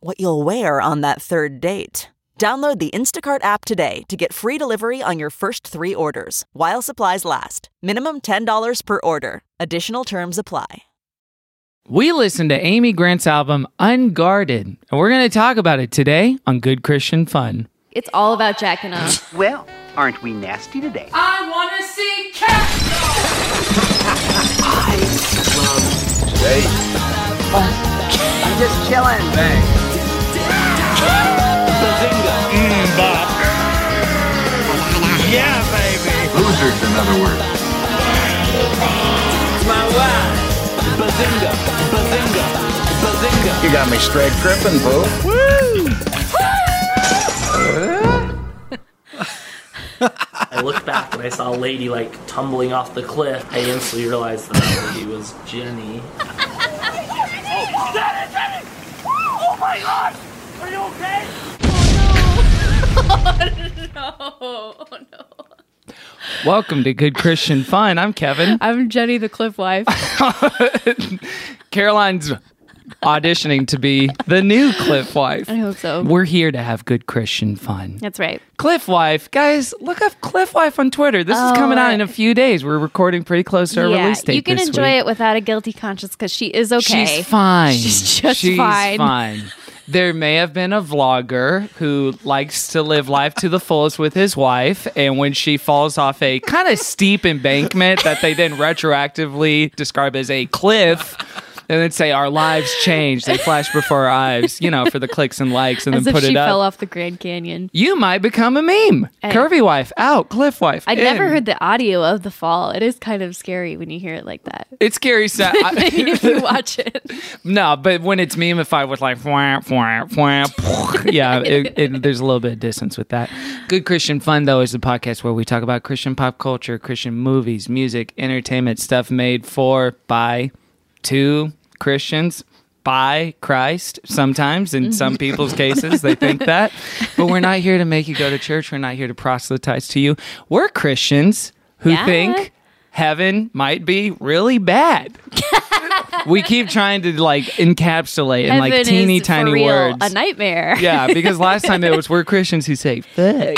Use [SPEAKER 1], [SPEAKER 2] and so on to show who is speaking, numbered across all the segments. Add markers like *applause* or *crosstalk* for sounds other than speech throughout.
[SPEAKER 1] what you'll wear on that third date. Download the Instacart app today to get free delivery on your first three orders while supplies last. Minimum $10 per order. Additional terms apply.
[SPEAKER 2] We listened to Amy Grant's album Unguarded, and we're going to talk about it today on Good Christian Fun.
[SPEAKER 3] It's all about uh, jacking off.
[SPEAKER 4] Well, aren't we nasty today?
[SPEAKER 5] I want to see cats.
[SPEAKER 4] I'm just chilling.
[SPEAKER 6] Losers, in other words. You got me straight tripping, boo.
[SPEAKER 7] I looked back and I saw a lady like tumbling off the cliff. I instantly realized that that lady was Jenny.
[SPEAKER 5] Oh my gosh! Are you okay?
[SPEAKER 3] Oh, no.
[SPEAKER 2] Welcome to Good Christian Fun. I'm Kevin.
[SPEAKER 3] *laughs* I'm Jenny the Cliff Wife.
[SPEAKER 2] Caroline's auditioning to be the new Cliff Wife.
[SPEAKER 3] I hope so.
[SPEAKER 2] We're here to have good Christian fun.
[SPEAKER 3] That's right.
[SPEAKER 2] Cliff Wife, guys, look up Cliff Wife on Twitter. This is coming out in a few days. We're recording pretty close to our release date.
[SPEAKER 3] Oh, you can
[SPEAKER 2] this
[SPEAKER 3] enjoy
[SPEAKER 2] week.
[SPEAKER 3] it without a guilty conscience because she is okay.
[SPEAKER 2] She's fine.
[SPEAKER 3] She's just
[SPEAKER 2] She's
[SPEAKER 3] fine.
[SPEAKER 2] fine. There may have been a vlogger who likes to live life to the fullest with his wife, and when she falls off a kind of steep embankment that they then retroactively describe as a cliff, and then say our lives changed, they flash before our eyes, you know, for the clicks and likes, and
[SPEAKER 3] As
[SPEAKER 2] then
[SPEAKER 3] if
[SPEAKER 2] put
[SPEAKER 3] she
[SPEAKER 2] it up.
[SPEAKER 3] fell off the Grand Canyon.
[SPEAKER 2] You might become a meme. Curvy wife out, cliff wife.
[SPEAKER 3] I'd
[SPEAKER 2] in.
[SPEAKER 3] never heard the audio of the fall. It is kind of scary when you hear it like that. *laughs*
[SPEAKER 2] It's scary. So I,
[SPEAKER 3] if you watch it,
[SPEAKER 2] No, but when it's memified with like, wah, wah, wah, yeah, it, it, there's a little bit of distance with that. Good Christian Fun, though, is the podcast where we talk about Christian pop culture, Christian movies, music, entertainment, stuff made for, by, to Christians, by Christ, sometimes in some people's cases, they think that. But we're not here to make you go to church. We're not here to proselytize to you. We're Christians who
[SPEAKER 3] Yeah.
[SPEAKER 2] think heaven might be really bad we keep trying to like encapsulate *laughs* in
[SPEAKER 3] heaven
[SPEAKER 2] like teeny
[SPEAKER 3] is, for
[SPEAKER 2] tiny
[SPEAKER 3] real,
[SPEAKER 2] words.
[SPEAKER 3] a nightmare.
[SPEAKER 2] yeah, because last time it was we're Christians who say
[SPEAKER 3] *laughs*
[SPEAKER 2] fuck.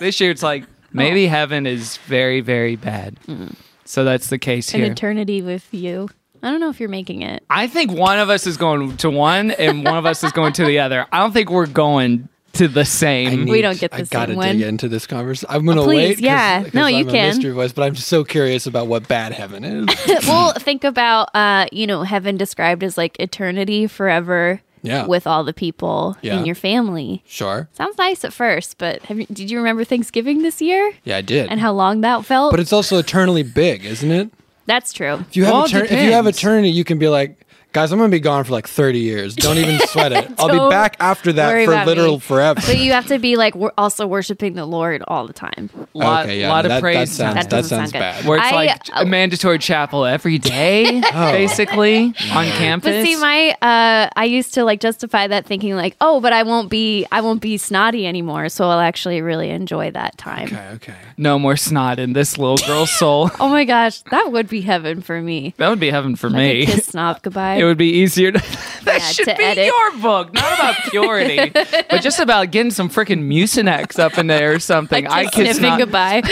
[SPEAKER 2] this year it's like
[SPEAKER 3] Oh.
[SPEAKER 2] maybe heaven is very very bad.
[SPEAKER 3] Mm-hmm.
[SPEAKER 2] So that's the case
[SPEAKER 3] an
[SPEAKER 2] here.
[SPEAKER 3] eternity with you. I don't know if you're making it.
[SPEAKER 2] I think one of us is going to one and one of us is going to the other. I don't think we're going to the same.
[SPEAKER 3] We don't get the
[SPEAKER 8] I gotta
[SPEAKER 3] same
[SPEAKER 8] dig
[SPEAKER 3] one.
[SPEAKER 8] into this conversation. I'm gonna
[SPEAKER 3] please,
[SPEAKER 8] wait. 'cause-
[SPEAKER 3] yeah.
[SPEAKER 8] 'cause
[SPEAKER 3] No,
[SPEAKER 8] I'm
[SPEAKER 3] you
[SPEAKER 8] a
[SPEAKER 3] can.
[SPEAKER 8] Mystery voice, but I'm so curious about what bad heaven is.
[SPEAKER 3] *laughs* well, think about uh, you know, heaven described as like eternity forever
[SPEAKER 8] Yeah.
[SPEAKER 3] with all the people
[SPEAKER 8] Yeah.
[SPEAKER 3] in your family.
[SPEAKER 8] sure.
[SPEAKER 3] Sounds nice at first, but have you, did you remember Thanksgiving this year
[SPEAKER 8] Yeah, I did.
[SPEAKER 3] and how long that felt?
[SPEAKER 8] but it's also eternally big, isn't it?
[SPEAKER 3] That's true.
[SPEAKER 8] If you have
[SPEAKER 2] Well, it
[SPEAKER 8] etern- if you have
[SPEAKER 2] depends.
[SPEAKER 8] eternity, you can be like, guys, I'm gonna be gone for like 30 years.
[SPEAKER 3] *laughs*
[SPEAKER 8] Don't even sweat it. I'll
[SPEAKER 3] Don't
[SPEAKER 8] be back after
[SPEAKER 3] worry
[SPEAKER 8] that for
[SPEAKER 3] about
[SPEAKER 8] literal
[SPEAKER 3] me.
[SPEAKER 8] forever.
[SPEAKER 3] But you have to be like we're also worshiping the Lord all the time.
[SPEAKER 2] lot,
[SPEAKER 8] okay, yeah,
[SPEAKER 2] lot
[SPEAKER 8] no,
[SPEAKER 2] of
[SPEAKER 8] that,
[SPEAKER 2] praise.
[SPEAKER 8] That sounds,
[SPEAKER 3] That
[SPEAKER 8] that
[SPEAKER 3] doesn't
[SPEAKER 8] sounds
[SPEAKER 3] sound good.
[SPEAKER 8] bad.
[SPEAKER 2] where it's
[SPEAKER 3] I- uh, Oh.
[SPEAKER 2] like a mandatory chapel every
[SPEAKER 3] *laughs*
[SPEAKER 2] day, basically on campus.
[SPEAKER 3] But see, my uh, I used to like justify that thinking like, oh, but I won't be I won't be snotty anymore, so I'll actually really enjoy that time.
[SPEAKER 8] Okay, okay.
[SPEAKER 2] no more snot in this little girl's
[SPEAKER 3] *laughs*
[SPEAKER 2] soul.
[SPEAKER 3] Oh my gosh, that would be heaven for me.
[SPEAKER 2] That would be heaven for
[SPEAKER 3] Like
[SPEAKER 2] me.
[SPEAKER 3] a kiss
[SPEAKER 8] *laughs*
[SPEAKER 3] snob goodbye.
[SPEAKER 2] It would be easier to. *laughs* that
[SPEAKER 3] Yeah,
[SPEAKER 2] should
[SPEAKER 3] to
[SPEAKER 2] be
[SPEAKER 3] edit.
[SPEAKER 2] your book, not
[SPEAKER 3] *laughs*
[SPEAKER 2] about purity, but just about getting some freaking mucinex up in there or something. I
[SPEAKER 3] Just
[SPEAKER 2] kiss
[SPEAKER 3] sniffing
[SPEAKER 2] not.
[SPEAKER 8] *laughs*
[SPEAKER 3] goodbye.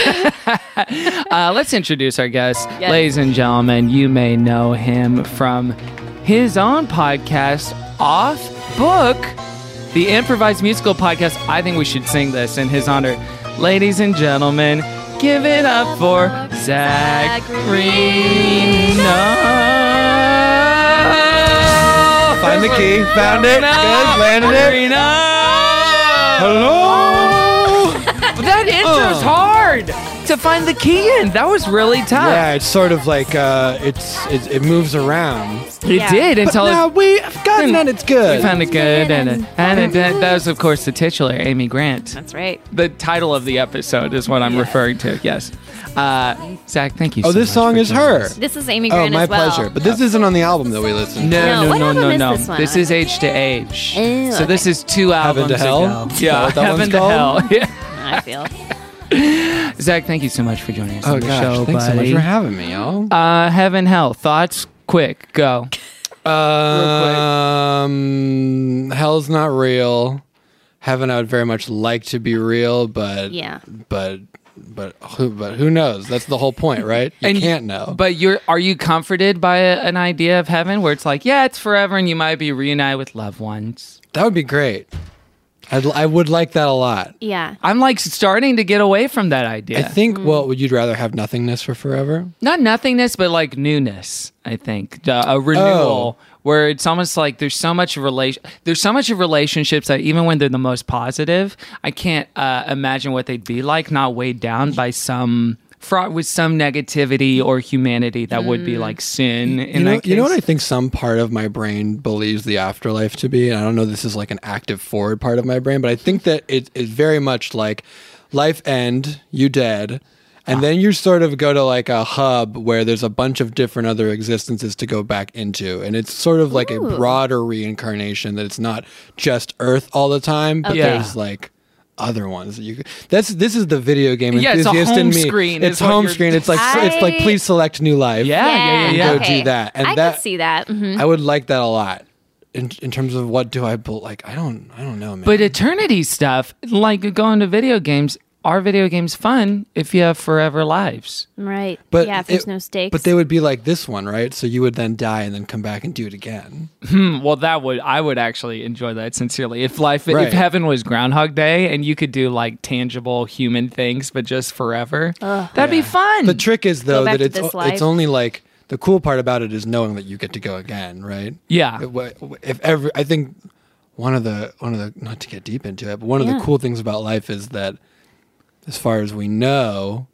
[SPEAKER 2] Uh, let's introduce our guest,
[SPEAKER 3] Yes.
[SPEAKER 2] ladies and gentlemen. You may know him from his own podcast, Off Book, the improvised musical podcast. I think we should sing this in his honor, ladies and gentlemen. Give it up for Zach Reno.
[SPEAKER 8] Find the key. Found it. Good. Landed it.
[SPEAKER 2] Reno.
[SPEAKER 8] Hello. Oh.
[SPEAKER 2] That intro's hard. It's to find the key in. That was really tough.
[SPEAKER 8] Yeah, it's sort of like uh, it's it, it moves around.
[SPEAKER 2] It
[SPEAKER 3] Yeah.
[SPEAKER 2] did until
[SPEAKER 8] now we've
[SPEAKER 3] Hmm.
[SPEAKER 8] gotten it. It's good.
[SPEAKER 2] we found it good, and, and, and that- that was, of course, the titular Amy Grant.
[SPEAKER 3] That's right.
[SPEAKER 2] The title of the episode is what I'm referring to. Yes, uh, Zach, thank you.
[SPEAKER 8] oh,
[SPEAKER 2] so
[SPEAKER 8] this
[SPEAKER 2] much
[SPEAKER 8] song
[SPEAKER 2] for
[SPEAKER 8] is
[SPEAKER 2] joining
[SPEAKER 8] her.
[SPEAKER 2] us.
[SPEAKER 3] This is Amy
[SPEAKER 8] Oh,
[SPEAKER 3] Grant
[SPEAKER 8] my
[SPEAKER 3] as well.
[SPEAKER 8] pleasure. But this isn't on the album that we listened. to.
[SPEAKER 2] No,
[SPEAKER 3] No,
[SPEAKER 2] no,
[SPEAKER 3] what
[SPEAKER 2] no,
[SPEAKER 3] album
[SPEAKER 2] no,
[SPEAKER 3] is
[SPEAKER 2] no.
[SPEAKER 3] this one?
[SPEAKER 2] This is Age to Age.
[SPEAKER 3] Ew,
[SPEAKER 2] so this is two
[SPEAKER 8] Heaven
[SPEAKER 2] albums
[SPEAKER 8] to Hell?
[SPEAKER 2] ago.
[SPEAKER 8] Is
[SPEAKER 2] Yeah,
[SPEAKER 8] that what that
[SPEAKER 2] Heaven
[SPEAKER 8] one's
[SPEAKER 2] to
[SPEAKER 8] called?
[SPEAKER 2] Hell. *laughs* Yeah.
[SPEAKER 3] I feel.
[SPEAKER 2] Zach, thank you so much for joining us
[SPEAKER 8] Oh
[SPEAKER 2] on the
[SPEAKER 8] gosh,
[SPEAKER 2] show,
[SPEAKER 8] thanks so
[SPEAKER 2] buddy.
[SPEAKER 8] much for having me, y'all.
[SPEAKER 2] uh, Heaven Hell thoughts. Quick, go.
[SPEAKER 8] Um, hell's not real. Heaven, I would very much like to be real, but
[SPEAKER 3] Yeah.
[SPEAKER 8] but but who but who knows? That's the whole point, right? You
[SPEAKER 2] And-
[SPEAKER 8] can't know.
[SPEAKER 2] But you're are you comforted by a, an idea of heaven where it's like, yeah, it's forever, and you might be reunited with loved ones.
[SPEAKER 8] that would be great. I'd, I would like that a lot.
[SPEAKER 3] Yeah.
[SPEAKER 2] I'm like starting to get away from that idea.
[SPEAKER 8] I think. Well, would you rather have nothingness for forever?
[SPEAKER 2] not nothingness, but like newness. I think Uh, a renewal
[SPEAKER 8] Oh.
[SPEAKER 2] where it's almost like there's so much relation. There's so much of relationships that even when they're the most positive, I can't uh, imagine what they'd be like, not weighed down by some fraught with some negativity or humanity that would be like sin. In
[SPEAKER 8] Mm. you know,
[SPEAKER 2] that case.
[SPEAKER 8] you know what I think some part of my brain believes the afterlife to be, and I don't know this is like an active forward part of my brain, but I think that it is very much like life end, you dead, and then you sort of go to like a hub where there's a bunch of different other existences to go back into, and it's sort of like a broader reincarnation that it's not just Earth all the time, but
[SPEAKER 2] Okay.
[SPEAKER 8] there's like other ones that you could, that's this is the video game
[SPEAKER 2] Yeah, it's a
[SPEAKER 8] enthusiast in
[SPEAKER 2] home
[SPEAKER 8] me
[SPEAKER 2] screen
[SPEAKER 8] it's
[SPEAKER 2] is what
[SPEAKER 8] home
[SPEAKER 2] you're-
[SPEAKER 8] screen it's like it's like
[SPEAKER 3] I-
[SPEAKER 8] please select new life
[SPEAKER 2] Yeah, yeah, yeah, yeah.
[SPEAKER 8] Go do that. And
[SPEAKER 3] I
[SPEAKER 8] that-
[SPEAKER 3] could see that. Mhm.
[SPEAKER 8] I would like that a lot. In, in terms of what do I bel- like? I don't. I don't know, man.
[SPEAKER 2] But eternity stuff, like going to video games, are video games fun if you have forever lives?
[SPEAKER 3] Right.
[SPEAKER 8] But
[SPEAKER 3] yeah. If there's
[SPEAKER 8] it-
[SPEAKER 3] no stakes.
[SPEAKER 8] But they would be like this one, right? So you would then die and then come back and do it again.
[SPEAKER 2] Well, that would I would actually enjoy that sincerely. If life,
[SPEAKER 8] Right.
[SPEAKER 2] if heaven was Groundhog Day and you could do like tangible human things, but just forever, that'd be fun.
[SPEAKER 8] The trick is though
[SPEAKER 3] back
[SPEAKER 8] that
[SPEAKER 3] to
[SPEAKER 8] it's
[SPEAKER 3] this
[SPEAKER 8] o-
[SPEAKER 3] life.
[SPEAKER 8] it's only like the cool part about it is knowing that you get to go again, right?
[SPEAKER 2] Yeah.
[SPEAKER 8] It wa- If every, I think one of the one of the not to get deep into it, but one of
[SPEAKER 3] Yeah.
[SPEAKER 8] the cool things about life is that, as far as we know,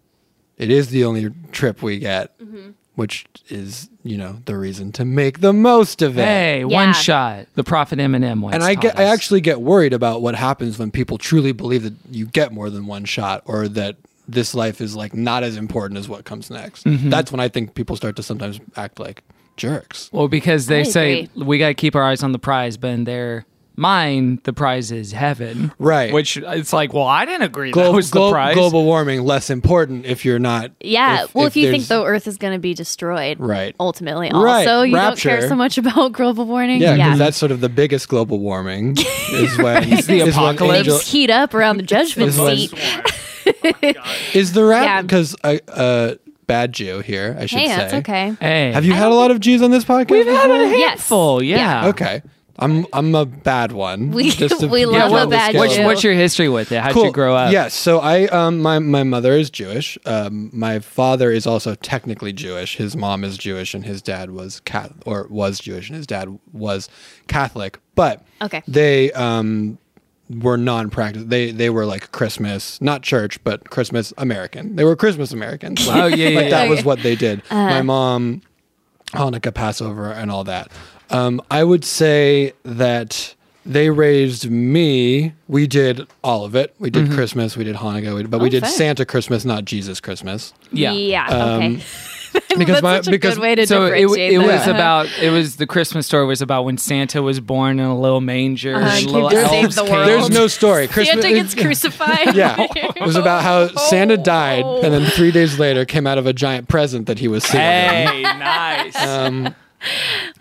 [SPEAKER 8] it is the only trip we get,
[SPEAKER 3] Mm-hmm.
[SPEAKER 8] which is you know the reason to make the most of it.
[SPEAKER 2] hey,
[SPEAKER 3] Yeah.
[SPEAKER 2] one shot. The Prophet Eminem once.
[SPEAKER 8] And I get,
[SPEAKER 2] taught
[SPEAKER 8] I
[SPEAKER 2] us.
[SPEAKER 8] actually get worried about what happens when people truly believe that you get more than one shot, or that this life is like not as important as what comes next.
[SPEAKER 2] Mm-hmm.
[SPEAKER 8] That's when I think people start to sometimes act like jerks.
[SPEAKER 2] well because they
[SPEAKER 3] I
[SPEAKER 2] say we got to keep our eyes on the prize, but in their mind, the prize is heaven,
[SPEAKER 8] Right.
[SPEAKER 2] Which it's like, well, I didn't agree.
[SPEAKER 8] Glo-
[SPEAKER 2] that was
[SPEAKER 8] glo-
[SPEAKER 2] the prize.
[SPEAKER 8] Global warming less important if you're not.
[SPEAKER 3] yeah. well, if, you think
[SPEAKER 8] there's-
[SPEAKER 3] the Earth is going to be destroyed,
[SPEAKER 8] Right.
[SPEAKER 3] Ultimately,
[SPEAKER 8] Right,
[SPEAKER 3] also you don't
[SPEAKER 8] rapture.
[SPEAKER 3] care so much *laughs* about global warning.
[SPEAKER 8] yeah, 'cause that's sort of the biggest global
[SPEAKER 3] *laughs*
[SPEAKER 8] warming is when
[SPEAKER 2] It's the
[SPEAKER 8] is when
[SPEAKER 2] apocalypse.
[SPEAKER 8] angel-
[SPEAKER 3] Things heat up around
[SPEAKER 8] *laughs*
[SPEAKER 3] the judgment
[SPEAKER 8] Is when-
[SPEAKER 3] seat. *laughs*
[SPEAKER 8] *laughs* is the
[SPEAKER 3] Yeah.
[SPEAKER 8] rap because a uh, bad Jew here. I should
[SPEAKER 3] Hey,
[SPEAKER 8] say.
[SPEAKER 3] that's okay.
[SPEAKER 2] Hey,
[SPEAKER 8] Have you had a lot of Jews on this podcast? We've had a
[SPEAKER 3] Yes.
[SPEAKER 2] full? Yeah.
[SPEAKER 8] Okay. I'm I'm a bad one.
[SPEAKER 3] We- *laughs* we
[SPEAKER 8] yeah,
[SPEAKER 3] love
[SPEAKER 8] well,
[SPEAKER 3] a bad
[SPEAKER 8] let's
[SPEAKER 2] What's,
[SPEAKER 8] go.
[SPEAKER 3] Jew.
[SPEAKER 2] what's your history with it? How'd you grow up?
[SPEAKER 8] Yes. So I um my my mother is Jewish. Um my father is also technically Jewish. His mom is Jewish and his dad was cat or was Jewish and his dad was Catholic. But
[SPEAKER 3] Okay.
[SPEAKER 8] they um were non-practice. They they were like Christmas, not church, but Christmas American. They were Christmas Americans. *laughs* Like,
[SPEAKER 2] Oh, yeah, yeah,
[SPEAKER 8] like that
[SPEAKER 2] yeah.
[SPEAKER 8] was what they did.
[SPEAKER 3] Uh-huh.
[SPEAKER 8] My mom, Hanukkah, Passover, and all that. Um, I would say that they raised me. We did all of it. We did
[SPEAKER 3] Mm-hmm.
[SPEAKER 8] Christmas. We did Hanukkah. We, but we did
[SPEAKER 3] fair.
[SPEAKER 8] Santa Christmas, not Jesus Christmas.
[SPEAKER 2] Yeah.
[SPEAKER 3] okay.
[SPEAKER 8] Um,
[SPEAKER 3] *laughs*
[SPEAKER 8] *laughs*
[SPEAKER 3] that's
[SPEAKER 8] Because my-
[SPEAKER 3] such a Uh-huh.
[SPEAKER 8] because-
[SPEAKER 3] good way to
[SPEAKER 2] so it,
[SPEAKER 3] differentiate.
[SPEAKER 2] it
[SPEAKER 3] them.
[SPEAKER 2] was about it was the Christmas story was about when Santa was born in a little manger and
[SPEAKER 3] he
[SPEAKER 2] little
[SPEAKER 3] did
[SPEAKER 2] elves
[SPEAKER 3] Uh-huh, save the
[SPEAKER 2] came.
[SPEAKER 3] world.
[SPEAKER 8] There's no
[SPEAKER 3] *laughs*
[SPEAKER 8] story.
[SPEAKER 3] Santa
[SPEAKER 8] Christmas. *laughs*
[SPEAKER 3] gets crucified.
[SPEAKER 8] yeah,
[SPEAKER 3] *laughs*
[SPEAKER 8] it was about how Santa died, and then three days later came out of a giant present that he was sealed in. *laughs*
[SPEAKER 2] Hey, nice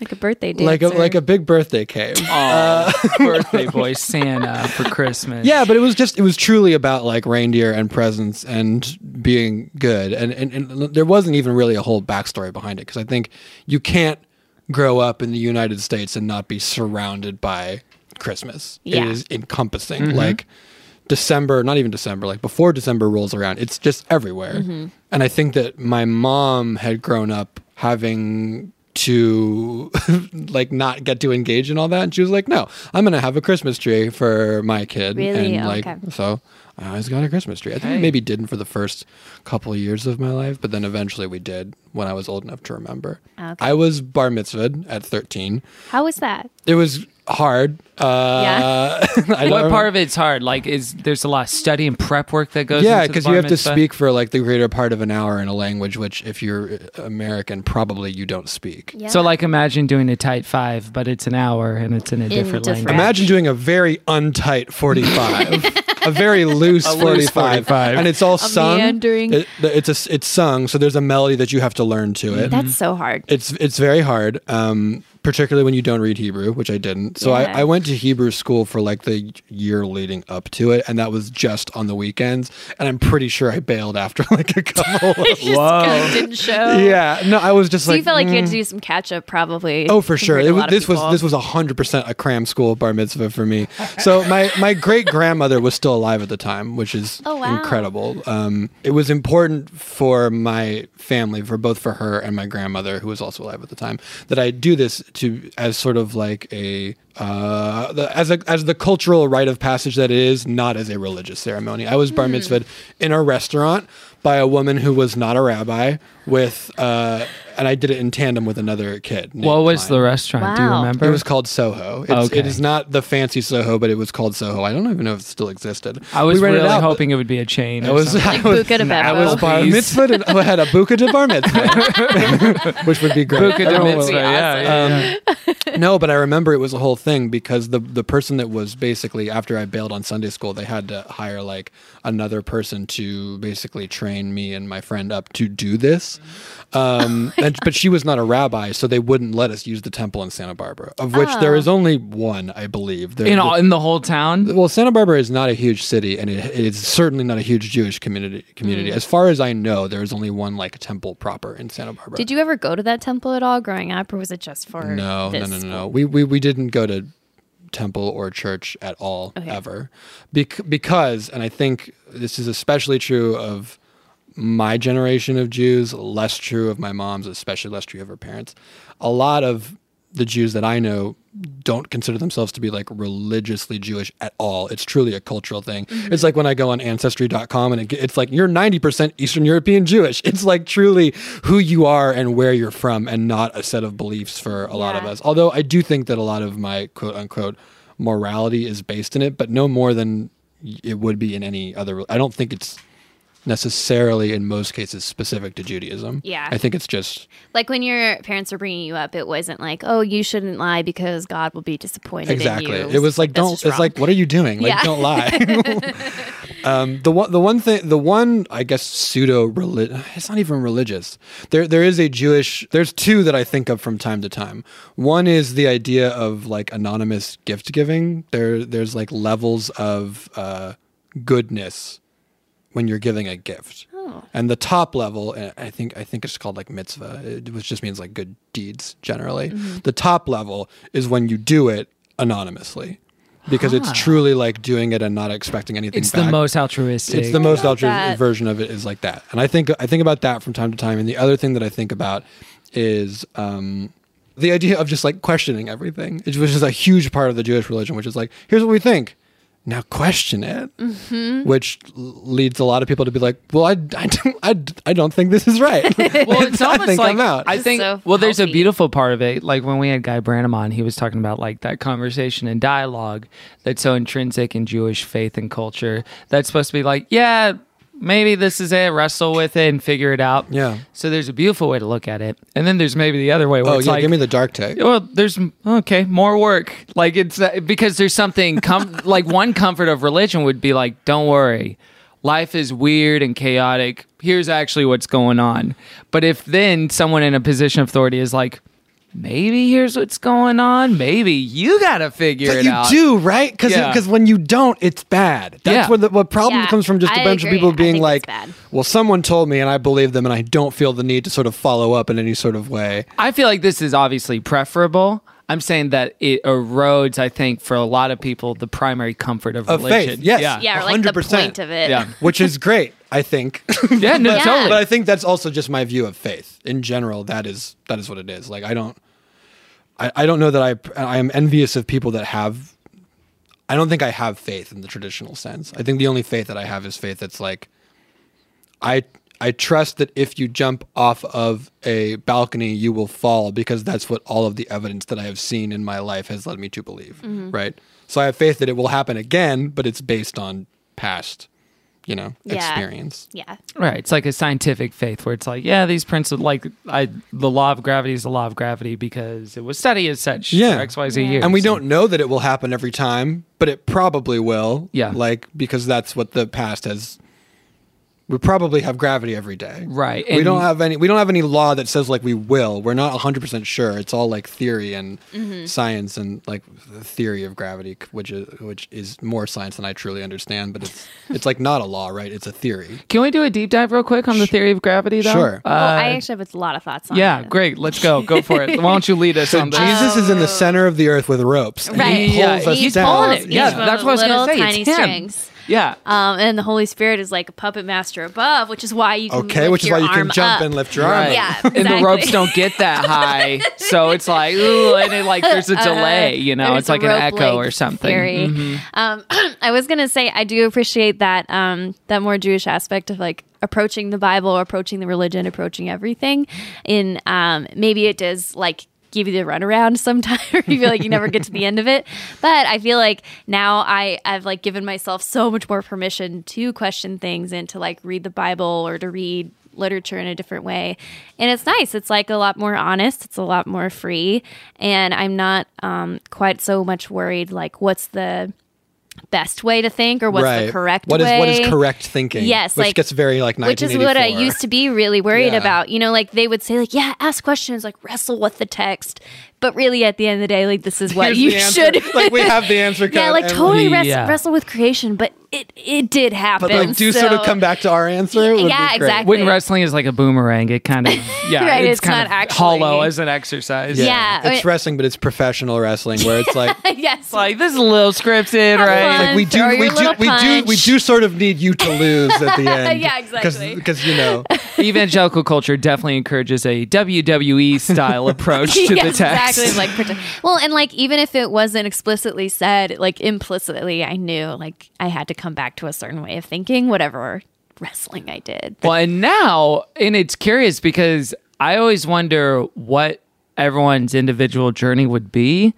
[SPEAKER 3] like a birthday dancer.
[SPEAKER 8] like a like a big birthday cake. Uh,
[SPEAKER 2] birthday boy Santa for Christmas.
[SPEAKER 8] Yeah, but it was just it was truly about like reindeer and presents and being good, and and, and there wasn't even really a whole backstory behind it because I think you can't grow up in the United States and not be surrounded by Christmas.
[SPEAKER 3] Yeah.
[SPEAKER 8] It is encompassing. Like December, not even December, like before December rolls around, it's just everywhere. And I think that my mom had grown up having to *laughs* like not get to engage in all that. And she was like, no, I'm going to have a Christmas tree for my kid.
[SPEAKER 3] Really? Oh,
[SPEAKER 8] And like,
[SPEAKER 3] Okay.
[SPEAKER 8] so I always got a Christmas tree. I think we maybe didn't for the first couple of years of my life, but then eventually we did when I was old enough to remember.
[SPEAKER 3] Okay.
[SPEAKER 8] I was bar mitzvahed at 13.
[SPEAKER 3] How was that?
[SPEAKER 8] It was hard. Uh, *laughs* I
[SPEAKER 2] What
[SPEAKER 8] don't-
[SPEAKER 2] part of it's hard? Like, is there's a lot of study and prep work that goes?
[SPEAKER 8] Yeah,
[SPEAKER 2] into the
[SPEAKER 8] because
[SPEAKER 2] bar
[SPEAKER 8] you have to
[SPEAKER 2] mitzvah?
[SPEAKER 8] speak for like the greater part of an hour in a language, which if you're uh, American, probably you don't speak.
[SPEAKER 3] Yeah.
[SPEAKER 2] So, like, imagine doing a tight five, but it's an hour and it's in a different
[SPEAKER 3] different-
[SPEAKER 2] language.
[SPEAKER 8] Imagine doing a very
[SPEAKER 3] *laughs*
[SPEAKER 8] untight 45, a very loose, 45,
[SPEAKER 2] 45.
[SPEAKER 8] and it's all sung.
[SPEAKER 3] meandering-
[SPEAKER 8] It, the- it's a s it's sung, so there's a melody that you have to learn to it.
[SPEAKER 3] That's so hard.
[SPEAKER 8] It's it's very hard, um, particularly when you don't read Hebrew, which I didn't. So
[SPEAKER 3] Yeah.
[SPEAKER 8] I, I went to Hebrew school for like the year leading up to it, and that was just on the weekends. And I'm pretty sure I bailed after *laughs* like a couple.
[SPEAKER 3] *laughs* Whoa. Didn't
[SPEAKER 8] *laughs*
[SPEAKER 3] show.
[SPEAKER 8] yeah, no, I was just
[SPEAKER 3] So
[SPEAKER 8] like.
[SPEAKER 3] you felt like you had
[SPEAKER 8] mm.
[SPEAKER 3] to do some catch up, probably.
[SPEAKER 8] Oh, for sure.
[SPEAKER 3] compared to
[SPEAKER 8] It
[SPEAKER 3] a
[SPEAKER 8] was,
[SPEAKER 3] lot of
[SPEAKER 8] this was
[SPEAKER 3] people.
[SPEAKER 8] this was hundred percent a cram school bar mitzvah for me. So my my great grandmother was still alive at the time, which is
[SPEAKER 3] Oh, wow.
[SPEAKER 8] incredible. Um, it was important for my family, for both for her and my grandmother, who was also alive at the time, that I do this to as sort of like a uh, the, as a as the cultural rite of passage that it is, not as a religious ceremony. I was bar
[SPEAKER 3] Hmm.
[SPEAKER 8] mitzvahed in a restaurant by a woman who was not a rabbi with uh, and I did it in tandem with another kid. named
[SPEAKER 2] What was
[SPEAKER 8] Klein.
[SPEAKER 2] the restaurant? Do you
[SPEAKER 3] Wow.
[SPEAKER 2] remember?
[SPEAKER 8] It was called Soho. It's,
[SPEAKER 2] Okay.
[SPEAKER 8] It is not the fancy Soho, but it was called Soho. I don't even know if it still existed.
[SPEAKER 2] I was
[SPEAKER 8] We rented
[SPEAKER 2] really
[SPEAKER 8] out, but
[SPEAKER 2] hoping it would be a chain.
[SPEAKER 8] I
[SPEAKER 2] or
[SPEAKER 8] was,
[SPEAKER 2] something.
[SPEAKER 8] *laughs* I was,
[SPEAKER 3] Buca de
[SPEAKER 8] I
[SPEAKER 3] Beppo.
[SPEAKER 8] was bar
[SPEAKER 2] Please.
[SPEAKER 8] mitzvah. And, I had a buka de
[SPEAKER 2] *laughs*
[SPEAKER 8] bar mitzvah, *laughs* which would be great.
[SPEAKER 2] Buca de
[SPEAKER 8] Everyone
[SPEAKER 2] mitzvah,
[SPEAKER 8] would-
[SPEAKER 2] yeah, yeah, *laughs*
[SPEAKER 8] no, but I remember it was a whole thing because the the person that was basically after I bailed on Sunday school, they had to hire like another person to basically train me and my friend up to do this.
[SPEAKER 2] Mm-hmm. Oh
[SPEAKER 8] Um, and, but she was not a rabbi, so they wouldn't let us use the temple in Santa Barbara, of which there is only one, I believe. There-
[SPEAKER 2] yeah. Oh. In
[SPEAKER 8] the-
[SPEAKER 2] all, in the whole town.
[SPEAKER 8] well, Santa Barbara is not a huge city, and it, it is certainly not a huge Jewish community. Community,
[SPEAKER 2] Mm.
[SPEAKER 8] as far as I know, there is only one like temple proper in Santa Barbara.
[SPEAKER 3] Did you ever go to that temple at all growing up, or was it just for
[SPEAKER 8] No, no,
[SPEAKER 3] this?
[SPEAKER 8] no, no, no. We, we we didn't go to temple or church at all ever, Bec- because, and I think this is especially true of my generation of Jews, less true of my mom's, especially less true of her parents. A lot of the Jews that I know don't consider themselves to be like religiously Jewish at all. It's truly a cultural thing. It's like when I go on ancestry.com and it, g- it's like you're 90% Eastern European Jewish. It's like truly who you are and where you're from and not a set of beliefs for a lot of
[SPEAKER 3] Yeah.
[SPEAKER 8] us. Although I do think that a lot of my quote unquote morality is based in it, but no more than y- it would be in any other. I don't think it's necessarily in most cases specific to Judaism.
[SPEAKER 3] Yeah.
[SPEAKER 8] I think it's just
[SPEAKER 3] Like when your parents were bringing you up, it wasn't like, oh, you shouldn't lie because God will be disappointed
[SPEAKER 8] exactly.
[SPEAKER 3] in you.
[SPEAKER 8] It was like
[SPEAKER 3] That's
[SPEAKER 8] don't
[SPEAKER 3] just
[SPEAKER 8] it's
[SPEAKER 3] wrong.
[SPEAKER 8] like what are you doing? Like
[SPEAKER 3] Yeah. *laughs*
[SPEAKER 8] don't lie. *laughs* um the one the one thing the one I guess pseudo religious it's not even religious. There there is a Jewish there's two that I think of from time to time. One is the idea of like anonymous gift giving. There there's like levels of uh goodness when you're giving a gift.
[SPEAKER 2] Oh.
[SPEAKER 8] And the top level, and I think I think it's called like mitzvah, it- which just means like good deeds generally.
[SPEAKER 2] Mm-hmm.
[SPEAKER 8] The top level is when you do it anonymously, because it's truly like doing it and not expecting anything.
[SPEAKER 2] Ah. It's
[SPEAKER 8] back.
[SPEAKER 2] the most altruistic.
[SPEAKER 8] It's the most
[SPEAKER 3] that.
[SPEAKER 8] altruistic version of it is like that, and I think I think about that from time to time. And the other thing that I think about is um, the idea of just like questioning everything, which is a huge part of the Jewish religion. Which is like, here's what we think, now question it, which l- leads a lot of people to be like, well, I, I, don't, I, I don't think this is right.
[SPEAKER 2] well, it's
[SPEAKER 8] *laughs* I
[SPEAKER 2] almost
[SPEAKER 8] think
[SPEAKER 2] like
[SPEAKER 8] I'm out.
[SPEAKER 2] I
[SPEAKER 3] This is
[SPEAKER 2] think
[SPEAKER 3] so
[SPEAKER 2] well, there's a
[SPEAKER 3] healthy.
[SPEAKER 2] beautiful part of it. Like when we had Guy Branum on, he was talking about like that conversation and dialogue that's so intrinsic in Jewish faith and culture. That's supposed to be like, yeah, maybe this is it. Wrestle with it and figure it out.
[SPEAKER 8] Yeah.
[SPEAKER 2] So there's a beautiful way to look at it, and then there's maybe the other way where
[SPEAKER 8] oh
[SPEAKER 2] it's
[SPEAKER 8] yeah,
[SPEAKER 2] like,
[SPEAKER 8] give me the dark take.
[SPEAKER 2] well, there's okay, more work. Like it's uh, because there's something
[SPEAKER 8] *laughs*
[SPEAKER 2] com- like one comfort of religion would be like, don't worry, life is weird and chaotic. Here's actually what's going on. But if then someone in a position of authority is like, maybe here's what's going on. Maybe you gotta figure
[SPEAKER 8] But
[SPEAKER 2] it
[SPEAKER 8] you
[SPEAKER 2] out.
[SPEAKER 8] do, right? Because
[SPEAKER 2] Yeah.
[SPEAKER 8] when you don't, it's bad. That's
[SPEAKER 2] Yeah.
[SPEAKER 8] where the what problem
[SPEAKER 3] Yeah,
[SPEAKER 8] comes from. Just a
[SPEAKER 3] I
[SPEAKER 8] bunch
[SPEAKER 3] agree.
[SPEAKER 8] of people
[SPEAKER 3] I
[SPEAKER 8] being
[SPEAKER 3] think it's
[SPEAKER 8] like,
[SPEAKER 3] bad.
[SPEAKER 8] "Well, someone told me, and I believe them, and I don't feel the need to sort of follow up in any sort of way."
[SPEAKER 2] I feel like this is obviously preferable. I'm saying that it erodes, I think, for a lot of people, the primary comfort of,
[SPEAKER 8] Of
[SPEAKER 2] religion.
[SPEAKER 8] faith, yes,
[SPEAKER 2] Yeah.
[SPEAKER 3] yeah, or like the
[SPEAKER 8] 100%.
[SPEAKER 3] point of it.
[SPEAKER 2] Yeah.
[SPEAKER 8] which is great, I think.
[SPEAKER 2] Yeah, no,
[SPEAKER 3] Yeah.
[SPEAKER 2] totally.
[SPEAKER 8] but I think that's also just my view of faith in general. That is that is what it is. Like I don't, I, I don't know that I I am envious of people that have I don't think I have faith in the traditional sense. I think the only faith that I have is faith that's like I I trust that if you jump off of a balcony you will fall because that's what all of the evidence that I have seen in my life has led me to believe,
[SPEAKER 3] Mm-hmm.
[SPEAKER 8] right? So I have faith that it will happen again, but it's based on past, you know,
[SPEAKER 3] Yeah.
[SPEAKER 8] experience.
[SPEAKER 3] *laughs*
[SPEAKER 2] Uh,
[SPEAKER 3] Yeah.
[SPEAKER 2] Right. It's like a scientific faith where it's like, yeah, these principles, like I, the law of gravity is the law of gravity because it was studied as such
[SPEAKER 8] Yeah.
[SPEAKER 2] for X, Y, Z years.
[SPEAKER 8] And we don't know that it will happen every time, but it probably will.
[SPEAKER 2] Yeah.
[SPEAKER 8] Like, because that's what the past has. We probably have gravity every day.
[SPEAKER 2] Right,
[SPEAKER 8] we don't
[SPEAKER 2] and-
[SPEAKER 8] have any we don't have any law that says like we will. We're not 100% sure. It's all like theory and
[SPEAKER 3] Mm-hmm.
[SPEAKER 8] science and like the theory of gravity which is which is more science than I truly understand, but it's it's like not a law, right? It's a theory.
[SPEAKER 2] Can we do a deep dive real quick on the theory of gravity, though?
[SPEAKER 8] Sure.
[SPEAKER 2] Uh,
[SPEAKER 3] Well, I actually have a lot of thoughts on
[SPEAKER 2] yeah,
[SPEAKER 3] it.
[SPEAKER 2] great. Let's go. Go for it. Why don't you lead us
[SPEAKER 8] So
[SPEAKER 2] on this?
[SPEAKER 8] Jesus is in the center of the earth with ropes. and
[SPEAKER 3] Oh. Right.
[SPEAKER 8] He pulls
[SPEAKER 2] Yeah,
[SPEAKER 8] us
[SPEAKER 2] he's
[SPEAKER 8] down.
[SPEAKER 2] pulling
[SPEAKER 3] Pulls
[SPEAKER 2] it.
[SPEAKER 3] each
[SPEAKER 2] Yeah,
[SPEAKER 3] one
[SPEAKER 2] that's
[SPEAKER 3] with
[SPEAKER 2] what I was gonna
[SPEAKER 3] little
[SPEAKER 2] say.
[SPEAKER 3] Tiny
[SPEAKER 2] It's him.
[SPEAKER 3] strings.
[SPEAKER 2] Yeah.
[SPEAKER 3] Um, and the Holy Spirit is like a puppet master above, which is why you can
[SPEAKER 8] Okay,
[SPEAKER 3] lift
[SPEAKER 8] which is
[SPEAKER 3] your
[SPEAKER 8] why you can
[SPEAKER 3] arm
[SPEAKER 8] jump
[SPEAKER 3] up.
[SPEAKER 8] and lift your arm.
[SPEAKER 2] Right.
[SPEAKER 3] Yeah,
[SPEAKER 2] And the
[SPEAKER 3] exactly.
[SPEAKER 2] ropes don't get
[SPEAKER 3] *laughs*
[SPEAKER 2] that high. so it's like, ooh, and it like there's a delay, you know,
[SPEAKER 3] Uh, There's
[SPEAKER 2] it's
[SPEAKER 3] a
[SPEAKER 2] like an
[SPEAKER 3] rope
[SPEAKER 2] echo
[SPEAKER 3] length
[SPEAKER 2] or something.
[SPEAKER 3] theory.
[SPEAKER 8] Mm-hmm.
[SPEAKER 3] Um, I was gonna say I do appreciate that um, that more Jewish aspect of like approaching the Bible, approaching the religion, approaching everything. In um, maybe it does like give you the runaround *laughs* sometime or you feel like you never get to the end of it but i feel like now i i've like given myself so much more permission to question things and to like read the bible or to read literature in a different way and it's nice it's like a lot more honest it's a lot more free and i'm not um, quite so much worried like what's the best way to think or what's the correct
[SPEAKER 8] What is
[SPEAKER 3] way
[SPEAKER 8] what is correct thinking?
[SPEAKER 3] Yes,
[SPEAKER 8] which
[SPEAKER 3] like-
[SPEAKER 8] gets very like
[SPEAKER 3] which is what I used to be really worried
[SPEAKER 8] Yeah.
[SPEAKER 3] about. You know, like they would say, like, yeah, ask questions, like wrestle with the text. But really, at the end of the day, like this is what you should.
[SPEAKER 8] *laughs* like we
[SPEAKER 3] *laughs*
[SPEAKER 8] have the answer.
[SPEAKER 3] yeah,
[SPEAKER 8] Kev,
[SPEAKER 3] like
[SPEAKER 8] and-
[SPEAKER 3] totally wrest-
[SPEAKER 2] Yeah.
[SPEAKER 3] wrestle with creation, but it it did happen.
[SPEAKER 8] But like, do sort of
[SPEAKER 3] so-
[SPEAKER 8] come back to our answer. It would be
[SPEAKER 3] Yeah,
[SPEAKER 8] great.
[SPEAKER 3] exactly.
[SPEAKER 2] When wrestling is like a boomerang, it
[SPEAKER 3] *laughs*
[SPEAKER 2] kind of yeah,
[SPEAKER 3] Right,
[SPEAKER 2] it's,
[SPEAKER 3] it's
[SPEAKER 2] kind
[SPEAKER 3] not
[SPEAKER 2] of
[SPEAKER 3] actually-
[SPEAKER 2] hollow as an exercise.
[SPEAKER 3] Yeah. Yeah.
[SPEAKER 8] it's wrestling, but it's professional wrestling where it's
[SPEAKER 3] *laughs*
[SPEAKER 8] like.
[SPEAKER 3] *laughs* yes,
[SPEAKER 2] Like this is a little scripted, right?
[SPEAKER 3] fun.
[SPEAKER 8] Like we do,
[SPEAKER 3] Throw your
[SPEAKER 8] we do,
[SPEAKER 3] little
[SPEAKER 8] we do, we
[SPEAKER 3] punch.
[SPEAKER 8] do sort of need you to lose
[SPEAKER 3] *laughs*
[SPEAKER 8] at the end.
[SPEAKER 3] Yeah, exactly.
[SPEAKER 8] Because you know,
[SPEAKER 2] Evangelical culture definitely encourages a WWE
[SPEAKER 3] *laughs*
[SPEAKER 2] style approach to
[SPEAKER 3] Yeah,
[SPEAKER 2] the text.
[SPEAKER 3] Exactly. Like, prote- well, and like even if it wasn't explicitly said, like implicitly, I knew like I had to come back to a certain way of thinking, whatever wrestling I did.
[SPEAKER 2] Well, and now, and it's curious because I always wonder what everyone's individual journey would be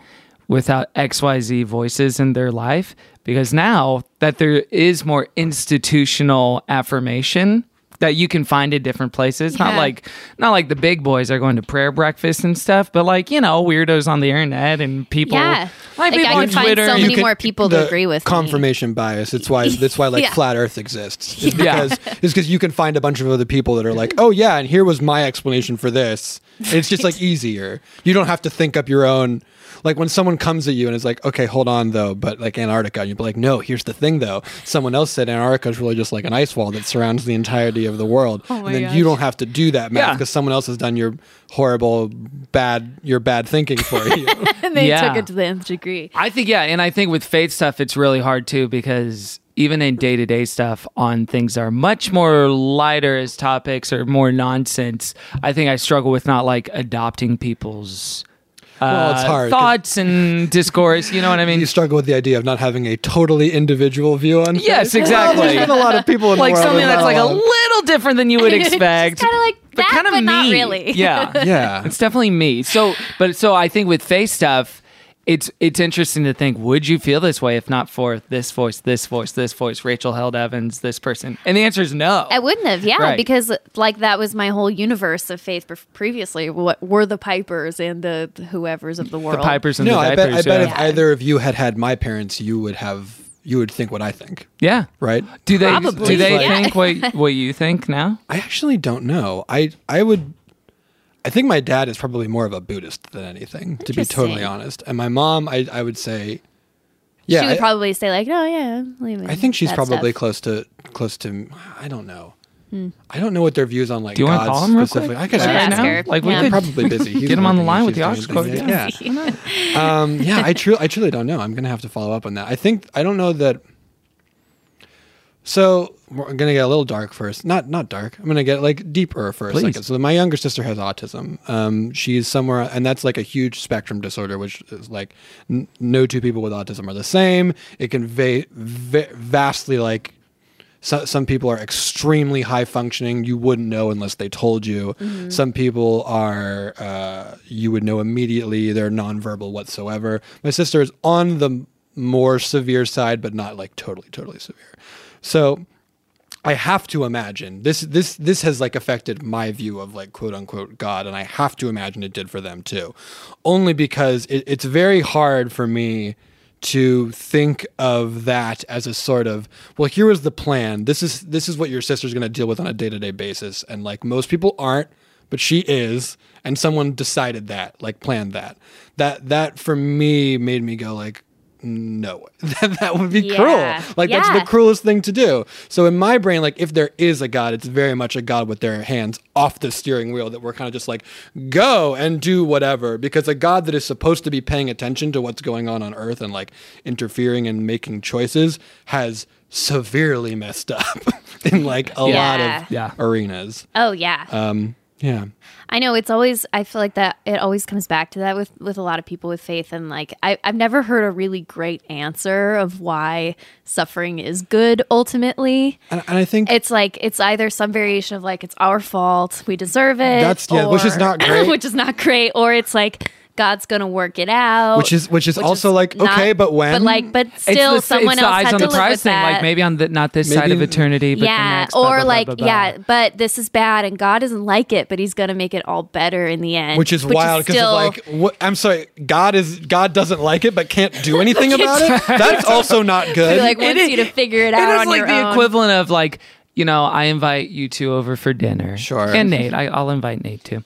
[SPEAKER 2] without XYZ voices in their life. Because now that there is more institutional affirmation that you can find at different places, not
[SPEAKER 3] Yeah.
[SPEAKER 2] like not like the big boys are going to prayer breakfast and stuff, but like you know weirdos on the internet and people,
[SPEAKER 3] Yeah.
[SPEAKER 2] like,
[SPEAKER 3] Like,
[SPEAKER 2] people
[SPEAKER 3] I
[SPEAKER 2] on
[SPEAKER 3] can find
[SPEAKER 2] Twitter.
[SPEAKER 3] so
[SPEAKER 2] and-
[SPEAKER 3] many more people to
[SPEAKER 8] the
[SPEAKER 3] agree with me.
[SPEAKER 8] confirmation bias. It's why that's why
[SPEAKER 3] *laughs*
[SPEAKER 8] like
[SPEAKER 3] Yeah.
[SPEAKER 8] flat Earth exists. It's
[SPEAKER 2] Yeah.
[SPEAKER 8] because it's because you can find a bunch of other people that are like, oh yeah, and here was my explanation for this. And it's just
[SPEAKER 3] *laughs*
[SPEAKER 8] like easier. You don't have to think up your own. Like when someone comes at you and is like, okay, hold on though, but like Antarctica, and you'd be like, no, here's the thing though. Someone else said Antarctica is really just like an ice wall that surrounds the entirety of the world,
[SPEAKER 3] Oh
[SPEAKER 8] and then you don't have to do that math
[SPEAKER 2] Yeah.
[SPEAKER 8] because someone else has done your horrible, bad, your bad thinking for
[SPEAKER 3] *laughs*
[SPEAKER 8] you.
[SPEAKER 3] and they
[SPEAKER 2] Yeah.
[SPEAKER 3] took
[SPEAKER 8] Ah.
[SPEAKER 3] it to the nth degree.
[SPEAKER 2] I think yeah, and I think with faith stuff, it's really hard too because even in day to day stuff, on things that are much more lighter as topics or more nonsense. I think I struggle with not like adopting people's
[SPEAKER 8] well, it's
[SPEAKER 2] uh,
[SPEAKER 8] hard. 'cause-
[SPEAKER 2] thoughts and discourse. You know what I mean?
[SPEAKER 8] you struggle with the idea of not having a totally individual view on
[SPEAKER 2] Yes,
[SPEAKER 8] things.
[SPEAKER 2] exactly.
[SPEAKER 8] Well, there's been a lot of people in
[SPEAKER 2] Like
[SPEAKER 8] the world
[SPEAKER 2] something
[SPEAKER 8] and
[SPEAKER 2] that's
[SPEAKER 8] not
[SPEAKER 2] like a
[SPEAKER 8] lot of-
[SPEAKER 2] little different than
[SPEAKER 3] *laughs*
[SPEAKER 2] you would expect.
[SPEAKER 3] kind of like that,
[SPEAKER 2] kinda
[SPEAKER 3] but not really. *laughs*
[SPEAKER 2] Yeah,
[SPEAKER 8] *laughs* yeah.
[SPEAKER 2] *laughs* It's definitely me. So, but so I think with face stuff, it's it's interesting to think: Would you feel this way if not for this voice, this voice, this voice, Rachel Held Evans, this person? And the answer is no.
[SPEAKER 3] I wouldn't have, yeah,
[SPEAKER 2] Right.
[SPEAKER 3] because like that was my whole universe of faith pre- previously. What were the Pipers and the, the whoever's of
[SPEAKER 2] the
[SPEAKER 3] the world?
[SPEAKER 2] Pipers and
[SPEAKER 8] No,
[SPEAKER 2] the
[SPEAKER 8] I
[SPEAKER 2] diapers.
[SPEAKER 8] bet, I bet
[SPEAKER 2] yeah.
[SPEAKER 8] if either of you had had my parents, you would have, you would think what I think,
[SPEAKER 2] yeah.
[SPEAKER 8] right?
[SPEAKER 2] Do they do
[SPEAKER 3] Probably,
[SPEAKER 2] they
[SPEAKER 3] yeah.
[SPEAKER 2] think
[SPEAKER 3] *laughs*
[SPEAKER 2] what what you think now?
[SPEAKER 8] I actually don't know. I, I would, I think my dad is probably more of a Buddhist than anything, to be totally
[SPEAKER 3] Interesting.
[SPEAKER 8] honest. And my mom, I, I would say,
[SPEAKER 3] She
[SPEAKER 8] yeah,
[SPEAKER 3] would
[SPEAKER 8] I-
[SPEAKER 3] probably say like, "Oh yeah, I'm leaving."
[SPEAKER 8] I think she's
[SPEAKER 3] that
[SPEAKER 8] probably
[SPEAKER 3] stuff.
[SPEAKER 8] close to close to. I don't know. I don't know what their views on like
[SPEAKER 2] Do you want
[SPEAKER 8] God
[SPEAKER 2] to call him real
[SPEAKER 8] specifically.
[SPEAKER 2] quick?
[SPEAKER 8] I could
[SPEAKER 3] Should
[SPEAKER 8] ask
[SPEAKER 3] Hmm. ask
[SPEAKER 8] him.
[SPEAKER 3] her.
[SPEAKER 2] Like we
[SPEAKER 3] Yeah.
[SPEAKER 2] could
[SPEAKER 8] probably
[SPEAKER 2] *laughs*
[SPEAKER 8] busy. He's
[SPEAKER 2] get him on the
[SPEAKER 8] working.
[SPEAKER 2] line
[SPEAKER 8] He's
[SPEAKER 2] with the
[SPEAKER 8] doing
[SPEAKER 2] aux cord.
[SPEAKER 8] things.
[SPEAKER 3] *laughs*
[SPEAKER 2] Yeah.
[SPEAKER 8] Um, yeah, I truly, I truly don't know. I'm gonna have to follow up on that. I think I don't know that. So we're- I'm gonna get a little dark first. Not not dark. I'm gonna get like deeper for a
[SPEAKER 2] Please.
[SPEAKER 8] second. So my younger sister has autism. Um, she's somewhere, and that's like a huge spectrum disorder, which is like n- no two people with autism are the same. It can va- va- vastly like so, some people are extremely high functioning. You wouldn't know unless they told you. Some people are, uh, you would know immediately. They're nonverbal whatsoever. My sister is on the more severe side, but not like totally, totally severe. So I have to imagine this this this has like affected my view of like quote unquote God, and I have to imagine it did for them too, only because it, it's very hard for me to think of that as a sort of well here was the plan this is this is what your sister's going to deal with on a day-to-day basis and like most people aren't but she is and someone decided that like planned that that that for me made me go like no *laughs* that, that would be
[SPEAKER 3] Yeah.
[SPEAKER 8] cruel like that's the
[SPEAKER 3] Yeah.
[SPEAKER 8] cruelest thing to do. So in my brain, like if there is a god, it's very much a god with their hands off the steering wheel that we're kind of just like go and do whatever because a god that is supposed to be paying attention to what's going on on earth and like interfering and making choices has severely messed up *laughs* in like a lot
[SPEAKER 3] Yeah.
[SPEAKER 8] of
[SPEAKER 2] Yeah.
[SPEAKER 8] arenas.
[SPEAKER 3] Oh yeah.
[SPEAKER 8] uh, Yeah.
[SPEAKER 3] I know it's always I feel like that it always comes back to that with with a lot of people with faith and like I I've never heard a really great answer of why suffering is good ultimately.
[SPEAKER 8] And, and I think
[SPEAKER 3] It's like it's either some variation of like it's our fault, we deserve it.
[SPEAKER 8] That's- yeah, which is
[SPEAKER 3] or-
[SPEAKER 8] not
[SPEAKER 3] *laughs*
[SPEAKER 8] great.
[SPEAKER 3] which is not great or it's like God's going to work it out.
[SPEAKER 8] Which is- which is also like, okay, but when?
[SPEAKER 3] But like but still
[SPEAKER 2] it's the,
[SPEAKER 3] someone
[SPEAKER 2] it's the
[SPEAKER 3] else
[SPEAKER 2] eyes
[SPEAKER 3] had
[SPEAKER 2] on
[SPEAKER 3] to
[SPEAKER 2] the
[SPEAKER 3] live
[SPEAKER 2] prize
[SPEAKER 3] with
[SPEAKER 2] thing.
[SPEAKER 3] that.
[SPEAKER 2] Like maybe on the not this
[SPEAKER 8] Maybe
[SPEAKER 2] side of
[SPEAKER 8] the-
[SPEAKER 2] eternity, but
[SPEAKER 3] yeah,
[SPEAKER 2] the next, blah,
[SPEAKER 3] or
[SPEAKER 2] blah, blah,
[SPEAKER 3] like
[SPEAKER 2] blah, blah.
[SPEAKER 3] yeah, but this is bad, and God doesn't like it, but He's gonna make it all better in the end,
[SPEAKER 8] which is wild because
[SPEAKER 3] still-
[SPEAKER 8] like what, I'm sorry, God is God doesn't like it, but can't *laughs* do anything about it. That's also *laughs* not
[SPEAKER 3] He,
[SPEAKER 8] good.
[SPEAKER 3] like wants
[SPEAKER 2] is-
[SPEAKER 3] you to figure it
[SPEAKER 2] It
[SPEAKER 3] out
[SPEAKER 2] is
[SPEAKER 3] on
[SPEAKER 2] like
[SPEAKER 3] your
[SPEAKER 2] the
[SPEAKER 3] own.
[SPEAKER 2] equivalent of like you know I invite you two over for dinner,
[SPEAKER 8] Sure.
[SPEAKER 2] and Nate, I, I'll invite Nate too,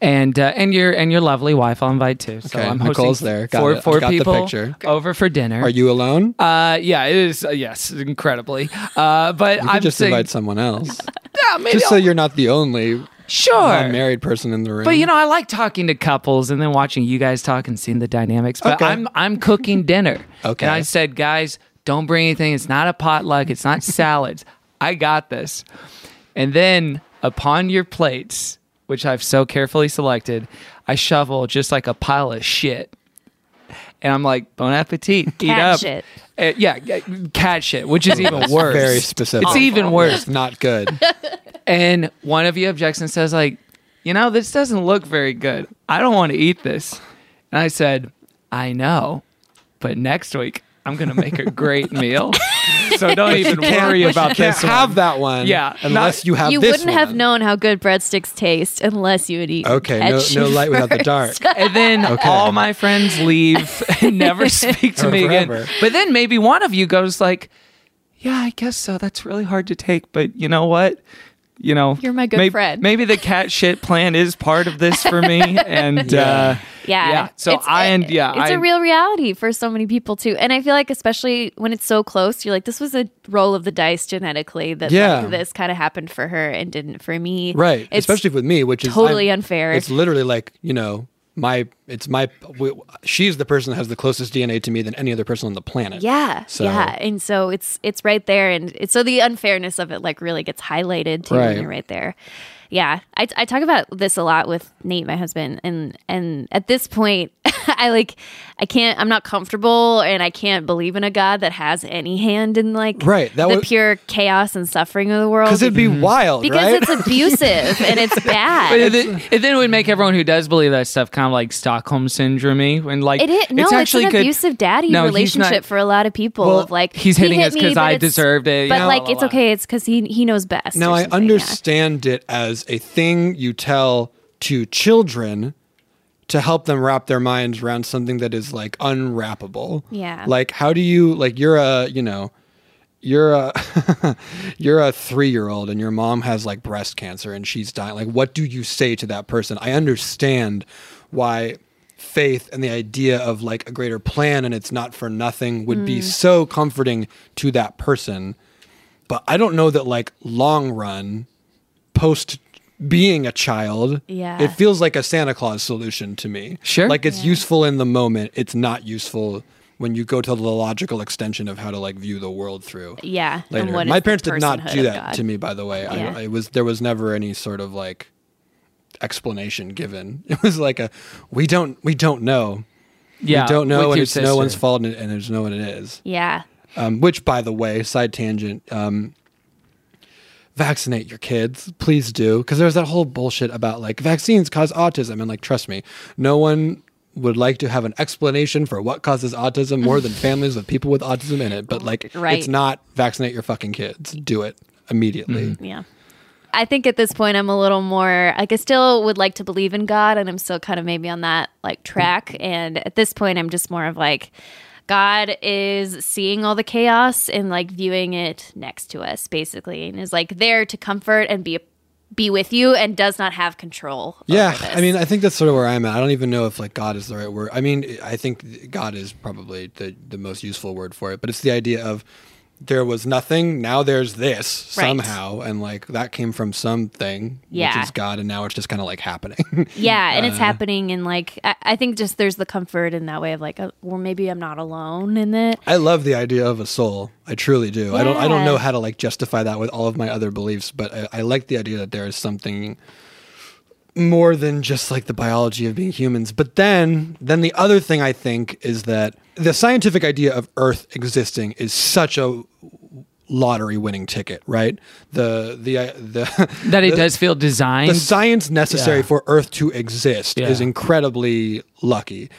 [SPEAKER 2] and uh, and your and your lovely wife, I'll invite too. So
[SPEAKER 8] Okay,
[SPEAKER 2] I'm hosting
[SPEAKER 8] Nicole's there. Got
[SPEAKER 2] four
[SPEAKER 8] it. I've
[SPEAKER 2] four
[SPEAKER 8] got the
[SPEAKER 2] people
[SPEAKER 8] picture.
[SPEAKER 2] over for dinner.
[SPEAKER 8] Are you alone?
[SPEAKER 2] Uh, yeah, it is. Uh, yes, incredibly. Uh, but
[SPEAKER 8] You could
[SPEAKER 2] I'm
[SPEAKER 8] just
[SPEAKER 2] saying,
[SPEAKER 8] invite someone *laughs* else.
[SPEAKER 2] Yeah, maybe
[SPEAKER 8] just so
[SPEAKER 2] I'll-
[SPEAKER 8] you're not the only
[SPEAKER 2] sure.
[SPEAKER 8] unmarried person in the room.
[SPEAKER 2] But you know, I like talking to couples and then watching you guys talk and seeing the dynamics. But
[SPEAKER 8] Okay.
[SPEAKER 2] I'm I'm cooking dinner.
[SPEAKER 8] Okay.
[SPEAKER 2] And I said, guys, don't bring anything. It's not a potluck. It's
[SPEAKER 8] *laughs*
[SPEAKER 2] not salads. I got this. And then upon your plates, which I've so carefully selected, I shovel just like a pile of shit. And I'm like, bon appetit, eat
[SPEAKER 3] Cat
[SPEAKER 2] up.
[SPEAKER 3] shit.
[SPEAKER 2] Uh, yeah, uh, cat shit, which is even
[SPEAKER 8] That's
[SPEAKER 2] worse.
[SPEAKER 8] very specific.
[SPEAKER 2] It's even worse
[SPEAKER 8] it's not *laughs* good.
[SPEAKER 2] and one of you objects and says like you know this doesn't look very good i don't want to eat this and i said i know but next week i'm gonna make a *laughs* great meal so don't even worry about
[SPEAKER 8] Can't
[SPEAKER 2] this one.
[SPEAKER 8] have that one.
[SPEAKER 2] Yeah,
[SPEAKER 8] unless
[SPEAKER 2] not-
[SPEAKER 8] you have
[SPEAKER 3] you
[SPEAKER 8] this
[SPEAKER 3] wouldn't have
[SPEAKER 8] one.
[SPEAKER 3] known how good breadsticks taste unless you had eaten.
[SPEAKER 8] Okay,
[SPEAKER 3] that
[SPEAKER 8] no,
[SPEAKER 3] shit
[SPEAKER 8] no light without the
[SPEAKER 3] first.
[SPEAKER 8] *laughs* dark.
[SPEAKER 2] and then all my friends leave *laughs* and never speak to
[SPEAKER 8] Or
[SPEAKER 2] me again
[SPEAKER 8] forever.
[SPEAKER 2] but then maybe one of you goes like yeah i guess so that's really hard to take but you know what you know
[SPEAKER 3] You're my good
[SPEAKER 2] may-
[SPEAKER 3] friend.
[SPEAKER 2] maybe the cat shit plan is part of this for
[SPEAKER 3] *laughs*
[SPEAKER 2] me and uh
[SPEAKER 3] Yeah.
[SPEAKER 2] Yeah, so I- and- yeah,
[SPEAKER 3] it's
[SPEAKER 2] I-
[SPEAKER 3] a real reality for so many people too. And I feel like especially when it's so close, you're like, this was a roll of the dice genetically that like,
[SPEAKER 8] Yeah.
[SPEAKER 3] this kind of happened for her and didn't for me.
[SPEAKER 8] Right,
[SPEAKER 3] It's-
[SPEAKER 8] especially with me, which is
[SPEAKER 3] totally unfair.
[SPEAKER 8] It's literally like you know. My, it's my. w- She's the person that has the closest DNA to me than any other person on the planet.
[SPEAKER 3] Yeah,
[SPEAKER 8] So-
[SPEAKER 3] yeah, and so it's it's right there, and it's, so the unfairness of it like really gets highlighted too
[SPEAKER 8] Right.
[SPEAKER 3] when you're right there. Yeah, I, I talk about this a lot with Nate, my husband, and and at this point, *laughs* I like I can't, I'm not comfortable, and I can't believe in a God that has any hand in like
[SPEAKER 8] Right, that
[SPEAKER 3] the
[SPEAKER 8] would-
[SPEAKER 3] pure chaos and suffering of the world.
[SPEAKER 8] because it'd be wild,
[SPEAKER 3] because
[SPEAKER 8] right? *laughs*
[SPEAKER 3] it's abusive and it's bad.
[SPEAKER 2] But it, it, it then would make everyone who does believe that stuff kind of like Stockholm syndrome and like
[SPEAKER 3] It is no, it's, an
[SPEAKER 2] good-
[SPEAKER 3] abusive daddy
[SPEAKER 2] No, he's
[SPEAKER 3] relationship
[SPEAKER 2] not-
[SPEAKER 3] for a lot of people.
[SPEAKER 8] Well,
[SPEAKER 3] of like
[SPEAKER 2] he's
[SPEAKER 3] he
[SPEAKER 2] hitting
[SPEAKER 3] hit
[SPEAKER 2] us
[SPEAKER 3] me,
[SPEAKER 2] 'cause
[SPEAKER 3] but
[SPEAKER 2] I
[SPEAKER 3] it's-
[SPEAKER 2] deserved it,
[SPEAKER 3] But
[SPEAKER 2] you know,
[SPEAKER 3] like
[SPEAKER 2] la, la,
[SPEAKER 3] it's
[SPEAKER 2] la.
[SPEAKER 3] okay. It's because he he knows best.
[SPEAKER 8] Now
[SPEAKER 3] or
[SPEAKER 8] I
[SPEAKER 3] something, yeah.
[SPEAKER 8] understand it as a thing you tell to children to help them wrap their minds around something that is like unwrappable.
[SPEAKER 3] Yeah.
[SPEAKER 8] Like how do you like you're a, you know, you're a *laughs* you're a 3-year-old and your mom has like breast cancer and she's dying. Like what do you say to that person? I understand why faith and the idea of like a greater plan and it's not for nothing would be so comforting to that person but I don't know that like long run post being a child
[SPEAKER 3] Yeah.
[SPEAKER 8] it feels like a Santa Claus solution to me
[SPEAKER 2] Sure.
[SPEAKER 8] like it's useful in the moment it's not useful when you go to the logical extension of how to like view the world through.
[SPEAKER 3] yeah. and
[SPEAKER 8] Later,
[SPEAKER 3] what
[SPEAKER 8] my
[SPEAKER 3] is the
[SPEAKER 8] parents did not
[SPEAKER 3] personhood
[SPEAKER 8] do
[SPEAKER 3] of
[SPEAKER 8] that
[SPEAKER 3] God?
[SPEAKER 8] to me. By the way,
[SPEAKER 3] Yeah.
[SPEAKER 8] I, it was there was never any sort of like explanation given. *laughs* It was like a we don't we don't know.
[SPEAKER 2] yeah,
[SPEAKER 8] we don't
[SPEAKER 2] with
[SPEAKER 8] know, and
[SPEAKER 2] your
[SPEAKER 8] it's no one's
[SPEAKER 2] sister.
[SPEAKER 8] fault, and, and there's no one it is.
[SPEAKER 3] Yeah.
[SPEAKER 8] Um, which, by the way, side tangent. Um, vaccinate your kids, please do, because there's that whole bullshit about like vaccines cause autism, and like trust me, no one would like to have an explanation for what causes autism more than families with people with autism in it. But like,
[SPEAKER 3] Right.
[SPEAKER 8] it's not vaccinate your fucking kids. Do it immediately.
[SPEAKER 3] Yeah. I think at this point I'm a little more like I still would like to believe in God and I'm still kind of maybe on that like track and at this point I'm just more of like God is seeing all the chaos and like viewing it next to us basically and is like there to comfort and be be with you and does not have control.
[SPEAKER 8] Yeah,
[SPEAKER 3] over this.
[SPEAKER 8] I mean, I think that's sort of where I'm at. I don't even know if like God is the right word. I mean, I think God is probably the the most useful word for it, but it's the idea of there was nothing, now there's this
[SPEAKER 3] Right.
[SPEAKER 8] somehow, and like that came from something,
[SPEAKER 3] Yeah.
[SPEAKER 8] which is God, and now it's just kind of like happening. *laughs*
[SPEAKER 3] yeah, and it's happening and like I, I think just there's the comfort in that way of like, uh, well, maybe I'm not alone in it.
[SPEAKER 8] I love the idea of a soul. I truly do. I don't. I don't know
[SPEAKER 3] Yeah.
[SPEAKER 8] how to like justify that with all of my other beliefs, but I, I like the idea that there is something more than just like the biology of being humans. But then, then the other thing I think is that the scientific idea of Earth existing is such a lottery winning ticket, right? The the uh, *laughs* the
[SPEAKER 2] that it does feel designed.
[SPEAKER 8] the science necessary
[SPEAKER 2] Yeah.
[SPEAKER 8] for Earth to exist
[SPEAKER 2] Yeah.
[SPEAKER 8] is incredibly lucky.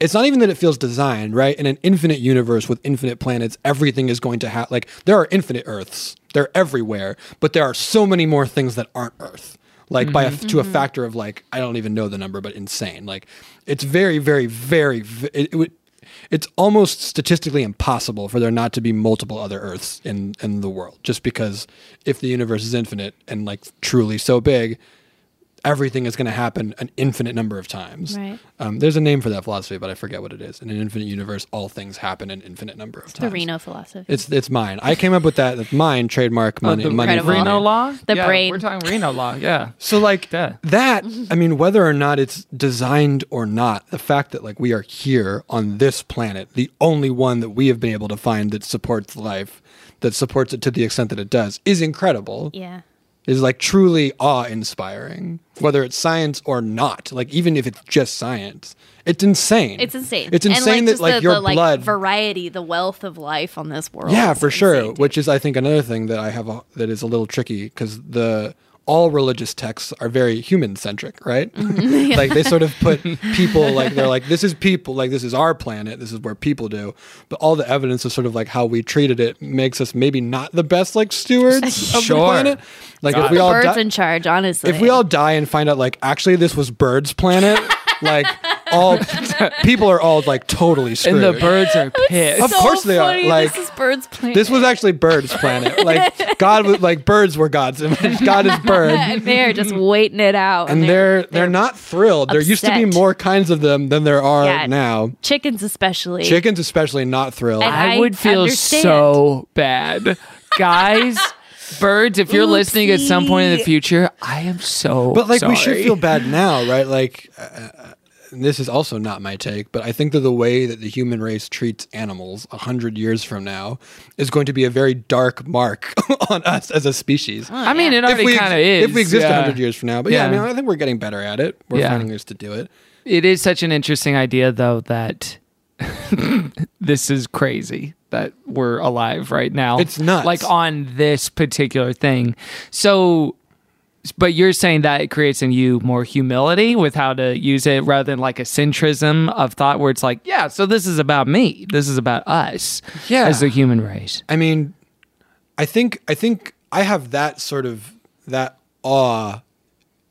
[SPEAKER 8] It's not even that it feels designed, right? In an infinite universe with infinite planets, everything is going to have like there are infinite Earths. They're everywhere, but there are so many more things that aren't Earth. Like by a,
[SPEAKER 2] Mm-hmm.
[SPEAKER 8] to a factor of like I don't even know the number, but insane. Like it's very, very, very. v- It, it would. It's almost statistically impossible for there not to be multiple other Earths in in the world, just because if the universe is infinite and like truly so big, everything is going to happen an infinite number of times.
[SPEAKER 3] Right.
[SPEAKER 8] Um, there's a name for that philosophy, but I forget what it is. In an infinite universe, all things happen an infinite number of
[SPEAKER 3] The
[SPEAKER 8] times.
[SPEAKER 3] Reno philosophy.
[SPEAKER 8] It's it's mine. I came up with that. That's mine. Trademark money.
[SPEAKER 2] the
[SPEAKER 8] money
[SPEAKER 3] Incredible.
[SPEAKER 8] for
[SPEAKER 2] Reno
[SPEAKER 8] money.
[SPEAKER 2] law,
[SPEAKER 3] The
[SPEAKER 2] yeah,
[SPEAKER 3] brain.
[SPEAKER 2] We're talking Reno law. Yeah,
[SPEAKER 8] *laughs* So like
[SPEAKER 2] Yeah.
[SPEAKER 3] *laughs*
[SPEAKER 8] that. I mean, whether or not it's designed or not, the fact that like we are here on this planet, the only one that we have been able to find that supports life, that supports it to the extent that it does, is incredible
[SPEAKER 3] yeah.
[SPEAKER 8] is like truly awe inspiring, whether it's science or not. Like even if it's just science, it's insane.
[SPEAKER 3] It's insane.
[SPEAKER 8] It's
[SPEAKER 3] And,
[SPEAKER 8] insane
[SPEAKER 3] like,
[SPEAKER 8] that like your
[SPEAKER 3] like,
[SPEAKER 8] blood.
[SPEAKER 3] variety, the wealth of life on this world.
[SPEAKER 8] yeah,
[SPEAKER 3] is
[SPEAKER 8] for sure.
[SPEAKER 3] insane, too.
[SPEAKER 8] Which is I think another thing that I have a, that is a little tricky because the all religious texts are very human centric, right?
[SPEAKER 3] Mm-hmm.
[SPEAKER 8] *laughs*
[SPEAKER 3] *laughs*
[SPEAKER 8] like they sort of put people like they're like this is people like this is our planet, this is where people do. But all the evidence of sort of like how we treated it makes us maybe not the best like
[SPEAKER 3] *laughs*
[SPEAKER 8] stewards of the
[SPEAKER 2] Sure.
[SPEAKER 8] planet. Like
[SPEAKER 2] Got
[SPEAKER 8] if
[SPEAKER 2] it.
[SPEAKER 8] we all
[SPEAKER 3] birds
[SPEAKER 8] di-
[SPEAKER 3] in charge, honestly.
[SPEAKER 8] if we all die and find out like actually this was birds planet like all *laughs* people are all like totally
[SPEAKER 2] and
[SPEAKER 8] screwed
[SPEAKER 2] the birds are pissed.
[SPEAKER 8] of course they are
[SPEAKER 3] funny,
[SPEAKER 8] like
[SPEAKER 3] this is birds playing.
[SPEAKER 8] this was actually birds planet like god was like birds were gods and god is bird
[SPEAKER 3] and they're
[SPEAKER 8] *laughs*
[SPEAKER 3] just waiting it out,
[SPEAKER 8] and they're they're not thrilled there used to be
[SPEAKER 3] upset.
[SPEAKER 8] more kinds of them than there are
[SPEAKER 3] Yeah.
[SPEAKER 8] now
[SPEAKER 3] chickens especially.
[SPEAKER 8] chickens especially not thrilled
[SPEAKER 3] And
[SPEAKER 2] I
[SPEAKER 3] I
[SPEAKER 2] would feel
[SPEAKER 3] understand.
[SPEAKER 2] so bad, guys. Birds, if you're listening at some point in the
[SPEAKER 3] Oopsie.
[SPEAKER 2] future, I am so.
[SPEAKER 8] But like we should
[SPEAKER 2] sorry. *laughs*
[SPEAKER 8] feel bad now, right? Like uh, uh, this is also not my take, but I think that the way that the human race treats animals a hundred years from now is going to be a very dark mark *laughs* on us as a species.
[SPEAKER 2] I mean, it already
[SPEAKER 8] we
[SPEAKER 2] kind of
[SPEAKER 8] ex-
[SPEAKER 2] is.
[SPEAKER 8] if we exist a
[SPEAKER 2] yeah.
[SPEAKER 8] hundred years from now, but yeah. I mean,
[SPEAKER 2] Yeah.
[SPEAKER 8] I think we're getting better at it. We're
[SPEAKER 2] Yeah.
[SPEAKER 8] finding ways to do it.
[SPEAKER 2] It is such an interesting idea, though, that *laughs* this is crazy that we're alive right now.
[SPEAKER 8] It's nuts.
[SPEAKER 2] Like on this particular thing. So, but you're saying that it creates in you more humility with how to use it rather than like a centrism of thought where it's like, yeah, so this is about me. This is about us
[SPEAKER 8] Yeah.
[SPEAKER 2] as the human race.
[SPEAKER 8] I mean, I think I think I have that sort of that awe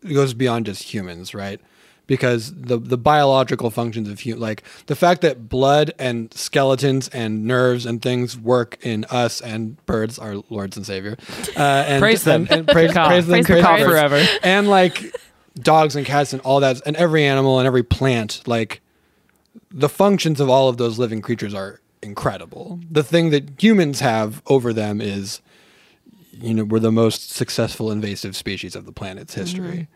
[SPEAKER 8] that goes beyond just humans, right? Because the the biological functions of human, like the fact that blood and skeletons and nerves and things work in us and birds, our lords and savior, uh, and
[SPEAKER 2] Praise them.
[SPEAKER 8] and, and *laughs* praise,
[SPEAKER 2] Cock.
[SPEAKER 8] praise them,
[SPEAKER 2] Praise the cock
[SPEAKER 8] birds.
[SPEAKER 2] forever.
[SPEAKER 8] and like dogs and cats and all that, and every animal and every plant, like the functions of all of those living creatures are incredible. The thing that humans have over them is, you know, we're the most successful invasive species of the planet's
[SPEAKER 3] Mm-hmm.
[SPEAKER 8] history.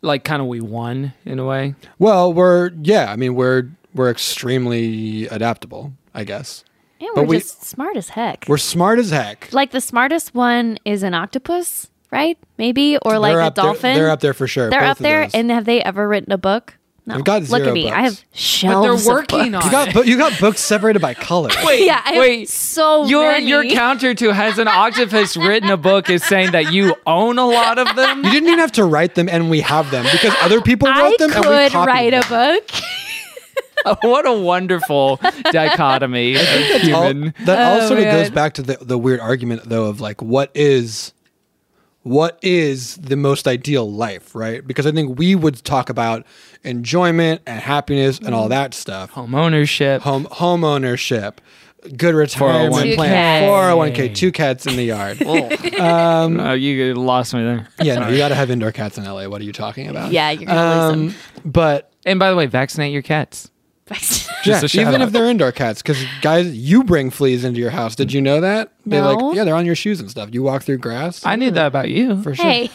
[SPEAKER 2] Like, kind of, we won in a way.
[SPEAKER 8] Well, we're yeah, I mean, we're we're extremely adaptable, I guess.
[SPEAKER 3] And
[SPEAKER 8] But
[SPEAKER 3] we're
[SPEAKER 8] we-
[SPEAKER 3] just smart as heck.
[SPEAKER 8] We're smart as heck.
[SPEAKER 3] like the smartest one is an octopus, right? Maybe or like
[SPEAKER 8] They're
[SPEAKER 3] a
[SPEAKER 8] up there-
[SPEAKER 3] dolphin.
[SPEAKER 8] they're up there for sure,
[SPEAKER 3] They're
[SPEAKER 8] both
[SPEAKER 3] up
[SPEAKER 8] of
[SPEAKER 3] there,
[SPEAKER 8] those.
[SPEAKER 3] and have they ever written a book? No.
[SPEAKER 8] I've got
[SPEAKER 3] Look
[SPEAKER 8] zero
[SPEAKER 3] at me. I
[SPEAKER 8] books.
[SPEAKER 3] have
[SPEAKER 2] But
[SPEAKER 3] shelves.
[SPEAKER 2] they're working
[SPEAKER 3] Of
[SPEAKER 2] on
[SPEAKER 8] You got,
[SPEAKER 2] it.
[SPEAKER 8] but you got books separated by
[SPEAKER 3] *laughs*
[SPEAKER 8] color.
[SPEAKER 3] books. Yeah, I have
[SPEAKER 2] Wait.
[SPEAKER 3] so
[SPEAKER 2] Your
[SPEAKER 3] many.
[SPEAKER 2] your counter to has an octopus written a book is saying that you own a lot of
[SPEAKER 3] *laughs*
[SPEAKER 2] them.
[SPEAKER 8] You didn't even have to write them, and we have them because other people wrote
[SPEAKER 3] I
[SPEAKER 8] them. and we
[SPEAKER 3] could
[SPEAKER 8] copied
[SPEAKER 3] write
[SPEAKER 8] them.
[SPEAKER 3] a book.
[SPEAKER 2] *laughs* what a wonderful dichotomy of
[SPEAKER 8] all-
[SPEAKER 2] human.
[SPEAKER 3] Oh,
[SPEAKER 8] that all sort of goes
[SPEAKER 3] God.
[SPEAKER 8] back to the, the weird argument though of like what is what is the most ideal life, right? Because I think we would talk about enjoyment and happiness and
[SPEAKER 3] Mm-hmm.
[SPEAKER 8] all that stuff. Home
[SPEAKER 2] Home ownership.
[SPEAKER 8] home, ownership, good retirement
[SPEAKER 2] 401k.
[SPEAKER 8] plan,
[SPEAKER 3] Two cats.
[SPEAKER 8] 401k, two cats in
[SPEAKER 2] *laughs*
[SPEAKER 8] the yard.
[SPEAKER 2] Oh, you lost me there.
[SPEAKER 8] yeah, no, you got to have indoor cats in LA. What are you talking about?
[SPEAKER 3] Yeah, you're gonna lose
[SPEAKER 8] Um, but
[SPEAKER 2] And by the way, vaccinate your cats.
[SPEAKER 8] *laughs*
[SPEAKER 3] them.
[SPEAKER 2] Just
[SPEAKER 8] Yeah,
[SPEAKER 2] a shout
[SPEAKER 8] even
[SPEAKER 2] out.
[SPEAKER 8] if they're indoor cats, because guys, you bring fleas into your house. Did you know that? They
[SPEAKER 3] No.
[SPEAKER 8] like, yeah, they're on your shoes and stuff. You walk through grass.
[SPEAKER 2] I knew that about you.
[SPEAKER 8] for sure.
[SPEAKER 3] hey,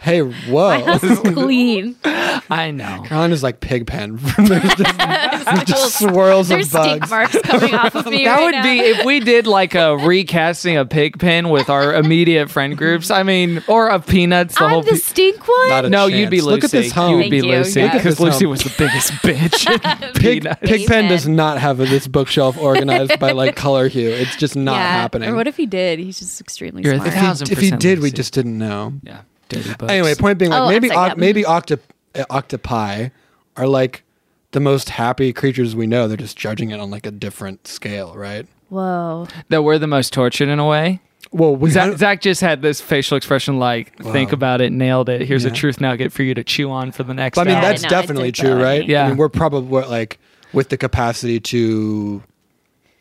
[SPEAKER 8] Hey,
[SPEAKER 3] my
[SPEAKER 8] whoa.
[SPEAKER 3] house *laughs* is clean.
[SPEAKER 2] I know.
[SPEAKER 8] *laughs* Ron is like Pigpen. *laughs* There's
[SPEAKER 3] *laughs*
[SPEAKER 8] just, just swirls
[SPEAKER 3] There's
[SPEAKER 8] of
[SPEAKER 3] stink
[SPEAKER 8] bugs.
[SPEAKER 3] marks coming off
[SPEAKER 8] *laughs*
[SPEAKER 3] of me.
[SPEAKER 2] That
[SPEAKER 3] right
[SPEAKER 2] would
[SPEAKER 3] now.
[SPEAKER 2] be if we did like a recasting of Pigpen with our immediate friend groups. I mean, or of Peanuts. The whole
[SPEAKER 3] I'm the
[SPEAKER 2] pe-
[SPEAKER 3] stink one.
[SPEAKER 8] Not a
[SPEAKER 2] no,
[SPEAKER 8] chance.
[SPEAKER 2] you'd be Lucy.
[SPEAKER 8] Look at this
[SPEAKER 2] You
[SPEAKER 8] home.
[SPEAKER 2] would be
[SPEAKER 3] Thank you,
[SPEAKER 2] Lucy
[SPEAKER 3] yeah. Look
[SPEAKER 8] at this
[SPEAKER 2] because Lucy
[SPEAKER 8] home.
[SPEAKER 2] was the biggest *laughs*
[SPEAKER 3] *laughs*
[SPEAKER 2] bitch. in
[SPEAKER 8] Pig,
[SPEAKER 2] Peanuts.
[SPEAKER 8] Pigpen
[SPEAKER 3] Pigpen.
[SPEAKER 8] does not have
[SPEAKER 3] *laughs*
[SPEAKER 8] this bookshelf organized by like color hue. It's just not happening.
[SPEAKER 3] Or what if he did? He's just extremely
[SPEAKER 2] You're a
[SPEAKER 3] smart.
[SPEAKER 8] If he- if he
[SPEAKER 2] 1000%
[SPEAKER 8] did, we
[SPEAKER 2] Lucy.
[SPEAKER 8] just didn't know.
[SPEAKER 2] yeah, dirty books.
[SPEAKER 8] Anyway, point being, like
[SPEAKER 3] Oh,
[SPEAKER 8] maybe
[SPEAKER 3] that's like
[SPEAKER 8] oc-
[SPEAKER 3] that.
[SPEAKER 8] maybe octop- uh, octopi are like the most happy creatures we know. They're just judging it on like a different scale, right?
[SPEAKER 3] Whoa.
[SPEAKER 2] that we're the most tortured in a way.
[SPEAKER 8] Well, we
[SPEAKER 2] Zach, Zach just had this facial expression like, think about it, nailed it. Here's a truth nugget for you to chew on for the next
[SPEAKER 8] I mean,
[SPEAKER 2] hour.
[SPEAKER 8] that's
[SPEAKER 3] no, I
[SPEAKER 8] definitely
[SPEAKER 3] think that
[SPEAKER 8] true,
[SPEAKER 3] would
[SPEAKER 8] right?
[SPEAKER 3] be-
[SPEAKER 2] Yeah.
[SPEAKER 8] I mean, we're probably we're, like with the capacity to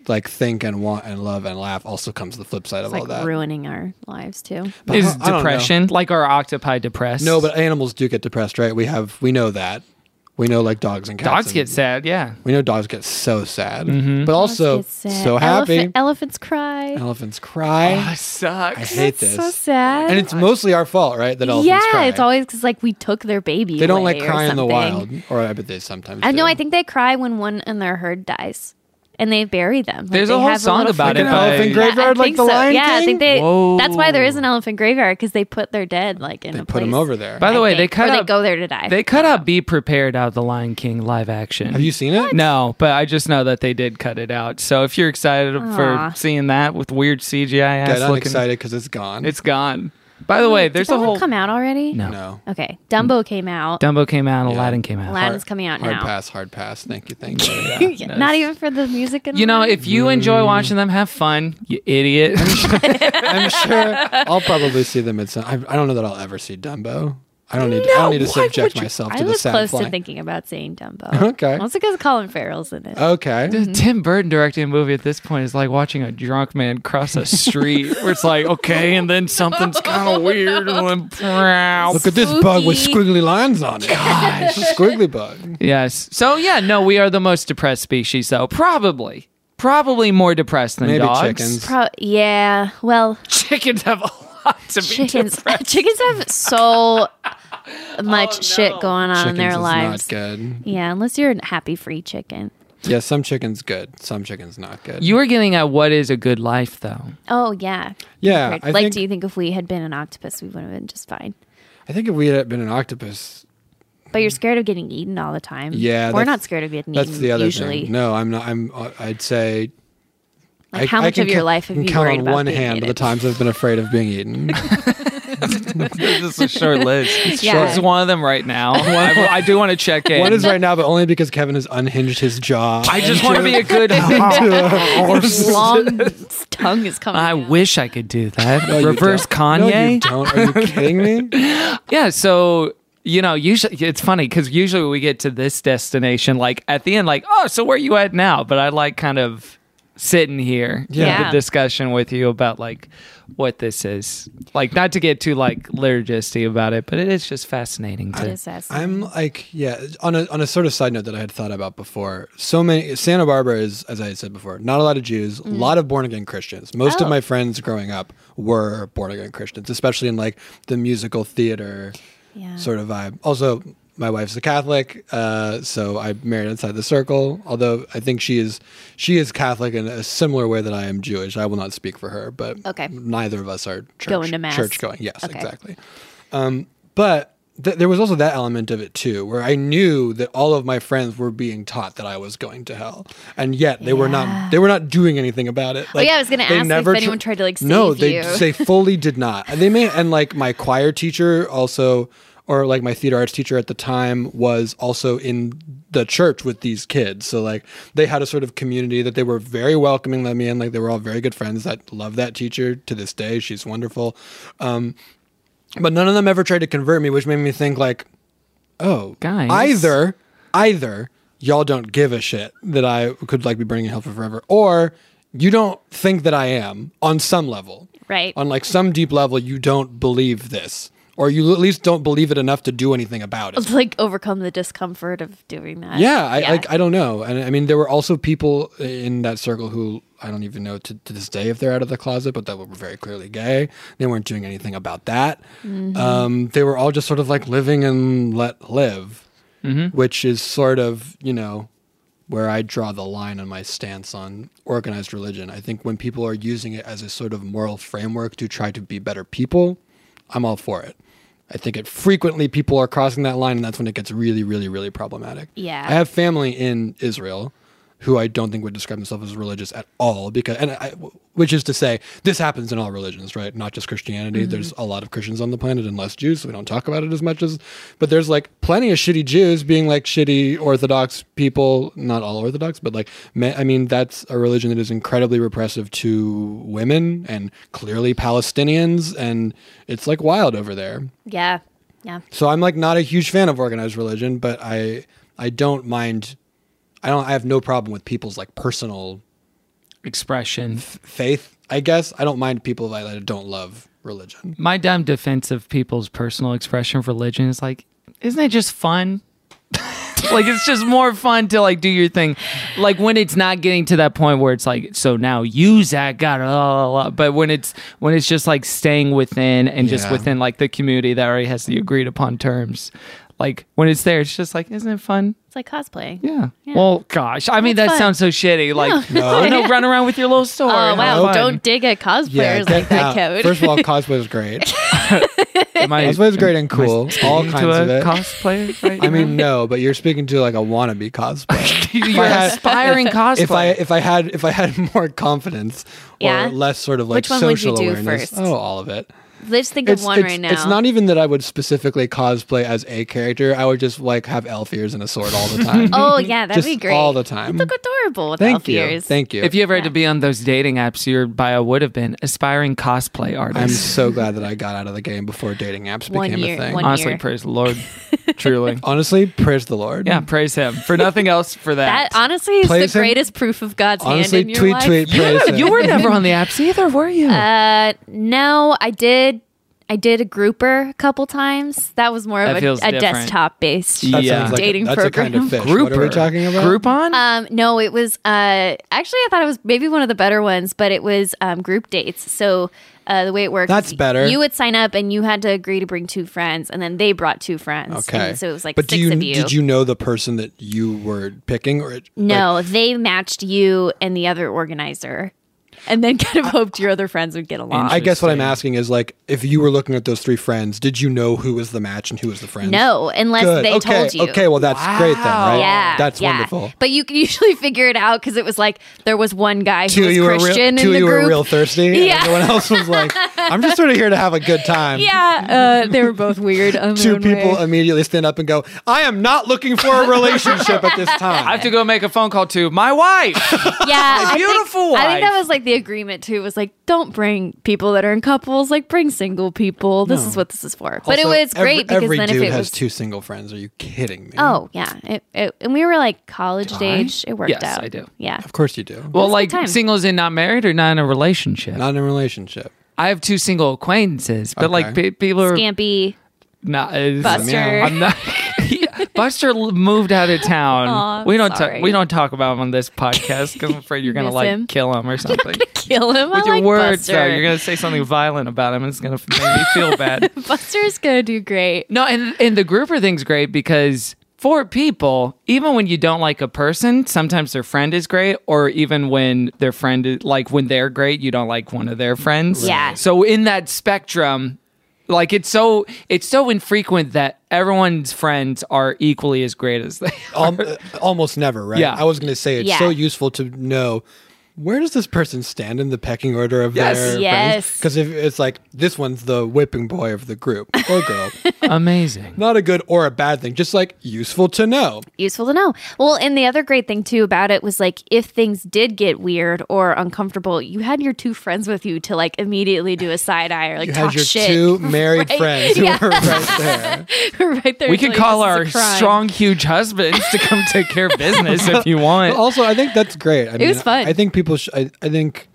[SPEAKER 8] like think and want and love and laugh. Also comes the flip side
[SPEAKER 3] It's
[SPEAKER 8] of
[SPEAKER 3] like
[SPEAKER 8] all that.
[SPEAKER 3] ruining our lives too.
[SPEAKER 8] But I
[SPEAKER 2] is
[SPEAKER 8] don't- I don't know.
[SPEAKER 2] depression like our octopi depressed?
[SPEAKER 8] No, but animals do get depressed, right? We have we know that. We know like dogs and cats.
[SPEAKER 2] dogs
[SPEAKER 8] and-
[SPEAKER 2] get sad. Mm-hmm. Yeah,
[SPEAKER 8] We know dogs get so sad, but also
[SPEAKER 3] It's sad.
[SPEAKER 8] so happy.
[SPEAKER 3] Elephant- elephants cry.
[SPEAKER 8] Elephants cry.
[SPEAKER 2] I suck.
[SPEAKER 8] I hate
[SPEAKER 3] That's
[SPEAKER 8] this.
[SPEAKER 3] so sad.
[SPEAKER 8] And it's mostly our fault, right? That elephants
[SPEAKER 3] yeah,
[SPEAKER 8] cry.
[SPEAKER 3] it's always because like we took their baby.
[SPEAKER 8] they don't
[SPEAKER 3] away
[SPEAKER 8] like
[SPEAKER 3] or
[SPEAKER 8] cry in the
[SPEAKER 3] something.
[SPEAKER 8] wild, or I bet they sometimes.
[SPEAKER 3] I
[SPEAKER 8] do.
[SPEAKER 3] know. I think they cry when one in their herd dies, and they bury them. Like,
[SPEAKER 2] There's a
[SPEAKER 3] they
[SPEAKER 2] whole
[SPEAKER 3] have
[SPEAKER 2] song
[SPEAKER 3] little
[SPEAKER 2] about
[SPEAKER 3] fucking-
[SPEAKER 2] it
[SPEAKER 8] an elephant
[SPEAKER 2] I-
[SPEAKER 8] graveyard
[SPEAKER 3] I
[SPEAKER 8] like
[SPEAKER 3] think
[SPEAKER 8] the
[SPEAKER 3] so.
[SPEAKER 8] Lion
[SPEAKER 3] yeah,
[SPEAKER 8] King.
[SPEAKER 3] I think they. That's why there is
[SPEAKER 2] Whoa.
[SPEAKER 3] an elephant graveyard because they put their dead like in
[SPEAKER 8] They
[SPEAKER 3] a
[SPEAKER 8] put them
[SPEAKER 3] place.
[SPEAKER 8] over there.
[SPEAKER 2] By the
[SPEAKER 3] I
[SPEAKER 2] way, they
[SPEAKER 3] think.
[SPEAKER 2] cut
[SPEAKER 3] or they
[SPEAKER 2] out.
[SPEAKER 3] go there to die.
[SPEAKER 2] They cut out "Be Prepared" out of the Lion King live action.
[SPEAKER 8] have you seen it?
[SPEAKER 2] No, but I just know that they did cut it out. So if you're excited
[SPEAKER 3] Aw.
[SPEAKER 2] for seeing that with weird CGI ass
[SPEAKER 8] Dead on
[SPEAKER 2] looking,
[SPEAKER 8] excited because it's gone.
[SPEAKER 2] it's gone. By the way, there's
[SPEAKER 3] Did
[SPEAKER 2] a
[SPEAKER 3] that one
[SPEAKER 2] whole
[SPEAKER 3] come out already.
[SPEAKER 2] no.
[SPEAKER 8] no.
[SPEAKER 3] Okay, Dumbo came out.
[SPEAKER 2] Dumbo came out. Aladdin came out.
[SPEAKER 3] Aladdin's coming out
[SPEAKER 8] hard
[SPEAKER 3] now.
[SPEAKER 8] pass, hard pass. Thank you, thank you.
[SPEAKER 2] *laughs*
[SPEAKER 3] Yeah, Not even for the music. And
[SPEAKER 2] You know,
[SPEAKER 3] all.
[SPEAKER 2] if you enjoy watching them, have fun, you idiot. *laughs*
[SPEAKER 8] I'm sure I'll probably see them at some. I, I don't know that I'll ever see Dumbo. I don't need. I don't need to subject myself
[SPEAKER 3] I
[SPEAKER 8] to the
[SPEAKER 3] was
[SPEAKER 8] sad
[SPEAKER 3] close
[SPEAKER 8] flying.
[SPEAKER 3] to thinking about saying Dumbo.
[SPEAKER 8] *laughs* Okay.
[SPEAKER 3] also because Colin Farrell's in it.
[SPEAKER 8] Okay.
[SPEAKER 2] Tim Burton directing a movie at this point is like watching a drunk man cross a
[SPEAKER 8] *laughs*
[SPEAKER 2] street where it's like, okay, and then something's kind of weird. And then,
[SPEAKER 8] Oh, Look at this bug with
[SPEAKER 3] Spooky.
[SPEAKER 8] squiggly lines
[SPEAKER 3] *laughs*
[SPEAKER 8] on it. Gosh, squiggly bug.
[SPEAKER 2] Yes. So, yeah, no, we are the most depressed species, though. Probably. Probably more depressed than
[SPEAKER 8] Maybe
[SPEAKER 2] dogs.
[SPEAKER 8] chickens.
[SPEAKER 3] Pro- yeah.
[SPEAKER 8] *laughs*
[SPEAKER 3] Well,
[SPEAKER 2] *laughs* Chickens have a lot to be
[SPEAKER 3] chickens.
[SPEAKER 2] depressed.
[SPEAKER 3] chickens have
[SPEAKER 8] *laughs*
[SPEAKER 3] so much shit going on in their
[SPEAKER 8] Oh, Chickens is
[SPEAKER 3] lives.
[SPEAKER 8] not good.
[SPEAKER 3] Yeah, unless you're a happy free chicken.
[SPEAKER 8] Yeah, some chickens good, some chickens not good.
[SPEAKER 2] You were getting at what is a good life,
[SPEAKER 8] *laughs*
[SPEAKER 2] though.
[SPEAKER 3] Oh yeah.
[SPEAKER 8] Yeah,
[SPEAKER 3] Compared-
[SPEAKER 8] I
[SPEAKER 3] like,
[SPEAKER 8] think-
[SPEAKER 3] do you think if we had been an octopus, we would have been just fine?
[SPEAKER 8] I think if we had been an octopus,
[SPEAKER 3] But you're scared of getting eaten all the time.
[SPEAKER 8] Yeah,
[SPEAKER 3] we're
[SPEAKER 8] that's-
[SPEAKER 3] not scared of getting
[SPEAKER 8] that's
[SPEAKER 3] eaten.
[SPEAKER 8] the other
[SPEAKER 3] usually,
[SPEAKER 8] thing. No, I'm not. I'm. uh, I'd say.
[SPEAKER 3] like how much
[SPEAKER 8] can
[SPEAKER 3] of your
[SPEAKER 8] ca-
[SPEAKER 3] life have
[SPEAKER 8] can
[SPEAKER 3] you
[SPEAKER 8] count
[SPEAKER 3] worried
[SPEAKER 8] on
[SPEAKER 3] about
[SPEAKER 8] one
[SPEAKER 3] being
[SPEAKER 8] hand
[SPEAKER 3] eaten?
[SPEAKER 8] the times I've been afraid of being
[SPEAKER 2] *laughs*
[SPEAKER 8] eaten.
[SPEAKER 2] this is a short *laughs* list.
[SPEAKER 3] Yeah.
[SPEAKER 2] This is one of them right
[SPEAKER 8] *laughs*
[SPEAKER 2] now. I, I do want to check in.
[SPEAKER 8] one is right now, but only because Kevin has unhinged his jaw.
[SPEAKER 2] *laughs* I
[SPEAKER 8] *laughs*
[SPEAKER 2] just want to be a good *laughs*
[SPEAKER 3] His long tongue is coming.
[SPEAKER 2] I
[SPEAKER 3] out.
[SPEAKER 2] wish I could do that.
[SPEAKER 8] No, you
[SPEAKER 2] Reverse
[SPEAKER 8] don't.
[SPEAKER 2] Kanye.
[SPEAKER 8] No, you don't. Are you kidding me? *laughs*
[SPEAKER 2] Yeah, so you know, usually it's funny because usually we get to this destination, like at the end, like, oh, so where you at now? But I like kind of sitting here, with
[SPEAKER 3] Yeah.
[SPEAKER 2] the discussion with you about like what this is, like not to get too like liturgisty about it, but it is just fascinating.
[SPEAKER 3] It
[SPEAKER 2] To,
[SPEAKER 3] is that.
[SPEAKER 8] I'm like, yeah. On a on a sort of side note that I had thought about before. So many Santa Barbara is, as I had said before, not a lot of Jews, a lot of born again Christians. Most
[SPEAKER 3] Mm. Oh.
[SPEAKER 8] of my friends growing up were born again Christians, especially in like the musical theater
[SPEAKER 3] Yeah.
[SPEAKER 8] sort of vibe. Also, my wife's a Catholic, uh, so I married outside the circle. Although I think she is she is Catholic in a similar way that I am Jewish. I will not speak for her, but
[SPEAKER 3] Okay.
[SPEAKER 8] neither of us are church,
[SPEAKER 3] Going to mass.
[SPEAKER 8] Church going, yes,
[SPEAKER 3] Okay.
[SPEAKER 8] exactly. Um, but th- there was also that element of it too, where I knew that all of my friends were being taught that I was going to hell, and yet they were not they were not doing anything about it.
[SPEAKER 3] Oh, yeah, I was gonna
[SPEAKER 8] they
[SPEAKER 3] ask if
[SPEAKER 8] never
[SPEAKER 3] anyone tried to, like,
[SPEAKER 8] no,
[SPEAKER 3] save
[SPEAKER 8] they
[SPEAKER 3] you.
[SPEAKER 8] they fully did not. And They may and like my choir teacher also or like my theater arts teacher at the time was also in the church with these kids. So like they had a sort of community that they were very welcoming let me in. Like they were all very good friends. I love that teacher to this day. She's wonderful. Um but none of them ever tried to convert me, which made me think like, oh,
[SPEAKER 2] Guys.
[SPEAKER 8] either either y'all don't give a shit that I could like be burning in hell for forever, or you don't think that I am on some level,
[SPEAKER 3] Right.
[SPEAKER 8] On like some deep level, you don't believe this, or you at least don't believe it enough to do anything about it.
[SPEAKER 3] like overcome the discomfort of doing that.
[SPEAKER 8] Yeah, I, I I don't know, and I mean there were also people in that circle who I don't even know to, to this day if they're out of the closet, but that were very clearly gay. They weren't doing anything about that. Um, they were all just sort of like living and let live, which is sort of you know where I draw the line on my stance on organized religion. I think when people are using it as a sort of moral framework to try to be better people, I'm all for it. I think it frequently people are crossing that line, and that's when it gets really, really, really problematic.
[SPEAKER 3] Yeah.
[SPEAKER 8] I have family in Israel who I don't think would describe themselves as religious at all because and I, which is to say this happens in all religions right not just Christianity there's a lot of Christians on the planet and less Jews so we don't talk about it as much as but there's like plenty of shitty Jews being like shitty orthodox people not all orthodox but like me, I mean that's a religion that is incredibly repressive to women and clearly Palestinians and it's like wild over there
[SPEAKER 3] Yeah. Yeah.
[SPEAKER 8] so I'm like not a huge fan of organized religion, but I I don't mind. I don't. I have no problem with people's like personal
[SPEAKER 2] Expression.
[SPEAKER 8] faith. I guess I don't mind people that I don't love religion.
[SPEAKER 2] My dumb defense of people's personal expression of religion is like, isn't it just fun? *laughs* like it's just more fun to like do your thing. Like when it's not getting to that point where it's like, so now you Zach got a la, la, la. but when it's when it's just like staying within and just
[SPEAKER 8] Yeah.
[SPEAKER 2] within like the community that already has the agreed upon terms. Like when it's there, it's just like, isn't it fun?
[SPEAKER 3] It's like cosplaying.
[SPEAKER 2] Yeah. Well, gosh. I mean,
[SPEAKER 3] That's
[SPEAKER 2] that
[SPEAKER 3] fun.
[SPEAKER 2] sounds so shitty. Like, oh, no, run around with your little store.
[SPEAKER 3] Oh
[SPEAKER 2] Have
[SPEAKER 3] wow!
[SPEAKER 2] fun.
[SPEAKER 3] Don't dig at cosplayers like
[SPEAKER 8] get
[SPEAKER 3] that,
[SPEAKER 8] out.
[SPEAKER 3] code.
[SPEAKER 8] First of all, cosplay
[SPEAKER 3] *laughs*
[SPEAKER 8] is great.
[SPEAKER 2] Am I,
[SPEAKER 8] Cosplay is great and
[SPEAKER 2] am I
[SPEAKER 8] cool. All
[SPEAKER 2] speaking
[SPEAKER 8] kinds
[SPEAKER 2] to a
[SPEAKER 8] of it.
[SPEAKER 2] cosplayer *laughs* right
[SPEAKER 3] *laughs*
[SPEAKER 8] I mean, no, but you're speaking to like a wannabe cosplayer.
[SPEAKER 2] you're *laughs* aspiring cosplay.
[SPEAKER 8] If I if I had if I had *laughs* more confidence
[SPEAKER 3] Yeah.
[SPEAKER 8] or less sort of like
[SPEAKER 3] Which one would you
[SPEAKER 8] social
[SPEAKER 3] do
[SPEAKER 8] awareness,
[SPEAKER 3] first?
[SPEAKER 8] oh, all of it.
[SPEAKER 3] Let's think of one
[SPEAKER 8] it's,
[SPEAKER 3] right now.
[SPEAKER 8] It's not even that I would specifically cosplay as a character. I would just like have elf ears and a sword all
[SPEAKER 3] *laughs*
[SPEAKER 8] the time.
[SPEAKER 3] oh yeah, that'd
[SPEAKER 8] Just
[SPEAKER 3] be great.
[SPEAKER 8] all the time.
[SPEAKER 3] You look adorable with
[SPEAKER 8] Thank
[SPEAKER 3] elf
[SPEAKER 8] you.
[SPEAKER 3] ears.
[SPEAKER 8] Thank you.
[SPEAKER 2] if you ever had to be on those dating apps, your bio would have been aspiring cosplay
[SPEAKER 8] I'm
[SPEAKER 2] artist.
[SPEAKER 8] so glad that I got out of the game before dating apps
[SPEAKER 3] One
[SPEAKER 8] became
[SPEAKER 3] year-
[SPEAKER 8] a thing.
[SPEAKER 3] one-
[SPEAKER 2] Honestly,
[SPEAKER 3] year.
[SPEAKER 2] praise the
[SPEAKER 3] *laughs*
[SPEAKER 2] Lord. Truly.
[SPEAKER 8] Honestly, praise the Lord.
[SPEAKER 2] Yeah, praise him. For nothing else, for that.
[SPEAKER 3] That honestly is
[SPEAKER 8] Plays
[SPEAKER 3] the
[SPEAKER 8] him-
[SPEAKER 3] greatest proof of God's
[SPEAKER 8] Honestly,
[SPEAKER 3] hand in your
[SPEAKER 8] tweet,
[SPEAKER 3] life.
[SPEAKER 8] tweet, praise him.
[SPEAKER 2] you were never on the apps either, were you?
[SPEAKER 3] Uh, *laughs* no, I did. I did a grouper a couple times. That was more
[SPEAKER 2] That
[SPEAKER 3] of a,
[SPEAKER 2] feels
[SPEAKER 3] a
[SPEAKER 2] different.
[SPEAKER 3] desktop based.
[SPEAKER 2] That yeah.
[SPEAKER 8] sounds like
[SPEAKER 3] dating
[SPEAKER 8] a, that's
[SPEAKER 3] program.
[SPEAKER 8] a kind of fish. What are we
[SPEAKER 2] Grouper.
[SPEAKER 8] talking about?
[SPEAKER 2] Groupon?
[SPEAKER 3] Um, no, it was uh, actually I thought it was maybe one of the better ones, but it was um, group dates. So uh, the way it works,
[SPEAKER 8] That's better.
[SPEAKER 3] You would sign up and you had to agree to bring two friends, and then they brought two friends.
[SPEAKER 8] Okay.
[SPEAKER 3] And so it was like
[SPEAKER 8] but
[SPEAKER 3] six
[SPEAKER 8] do you,
[SPEAKER 3] of you.
[SPEAKER 8] Did you know the person that you were picking, or it,
[SPEAKER 3] no,
[SPEAKER 8] like,
[SPEAKER 3] they matched you and the other organizer, and then *laughs* kind of hoped your other friends would get along.
[SPEAKER 8] I guess what I'm asking is like, if you were looking at those three friends, did you know who was the match and who was the friend?
[SPEAKER 3] no, unless
[SPEAKER 8] Good.
[SPEAKER 3] they
[SPEAKER 8] okay.
[SPEAKER 3] told you.
[SPEAKER 8] Okay. Well, that's great then, right?
[SPEAKER 3] Yeah,
[SPEAKER 8] That's
[SPEAKER 3] yeah.
[SPEAKER 8] wonderful.
[SPEAKER 3] But you can *laughs* usually figure it out because it was like there was one guy who
[SPEAKER 8] two of
[SPEAKER 3] was
[SPEAKER 8] you were real,
[SPEAKER 3] Christian
[SPEAKER 8] two
[SPEAKER 3] in
[SPEAKER 8] of
[SPEAKER 3] the
[SPEAKER 8] you
[SPEAKER 3] group.
[SPEAKER 8] were real thirsty.
[SPEAKER 3] Yeah.
[SPEAKER 8] And everyone else was like, I'm just sort of here to have a good
[SPEAKER 3] *laughs*
[SPEAKER 8] time.
[SPEAKER 3] yeah, uh, they were both weird. on their
[SPEAKER 8] Two
[SPEAKER 3] own
[SPEAKER 8] people uh,
[SPEAKER 3] way.
[SPEAKER 8] immediately stand up and go, I am not looking for a relationship at
[SPEAKER 3] *laughs*
[SPEAKER 8] this time.
[SPEAKER 2] I have to go make a phone call to my wife.
[SPEAKER 8] *laughs*
[SPEAKER 3] yeah, I think-
[SPEAKER 2] beautiful
[SPEAKER 3] I think that
[SPEAKER 2] wife.
[SPEAKER 3] was like the agreement too. Was like, don't bring people that are in couples. Like, bring single people. This is what this is for. But it
[SPEAKER 8] Also,
[SPEAKER 3] was great
[SPEAKER 8] every,
[SPEAKER 3] because
[SPEAKER 8] every
[SPEAKER 3] then
[SPEAKER 8] dude
[SPEAKER 3] if it
[SPEAKER 8] has
[SPEAKER 3] was
[SPEAKER 8] two single friends. Are you kidding me?
[SPEAKER 3] oh yeah, it, it, and we were like college age. It worked
[SPEAKER 2] Yes,
[SPEAKER 3] out.
[SPEAKER 2] I do.
[SPEAKER 3] Yeah,
[SPEAKER 8] Of course you do.
[SPEAKER 2] well, like
[SPEAKER 3] time.
[SPEAKER 2] singles and not married or not in a relationship.
[SPEAKER 8] Not in a relationship.
[SPEAKER 2] I have two single acquaintances, but like
[SPEAKER 8] Okay.
[SPEAKER 2] pe- people are
[SPEAKER 3] Scampy
[SPEAKER 2] not. it's-
[SPEAKER 3] Buster.
[SPEAKER 2] *laughs* I'm not. Buster l- moved out of town.
[SPEAKER 3] Aw, I'm
[SPEAKER 2] we don't talk.
[SPEAKER 3] sorry.
[SPEAKER 2] We don't talk about him on this podcast because
[SPEAKER 3] *laughs*
[SPEAKER 2] I'm afraid you're gonna
[SPEAKER 3] Miss
[SPEAKER 2] like
[SPEAKER 3] him.
[SPEAKER 2] kill
[SPEAKER 3] *laughs*
[SPEAKER 2] him or something.
[SPEAKER 3] Kill him. I
[SPEAKER 2] With your
[SPEAKER 3] like
[SPEAKER 2] words,
[SPEAKER 3] Buster.
[SPEAKER 2] though, you're gonna say something violent about him. and It's gonna f- make me feel
[SPEAKER 3] *laughs*
[SPEAKER 2] bad.
[SPEAKER 3] Buster's gonna do great.
[SPEAKER 2] No, and and the grouper thing's great because for people, even when you don't like a person, sometimes their friend is great, or even when their friend is like when they're great, you don't like one of their friends.
[SPEAKER 3] Yeah.
[SPEAKER 2] So in that spectrum, like it's so it's so infrequent that everyone's friends are equally as great as they. Are.
[SPEAKER 8] Al- uh, almost never, right?
[SPEAKER 2] Yeah.
[SPEAKER 8] I was going to say it's
[SPEAKER 3] Yeah.
[SPEAKER 8] so useful to know where does this person stand in the pecking order of
[SPEAKER 2] Yes.
[SPEAKER 8] their
[SPEAKER 3] Yes.
[SPEAKER 8] Because if it's like this one's the whipping boy of the group
[SPEAKER 3] *laughs*
[SPEAKER 8] or girl,
[SPEAKER 2] Amazing.
[SPEAKER 8] not a good or a bad thing, just like useful to know.
[SPEAKER 3] useful to know. Well, and the other great thing too about it was like if things did get weird or uncomfortable, you had your two friends with you to like immediately do a side eye or like
[SPEAKER 8] You
[SPEAKER 3] talk
[SPEAKER 8] had your
[SPEAKER 3] shit. *laughs*
[SPEAKER 8] two married
[SPEAKER 3] Right.
[SPEAKER 8] friends who
[SPEAKER 3] Yeah.
[SPEAKER 8] were
[SPEAKER 2] *laughs*
[SPEAKER 8] right there.
[SPEAKER 3] right there.
[SPEAKER 2] We
[SPEAKER 3] to,
[SPEAKER 2] could
[SPEAKER 3] like,
[SPEAKER 2] call
[SPEAKER 3] this is a
[SPEAKER 2] our
[SPEAKER 3] crime.
[SPEAKER 2] strong, huge husbands to come take care
[SPEAKER 3] *laughs*
[SPEAKER 2] of business if you want.
[SPEAKER 8] Also, I think that's great. I it mean,
[SPEAKER 3] was fun.
[SPEAKER 8] I think people. Sh- I, I think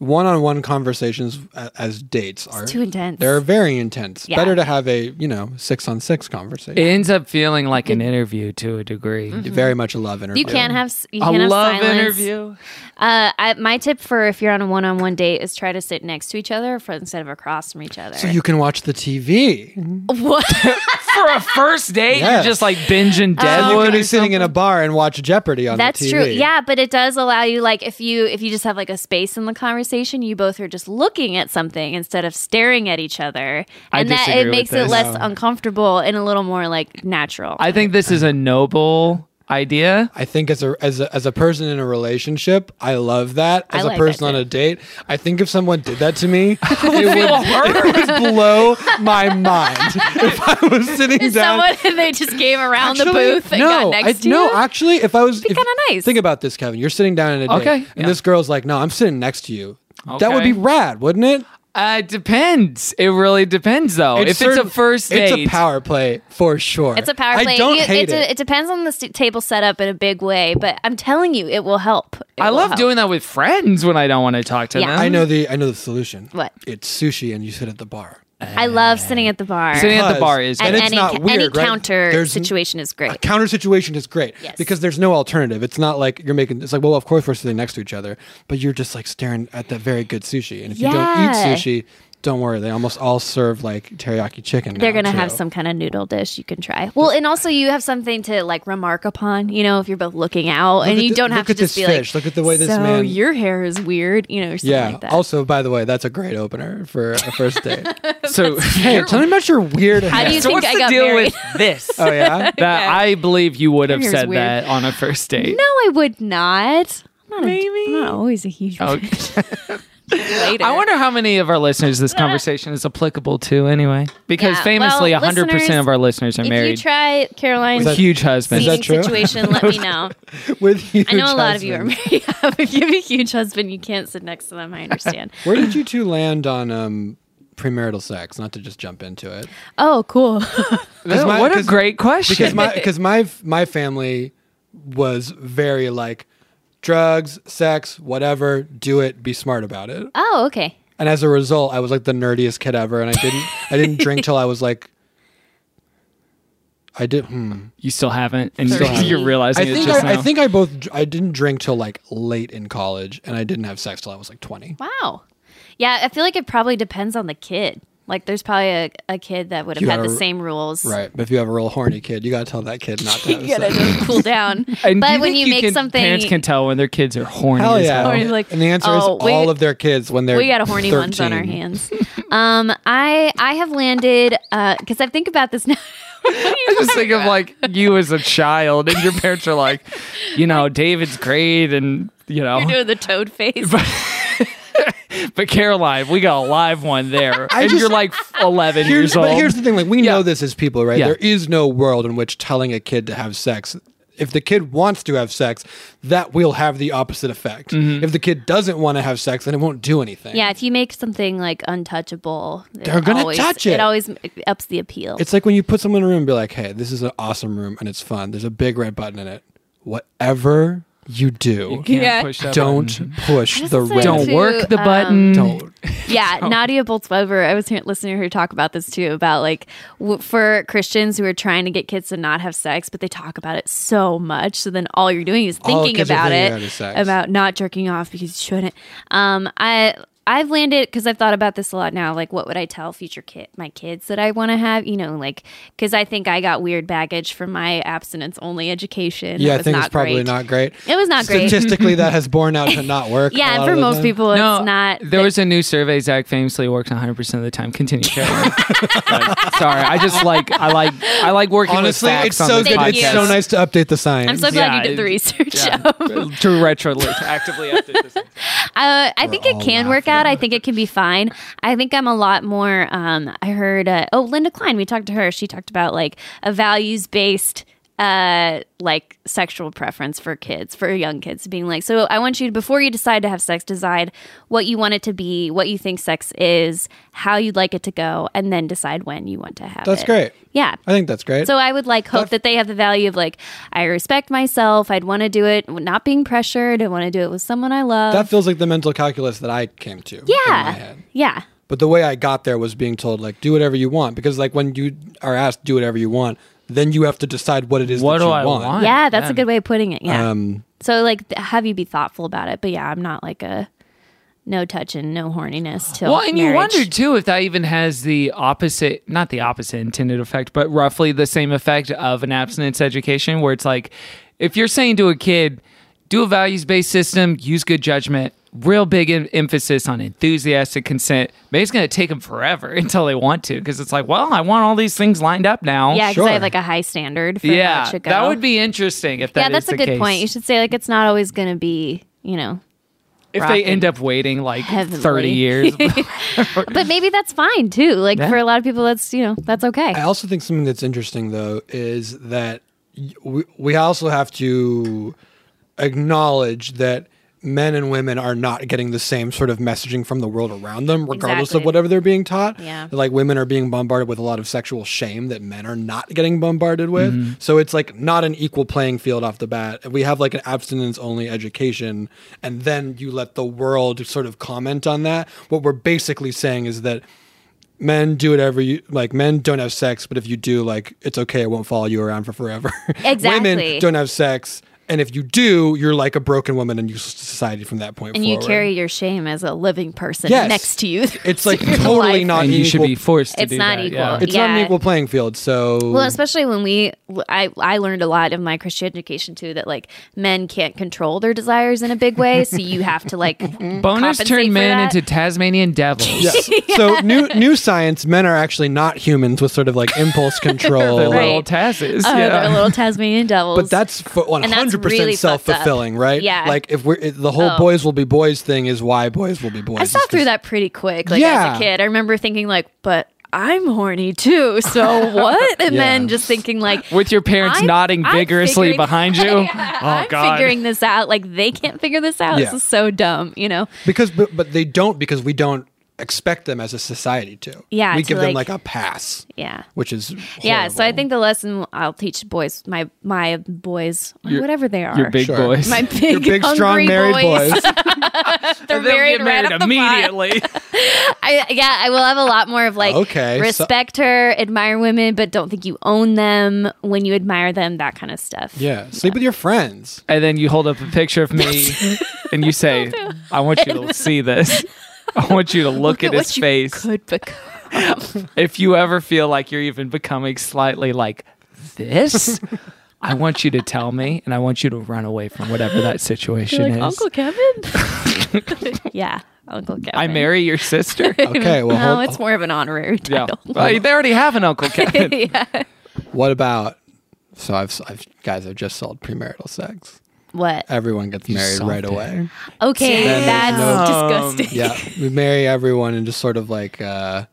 [SPEAKER 8] one-on-one conversations a- as dates are
[SPEAKER 3] too intense.
[SPEAKER 8] They're very intense.
[SPEAKER 3] Yeah.
[SPEAKER 8] Better to have a you know six-on-six conversation.
[SPEAKER 2] It ends up feeling like an interview to a degree.
[SPEAKER 8] very much a love interview.
[SPEAKER 3] You can't have s- Mm-hmm. you
[SPEAKER 2] A
[SPEAKER 3] can't have
[SPEAKER 2] love
[SPEAKER 3] silence.
[SPEAKER 2] interview.
[SPEAKER 3] Uh, I, my tip for if you're on a one-on-one date is try to sit next to each other for, instead of across from each other.
[SPEAKER 8] So you can watch the TV.
[SPEAKER 3] what?
[SPEAKER 2] for a first date,
[SPEAKER 8] Yes.
[SPEAKER 2] you're just like binging
[SPEAKER 8] you
[SPEAKER 2] Deadwood
[SPEAKER 8] can be
[SPEAKER 2] or
[SPEAKER 8] sitting in a bar and watch Jeopardy on
[SPEAKER 3] That's
[SPEAKER 8] the TV.
[SPEAKER 3] true. Yeah, but it does allow you like if you if you just have like a space in the conversation, you both are just looking at something instead of staring at each other.
[SPEAKER 2] I
[SPEAKER 3] And that
[SPEAKER 2] disagree
[SPEAKER 3] it
[SPEAKER 2] with
[SPEAKER 3] makes it
[SPEAKER 2] this.
[SPEAKER 3] less uncomfortable and a little more like natural. *laughs*
[SPEAKER 2] I think this is a noble *laughs* idea.
[SPEAKER 8] I think as a as a as a person in a relationship, I love that.
[SPEAKER 3] I
[SPEAKER 8] As
[SPEAKER 3] like
[SPEAKER 8] a
[SPEAKER 3] that
[SPEAKER 8] person on
[SPEAKER 3] too.
[SPEAKER 8] a date, I think if someone did that to me, *laughs* it
[SPEAKER 2] Feel
[SPEAKER 8] would, *laughs*
[SPEAKER 2] hurt.
[SPEAKER 8] it would blow my
[SPEAKER 3] *laughs*
[SPEAKER 8] mind. If I was sitting
[SPEAKER 3] Is
[SPEAKER 8] down,
[SPEAKER 3] someone *laughs* they just came around
[SPEAKER 8] Actually,
[SPEAKER 3] the booth and
[SPEAKER 8] no,
[SPEAKER 3] got next
[SPEAKER 8] I-
[SPEAKER 3] to you?
[SPEAKER 8] No, actually, if I was
[SPEAKER 3] be
[SPEAKER 8] if-
[SPEAKER 3] kinda nice.
[SPEAKER 8] Think about this, Kevin. You're sitting down in a date,
[SPEAKER 2] Okay,
[SPEAKER 8] and
[SPEAKER 2] yeah.
[SPEAKER 8] this girl's like, "No, I'm sitting next to you." That would
[SPEAKER 2] Okay.
[SPEAKER 8] be rad, wouldn't it?
[SPEAKER 2] Uh, it depends. It really depends, though. Oh, if
[SPEAKER 8] certain-
[SPEAKER 2] it's a first date,
[SPEAKER 8] it's a power play for sure.
[SPEAKER 3] it's a power play.
[SPEAKER 8] I don't
[SPEAKER 3] You-
[SPEAKER 8] hate
[SPEAKER 3] it's a-
[SPEAKER 8] it.
[SPEAKER 3] it depends on the st- table setup in a big way, but I'm telling you, it will help. It
[SPEAKER 2] I
[SPEAKER 3] will
[SPEAKER 2] love
[SPEAKER 3] help.
[SPEAKER 2] doing that with friends when I don't want to talk to
[SPEAKER 3] Yeah. *laughs*
[SPEAKER 2] them.
[SPEAKER 8] I know the I know the solution.
[SPEAKER 3] Um, What?
[SPEAKER 8] It's sushi, and you sit at the bar.
[SPEAKER 3] I love sitting at the bar.
[SPEAKER 2] Sitting at the
[SPEAKER 8] Because-
[SPEAKER 2] bar is
[SPEAKER 3] and
[SPEAKER 8] And
[SPEAKER 2] good.
[SPEAKER 8] it's
[SPEAKER 3] any,
[SPEAKER 8] not
[SPEAKER 3] ca-
[SPEAKER 8] weird,
[SPEAKER 3] any
[SPEAKER 8] right?
[SPEAKER 3] counter
[SPEAKER 8] There's n-
[SPEAKER 3] situation is
[SPEAKER 8] A
[SPEAKER 3] great.
[SPEAKER 8] counter situation is great
[SPEAKER 3] Yes.
[SPEAKER 8] because there's no alternative. It's not like you're making. It's like, well, of course we're sitting next to each other, but you're just like staring at that very good sushi. And if you
[SPEAKER 3] Yeah.
[SPEAKER 8] don't eat sushi, don't worry. They almost all serve like teriyaki chicken.
[SPEAKER 3] They're
[SPEAKER 8] now,
[SPEAKER 3] gonna have
[SPEAKER 8] too.
[SPEAKER 3] some kind of noodle dish you can try. Well, and also you have something to like remark upon. You know, if you're both looking out,
[SPEAKER 8] Look
[SPEAKER 3] and
[SPEAKER 8] at
[SPEAKER 3] you
[SPEAKER 8] thi-
[SPEAKER 3] don't have
[SPEAKER 8] look
[SPEAKER 3] to
[SPEAKER 8] at this
[SPEAKER 3] just be
[SPEAKER 8] fish.
[SPEAKER 3] like,
[SPEAKER 8] Look at the way this
[SPEAKER 3] so
[SPEAKER 8] man-
[SPEAKER 3] your hair is weird," you know, or something
[SPEAKER 8] Yeah.
[SPEAKER 3] like that.
[SPEAKER 8] also, by the way, that's a great opener for a
[SPEAKER 2] *laughs*
[SPEAKER 8] first date.
[SPEAKER 2] So,
[SPEAKER 8] hey, tell me about your weird.
[SPEAKER 3] How do
[SPEAKER 8] hair.
[SPEAKER 3] you
[SPEAKER 2] so
[SPEAKER 3] think
[SPEAKER 2] what's
[SPEAKER 3] I
[SPEAKER 2] the
[SPEAKER 3] got
[SPEAKER 2] deal
[SPEAKER 3] married? *laughs*
[SPEAKER 2] with this?
[SPEAKER 8] Oh yeah.
[SPEAKER 2] That I believe you would have
[SPEAKER 3] Here's
[SPEAKER 2] said
[SPEAKER 3] weird.
[SPEAKER 2] that on a
[SPEAKER 3] *laughs*
[SPEAKER 2] first date.
[SPEAKER 3] no, I would not. I'm not Maybe a, I'm not always a huge
[SPEAKER 2] Oh,
[SPEAKER 3] later.
[SPEAKER 2] I wonder how many of our listeners
[SPEAKER 3] *laughs*
[SPEAKER 2] this conversation is applicable to, anyway. Because
[SPEAKER 3] Yeah,
[SPEAKER 2] famously,
[SPEAKER 3] well,
[SPEAKER 2] 100% of
[SPEAKER 3] listeners,
[SPEAKER 2] our listeners are
[SPEAKER 3] if
[SPEAKER 2] married.
[SPEAKER 3] you try Caroline's
[SPEAKER 8] that-
[SPEAKER 2] huge husbands.
[SPEAKER 8] Is that
[SPEAKER 3] dating
[SPEAKER 8] true?
[SPEAKER 3] situation, let me
[SPEAKER 8] *laughs*
[SPEAKER 3] know.
[SPEAKER 8] With you.
[SPEAKER 3] I know a lot of you are married. *laughs* if you have a huge husband, you can't sit next to them. I understand.
[SPEAKER 8] Where did you two land on um, premarital sex? Not to just jump into it.
[SPEAKER 3] oh,
[SPEAKER 8] *laughs*
[SPEAKER 3] cool.
[SPEAKER 8] 'Cause
[SPEAKER 2] Oh,
[SPEAKER 8] my-
[SPEAKER 2] what a
[SPEAKER 8] 'cause-
[SPEAKER 2] great question.
[SPEAKER 8] because
[SPEAKER 2] *laughs*
[SPEAKER 8] my because my my family was very like drugs, sex, whatever, do it, be smart about it.
[SPEAKER 3] oh, okay.
[SPEAKER 8] And as a result, I was like the nerdiest kid ever, and I didn't I didn't drink till I was like. I did. Hmm.
[SPEAKER 2] you still haven't, and
[SPEAKER 3] Still haven't.
[SPEAKER 2] you're realizing
[SPEAKER 8] I
[SPEAKER 2] it
[SPEAKER 8] think
[SPEAKER 2] just
[SPEAKER 8] I, I
[SPEAKER 2] now.
[SPEAKER 8] think I both I didn't drink till like late in college, and I didn't have sex till I was like twenty.
[SPEAKER 3] Wow. Yeah, I feel like it probably depends on the kid. Like, there's probably a, a kid that would have
[SPEAKER 8] You
[SPEAKER 3] had the
[SPEAKER 8] gotta-
[SPEAKER 3] same rules.
[SPEAKER 8] Right, but if you have a real horny kid, you gotta tell that kid not
[SPEAKER 2] *laughs*
[SPEAKER 8] to. Have
[SPEAKER 3] *laughs*
[SPEAKER 8] sex.
[SPEAKER 3] Cool down.
[SPEAKER 2] And do
[SPEAKER 3] but
[SPEAKER 2] you
[SPEAKER 3] when
[SPEAKER 2] think
[SPEAKER 3] you make
[SPEAKER 2] can-
[SPEAKER 3] something,
[SPEAKER 2] parents can tell when their kids are horny.
[SPEAKER 8] Hell
[SPEAKER 2] as
[SPEAKER 8] yeah!
[SPEAKER 2] hell.
[SPEAKER 3] Or you're like,
[SPEAKER 8] and the answer
[SPEAKER 3] "Oh,
[SPEAKER 8] is
[SPEAKER 3] we-
[SPEAKER 8] all of their kids when they're
[SPEAKER 3] we got a horny ones on our
[SPEAKER 8] 13.
[SPEAKER 3] hands. Um, I I have landed because I think about this *laughs* now.
[SPEAKER 2] I just think of like
[SPEAKER 3] *laughs*
[SPEAKER 2] you as a child, and your parents are like, you know, David's great, and you
[SPEAKER 3] You're
[SPEAKER 2] know,
[SPEAKER 3] doing the toad face.
[SPEAKER 2] *laughs* but Caroline, we got a live one there, and
[SPEAKER 8] just-
[SPEAKER 2] you're like 11
[SPEAKER 8] Here's,
[SPEAKER 2] years old.
[SPEAKER 8] but here's the thing: like we know
[SPEAKER 2] Yeah.
[SPEAKER 8] this as people, right?
[SPEAKER 2] Yeah.
[SPEAKER 8] There is no world in which telling a kid to have sex, if the kid wants to have sex, that will have the opposite effect. If the kid doesn't want to have sex, then it won't do anything.
[SPEAKER 3] yeah, if you make something like untouchable,
[SPEAKER 8] They're gonna
[SPEAKER 3] always,
[SPEAKER 8] touch it.
[SPEAKER 3] It always ups the appeal.
[SPEAKER 8] It's like when you put someone in a room and be like, "Hey, this is an awesome room and it's fun. There's a big red button in it. Whatever you do.
[SPEAKER 2] You can't
[SPEAKER 3] Yeah.
[SPEAKER 2] push that
[SPEAKER 8] don't
[SPEAKER 2] button.
[SPEAKER 8] push the
[SPEAKER 3] listen
[SPEAKER 8] red.
[SPEAKER 2] Don't
[SPEAKER 3] To,
[SPEAKER 2] work the
[SPEAKER 3] um,
[SPEAKER 2] button.
[SPEAKER 8] Don't. *laughs*
[SPEAKER 3] Yeah, Nadia Boltzweber. I was hear listening to her talk about this too, about like w- for Christians who are trying to get kids to not have sex, but they talk about it so much. So then all you're doing is
[SPEAKER 8] All
[SPEAKER 3] thinking
[SPEAKER 8] kids are
[SPEAKER 3] about
[SPEAKER 8] Oh, thinking
[SPEAKER 3] it,
[SPEAKER 8] about is sex.
[SPEAKER 3] about not jerking off because you shouldn't. Um, I I've landed because I've thought about this a lot now. Like, what would I tell future kid my kids that I want to have? You know, like because I think I got weird baggage from my abstinence only education.
[SPEAKER 8] Yeah,
[SPEAKER 3] It
[SPEAKER 8] I
[SPEAKER 3] was
[SPEAKER 8] think it's probably
[SPEAKER 3] great.
[SPEAKER 8] not great.
[SPEAKER 3] It was not great.
[SPEAKER 8] Statistically, that has borne out to
[SPEAKER 3] *laughs*
[SPEAKER 8] not work. a
[SPEAKER 3] Yeah, and
[SPEAKER 8] lot
[SPEAKER 3] for
[SPEAKER 8] of the
[SPEAKER 3] most
[SPEAKER 8] time.
[SPEAKER 3] people, it's
[SPEAKER 2] no,
[SPEAKER 3] not.
[SPEAKER 2] There was a new survey. Zach famously works 100 percent of the time. Continue. Carry on. Like, *laughs* sorry, I just like I like I like working
[SPEAKER 8] Honestly,
[SPEAKER 2] with facts
[SPEAKER 8] it's
[SPEAKER 2] on
[SPEAKER 8] so
[SPEAKER 2] this
[SPEAKER 8] good.
[SPEAKER 3] Thank
[SPEAKER 8] It's
[SPEAKER 3] you.
[SPEAKER 8] so nice to update the science.
[SPEAKER 3] I'm so glad
[SPEAKER 2] Yeah,
[SPEAKER 3] you did the
[SPEAKER 2] it-
[SPEAKER 3] research. *laughs* of-
[SPEAKER 2] podcast. *laughs* to retro actively update this.
[SPEAKER 3] Uh, I think it
[SPEAKER 8] all
[SPEAKER 3] can work out. I think it can be fine. I think I'm a lot more. Um, I heard. Uh, oh, Linda Klein. We talked to her. She talked about like a values based. Uh, like sexual preference for kids, for young kids, being like, so I want you to, before you decide to have sex, decide what you want it to be, what you think sex is, how you'd like it to go, and then decide when you want to have
[SPEAKER 8] That's
[SPEAKER 3] it.
[SPEAKER 8] great.
[SPEAKER 3] Yeah.
[SPEAKER 8] I think that's great.
[SPEAKER 3] So uh, I would like hope that they have the value of like I respect myself. I'd want to do it not being pressured. I want to do it with someone I love.
[SPEAKER 8] that feels like the mental calculus that I came to. Yeah. my
[SPEAKER 3] yeah,
[SPEAKER 8] head.
[SPEAKER 3] yeah,
[SPEAKER 8] But the way I got there was being told like do whatever you want because like when you are asked do whatever you want, then you have to decide what it is
[SPEAKER 2] What
[SPEAKER 8] that
[SPEAKER 2] do
[SPEAKER 8] you
[SPEAKER 2] I want?
[SPEAKER 3] yeah. That's a
[SPEAKER 2] man.
[SPEAKER 3] good way of putting it. Yeah.
[SPEAKER 8] Um,
[SPEAKER 3] so like th- have you be thoughtful about it. But yeah, I'm not like a no touching, no horniness till
[SPEAKER 2] Well, and you
[SPEAKER 3] marriage.
[SPEAKER 2] wonder too if that even has the opposite, not the opposite intended effect, but roughly the same effect of an abstinence education where it's like if you're saying to a kid, do a values based system, use good judgment, real big em- emphasis on enthusiastic consent, maybe it's going to take them forever *laughs* until they want to because it's like, well, I want all these things lined up now.
[SPEAKER 3] Yeah, because
[SPEAKER 8] Sure.
[SPEAKER 3] I have like a high standard. For yeah, how it
[SPEAKER 2] Yeah.
[SPEAKER 3] should go.
[SPEAKER 2] That would be interesting if that
[SPEAKER 3] yeah,
[SPEAKER 2] is
[SPEAKER 3] that's a
[SPEAKER 2] the
[SPEAKER 3] good
[SPEAKER 2] case.
[SPEAKER 3] point. You should say like it's not always going to be you know
[SPEAKER 2] If
[SPEAKER 3] Rocking
[SPEAKER 2] they end up waiting like
[SPEAKER 3] heavenly.
[SPEAKER 2] 30 years.
[SPEAKER 3] *laughs* but maybe that's fine too like
[SPEAKER 2] Yeah.
[SPEAKER 3] for a lot of people that's you know that's okay
[SPEAKER 8] I also think something that's interesting though is that y- we, we also have to acknowledge that men and women are not getting the same sort of messaging from the world around them regardless
[SPEAKER 3] Exactly.
[SPEAKER 8] of whatever they're being taught
[SPEAKER 3] Yeah.
[SPEAKER 8] like women are being bombarded with a lot of sexual shame that men are not getting bombarded with so it's like not an equal playing field off the bat we have like an abstinence only education and then you let the world sort of comment on that what we're basically saying is that men do whatever you like men don't have sex but if you do like it's okay it won't follow you around for forever *laughs*
[SPEAKER 3] Exactly.
[SPEAKER 8] women don't have sex and if you do you're like a broken woman and useless to society from that point
[SPEAKER 3] and
[SPEAKER 8] forward.
[SPEAKER 3] you carry your shame as a living person
[SPEAKER 8] Yes.
[SPEAKER 3] next to you.
[SPEAKER 8] it's
[SPEAKER 3] *laughs*
[SPEAKER 8] like
[SPEAKER 3] through
[SPEAKER 8] totally
[SPEAKER 3] life.
[SPEAKER 8] not
[SPEAKER 2] and you should
[SPEAKER 8] equal-
[SPEAKER 2] be forced to
[SPEAKER 3] It's
[SPEAKER 2] do
[SPEAKER 3] not
[SPEAKER 2] that,
[SPEAKER 3] equal.
[SPEAKER 2] yeah.
[SPEAKER 8] it's not
[SPEAKER 3] Yeah.
[SPEAKER 8] an equal playing field so
[SPEAKER 3] Well, *laughs*
[SPEAKER 8] *laughs*
[SPEAKER 3] especially when we, I, I learned a lot in my Christian education too that like men can't control their desires in a big way, so you have to like
[SPEAKER 2] Mm-hmm. Bonus
[SPEAKER 3] compensate
[SPEAKER 2] turned
[SPEAKER 3] for
[SPEAKER 2] men
[SPEAKER 3] that.
[SPEAKER 2] into Tasmanian devils.
[SPEAKER 8] Yes. So new new science, men are actually not humans with sort of
[SPEAKER 3] *laughs*
[SPEAKER 8] like impulse
[SPEAKER 2] *laughs*
[SPEAKER 8] control.
[SPEAKER 2] They're
[SPEAKER 3] Right.
[SPEAKER 2] little Tasses.
[SPEAKER 3] *laughs* Oh, they're
[SPEAKER 2] yeah.
[SPEAKER 3] little Tasmanian devils.
[SPEAKER 8] But that's one
[SPEAKER 3] And that's
[SPEAKER 8] hundred
[SPEAKER 3] really fucked up.
[SPEAKER 8] percent self fulfilling, right?
[SPEAKER 3] Yeah.
[SPEAKER 8] Like if we're it, the whole
[SPEAKER 3] Oh.
[SPEAKER 8] boys will be boys thing is why boys will be boys.
[SPEAKER 3] I saw
[SPEAKER 8] It's
[SPEAKER 3] through
[SPEAKER 8] 'cause-
[SPEAKER 3] that pretty quick. Like as
[SPEAKER 8] Yeah.
[SPEAKER 3] a kid, I remember thinking like, but I'm horny
[SPEAKER 2] *laughs*
[SPEAKER 3] too, so what? And then just thinking like,
[SPEAKER 2] *laughs* With your parents
[SPEAKER 3] I'm-
[SPEAKER 2] nodding
[SPEAKER 3] I'm
[SPEAKER 2] vigorously
[SPEAKER 3] figuring- *laughs*
[SPEAKER 2] behind you.
[SPEAKER 3] Yeah,
[SPEAKER 2] oh
[SPEAKER 3] I'm
[SPEAKER 2] God.
[SPEAKER 3] figuring this out. Like they can't figure this out.
[SPEAKER 8] Yeah.
[SPEAKER 3] This is so dumb, you know.
[SPEAKER 8] because but, but they don't because we don't expect them as a society to.
[SPEAKER 3] Yeah,
[SPEAKER 8] We
[SPEAKER 3] to,
[SPEAKER 8] give them
[SPEAKER 3] like-
[SPEAKER 8] like a pass,
[SPEAKER 3] Yeah.
[SPEAKER 8] which is
[SPEAKER 3] Yeah, so I
[SPEAKER 8] horrible.
[SPEAKER 3] think the lesson I'll teach boys, my my boys,
[SPEAKER 2] Your-
[SPEAKER 3] whatever they are,
[SPEAKER 2] Your big
[SPEAKER 8] Sure.
[SPEAKER 2] boys.
[SPEAKER 3] *laughs* my big,
[SPEAKER 8] *laughs* Your big strong
[SPEAKER 3] hungry
[SPEAKER 8] married
[SPEAKER 3] boys. *laughs*
[SPEAKER 8] boys.
[SPEAKER 3] They're
[SPEAKER 2] And *laughs* they'll
[SPEAKER 3] married,
[SPEAKER 2] get
[SPEAKER 3] right
[SPEAKER 2] married
[SPEAKER 3] off the bat. *laughs*
[SPEAKER 2] immediately.
[SPEAKER 3] I, yeah, I will have a lot more of like
[SPEAKER 8] Okay, so-
[SPEAKER 3] respect her, admire women, but don't think you own them when you admire them, that kind of stuff.
[SPEAKER 8] yeah, sleep with
[SPEAKER 3] *laughs*
[SPEAKER 8] your friends.
[SPEAKER 2] and then you hold up a picture of me and you say, I want you to see
[SPEAKER 3] *laughs*
[SPEAKER 2] this. I want you to look, at,
[SPEAKER 3] what
[SPEAKER 2] his
[SPEAKER 3] you
[SPEAKER 2] face.
[SPEAKER 3] could become.
[SPEAKER 2] If you ever feel like you're even becoming slightly like
[SPEAKER 3] *laughs*
[SPEAKER 2] this, I want you to tell me and I want you to run away from whatever that situation
[SPEAKER 3] You're like
[SPEAKER 2] is.
[SPEAKER 3] Uncle
[SPEAKER 8] *laughs*
[SPEAKER 3] Kevin. *laughs* yeah, Uncle Kevin.
[SPEAKER 2] I marry your
[SPEAKER 3] *laughs*
[SPEAKER 2] sister.
[SPEAKER 8] Okay, Oh, well,
[SPEAKER 3] No,
[SPEAKER 8] hold-
[SPEAKER 3] it's more of an honorary
[SPEAKER 2] yeah.
[SPEAKER 3] title.
[SPEAKER 2] Well, they already have an Uncle Kevin.
[SPEAKER 8] what about? So I've, I've guys, I've just sold premarital sex.
[SPEAKER 3] What?
[SPEAKER 8] Everyone gets married
[SPEAKER 2] solved
[SPEAKER 8] right
[SPEAKER 2] it.
[SPEAKER 8] away.
[SPEAKER 3] Okay,
[SPEAKER 8] Damn.
[SPEAKER 3] that's
[SPEAKER 8] No.
[SPEAKER 3] disgusting.
[SPEAKER 8] yeah we marry everyone and just sort of like uh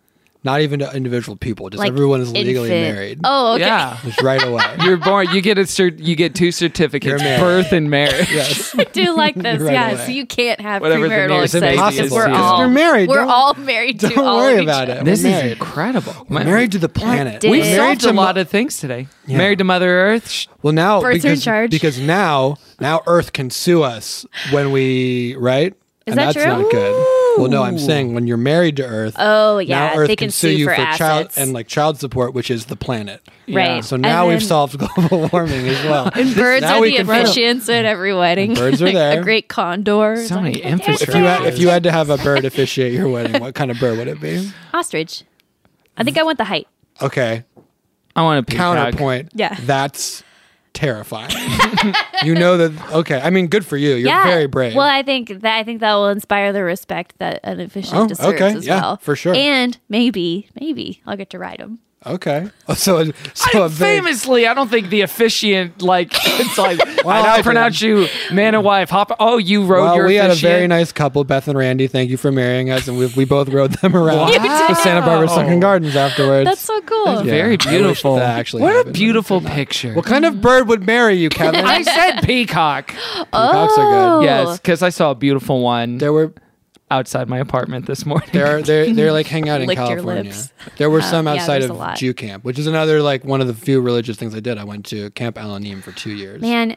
[SPEAKER 8] Not even to individual people, just
[SPEAKER 3] Like
[SPEAKER 8] everyone is legally
[SPEAKER 3] infant-
[SPEAKER 8] married.
[SPEAKER 3] Oh, *laughs* okay.
[SPEAKER 2] Yeah.
[SPEAKER 8] Just *laughs* right
[SPEAKER 3] *laughs*
[SPEAKER 8] away.
[SPEAKER 2] You're born. You get a cert. You get two certificates:
[SPEAKER 8] You're married.
[SPEAKER 2] birth and marriage.
[SPEAKER 8] yes.
[SPEAKER 3] I
[SPEAKER 8] *laughs*
[SPEAKER 3] do like this.
[SPEAKER 8] Right
[SPEAKER 3] yeah,
[SPEAKER 8] away.
[SPEAKER 3] so you can't have
[SPEAKER 2] Whatever the
[SPEAKER 3] premarital
[SPEAKER 2] nearest
[SPEAKER 3] sex
[SPEAKER 2] baby
[SPEAKER 3] because
[SPEAKER 2] is,
[SPEAKER 3] we're
[SPEAKER 2] yeah.
[SPEAKER 3] all
[SPEAKER 8] You're married.
[SPEAKER 3] We're
[SPEAKER 8] Don't-
[SPEAKER 3] all married to
[SPEAKER 8] Don't
[SPEAKER 3] all
[SPEAKER 8] worry
[SPEAKER 3] of each
[SPEAKER 8] about
[SPEAKER 3] other.
[SPEAKER 8] it.
[SPEAKER 2] This
[SPEAKER 8] We're
[SPEAKER 2] is
[SPEAKER 8] married.
[SPEAKER 2] incredible.
[SPEAKER 8] We're married to the planet.
[SPEAKER 3] did-
[SPEAKER 2] We
[SPEAKER 3] We're
[SPEAKER 8] married
[SPEAKER 2] solved
[SPEAKER 8] to
[SPEAKER 2] a
[SPEAKER 8] mo-
[SPEAKER 2] lot of things today.
[SPEAKER 8] Yeah.
[SPEAKER 2] Married to Mother Earth. Sh-
[SPEAKER 8] Well, now
[SPEAKER 3] Births are in
[SPEAKER 8] because,
[SPEAKER 3] charge.
[SPEAKER 8] because now now Earth can sue us when we right. and
[SPEAKER 3] that
[SPEAKER 8] that's
[SPEAKER 3] true?
[SPEAKER 8] not good. Well, no, I'm saying when you're married to Earth.
[SPEAKER 3] Oh
[SPEAKER 8] now
[SPEAKER 3] yeah,
[SPEAKER 8] Earth
[SPEAKER 3] they can, sue,
[SPEAKER 8] you
[SPEAKER 3] for,
[SPEAKER 8] for, child
[SPEAKER 3] assets.
[SPEAKER 8] and like child support, which is the planet.
[SPEAKER 2] Yeah.
[SPEAKER 3] right.
[SPEAKER 8] So now
[SPEAKER 3] And
[SPEAKER 8] we've
[SPEAKER 3] then
[SPEAKER 8] solved *laughs* global warming as well.
[SPEAKER 3] Birds
[SPEAKER 8] now
[SPEAKER 3] are
[SPEAKER 8] we
[SPEAKER 3] the
[SPEAKER 8] can find out.
[SPEAKER 3] officiants at every wedding.
[SPEAKER 8] birds are
[SPEAKER 3] Like,
[SPEAKER 8] there.
[SPEAKER 3] *laughs* A great condor. is
[SPEAKER 2] So
[SPEAKER 3] like,
[SPEAKER 2] many
[SPEAKER 3] "Oh, there's
[SPEAKER 8] if you had,
[SPEAKER 2] infrastructure.
[SPEAKER 8] if you had to have a bird officiate your wedding, what kind of bird would it be?
[SPEAKER 3] an ostrich. I think I want the height.
[SPEAKER 8] Okay,
[SPEAKER 2] I want a peacock.
[SPEAKER 8] counterpoint.
[SPEAKER 3] Yeah.
[SPEAKER 8] that's terrifying. *laughs* you know that. Okay, I mean, good for you. You're
[SPEAKER 3] yeah.
[SPEAKER 8] very brave.
[SPEAKER 3] Well, I think that I think that will inspire the respect that an officiant
[SPEAKER 8] Oh,
[SPEAKER 3] deserves
[SPEAKER 8] okay,
[SPEAKER 3] as
[SPEAKER 8] yeah,
[SPEAKER 3] well.
[SPEAKER 8] for sure.
[SPEAKER 3] And maybe, maybe I'll get to ride him.
[SPEAKER 8] okay, *laughs* Oh, so
[SPEAKER 2] I-
[SPEAKER 8] so a very
[SPEAKER 2] famously, I don't think the officiant like *laughs* it's like
[SPEAKER 8] Well,
[SPEAKER 2] I
[SPEAKER 8] I
[SPEAKER 2] now
[SPEAKER 8] did.
[SPEAKER 2] pronounce you man and wife. Hop. Oh, you rode
[SPEAKER 8] Well,
[SPEAKER 2] your
[SPEAKER 8] we had a
[SPEAKER 2] officiant.
[SPEAKER 8] very nice couple, Beth and Randy. Thank you for marrying us, and we, we both rode them around
[SPEAKER 3] *laughs* You did. Oh.
[SPEAKER 8] the Santa Barbara Sunken Gardens afterwards.
[SPEAKER 3] That's so cool.
[SPEAKER 8] Yeah.
[SPEAKER 2] Oh, Very
[SPEAKER 8] I wish
[SPEAKER 2] beautiful.
[SPEAKER 8] that actually
[SPEAKER 2] what a
[SPEAKER 8] happened, but it
[SPEAKER 2] beautiful picture.
[SPEAKER 8] what kind of bird would marry
[SPEAKER 3] *laughs*
[SPEAKER 8] you, Kevin?
[SPEAKER 2] I said peacock.
[SPEAKER 8] Peacocks are
[SPEAKER 3] Oh.
[SPEAKER 8] good.
[SPEAKER 2] Yes, because I saw a beautiful one
[SPEAKER 8] There were
[SPEAKER 2] outside my apartment this morning.
[SPEAKER 8] there they they
[SPEAKER 3] *laughs*
[SPEAKER 8] like hang out in
[SPEAKER 3] Licked your
[SPEAKER 8] California.
[SPEAKER 3] lips. Uh,
[SPEAKER 8] There were some
[SPEAKER 3] yeah,
[SPEAKER 8] outside
[SPEAKER 3] there's a lot.
[SPEAKER 8] of Jew camp, which is another like one of the few religious things I did. I went to Camp Alanim for two years.
[SPEAKER 3] Man,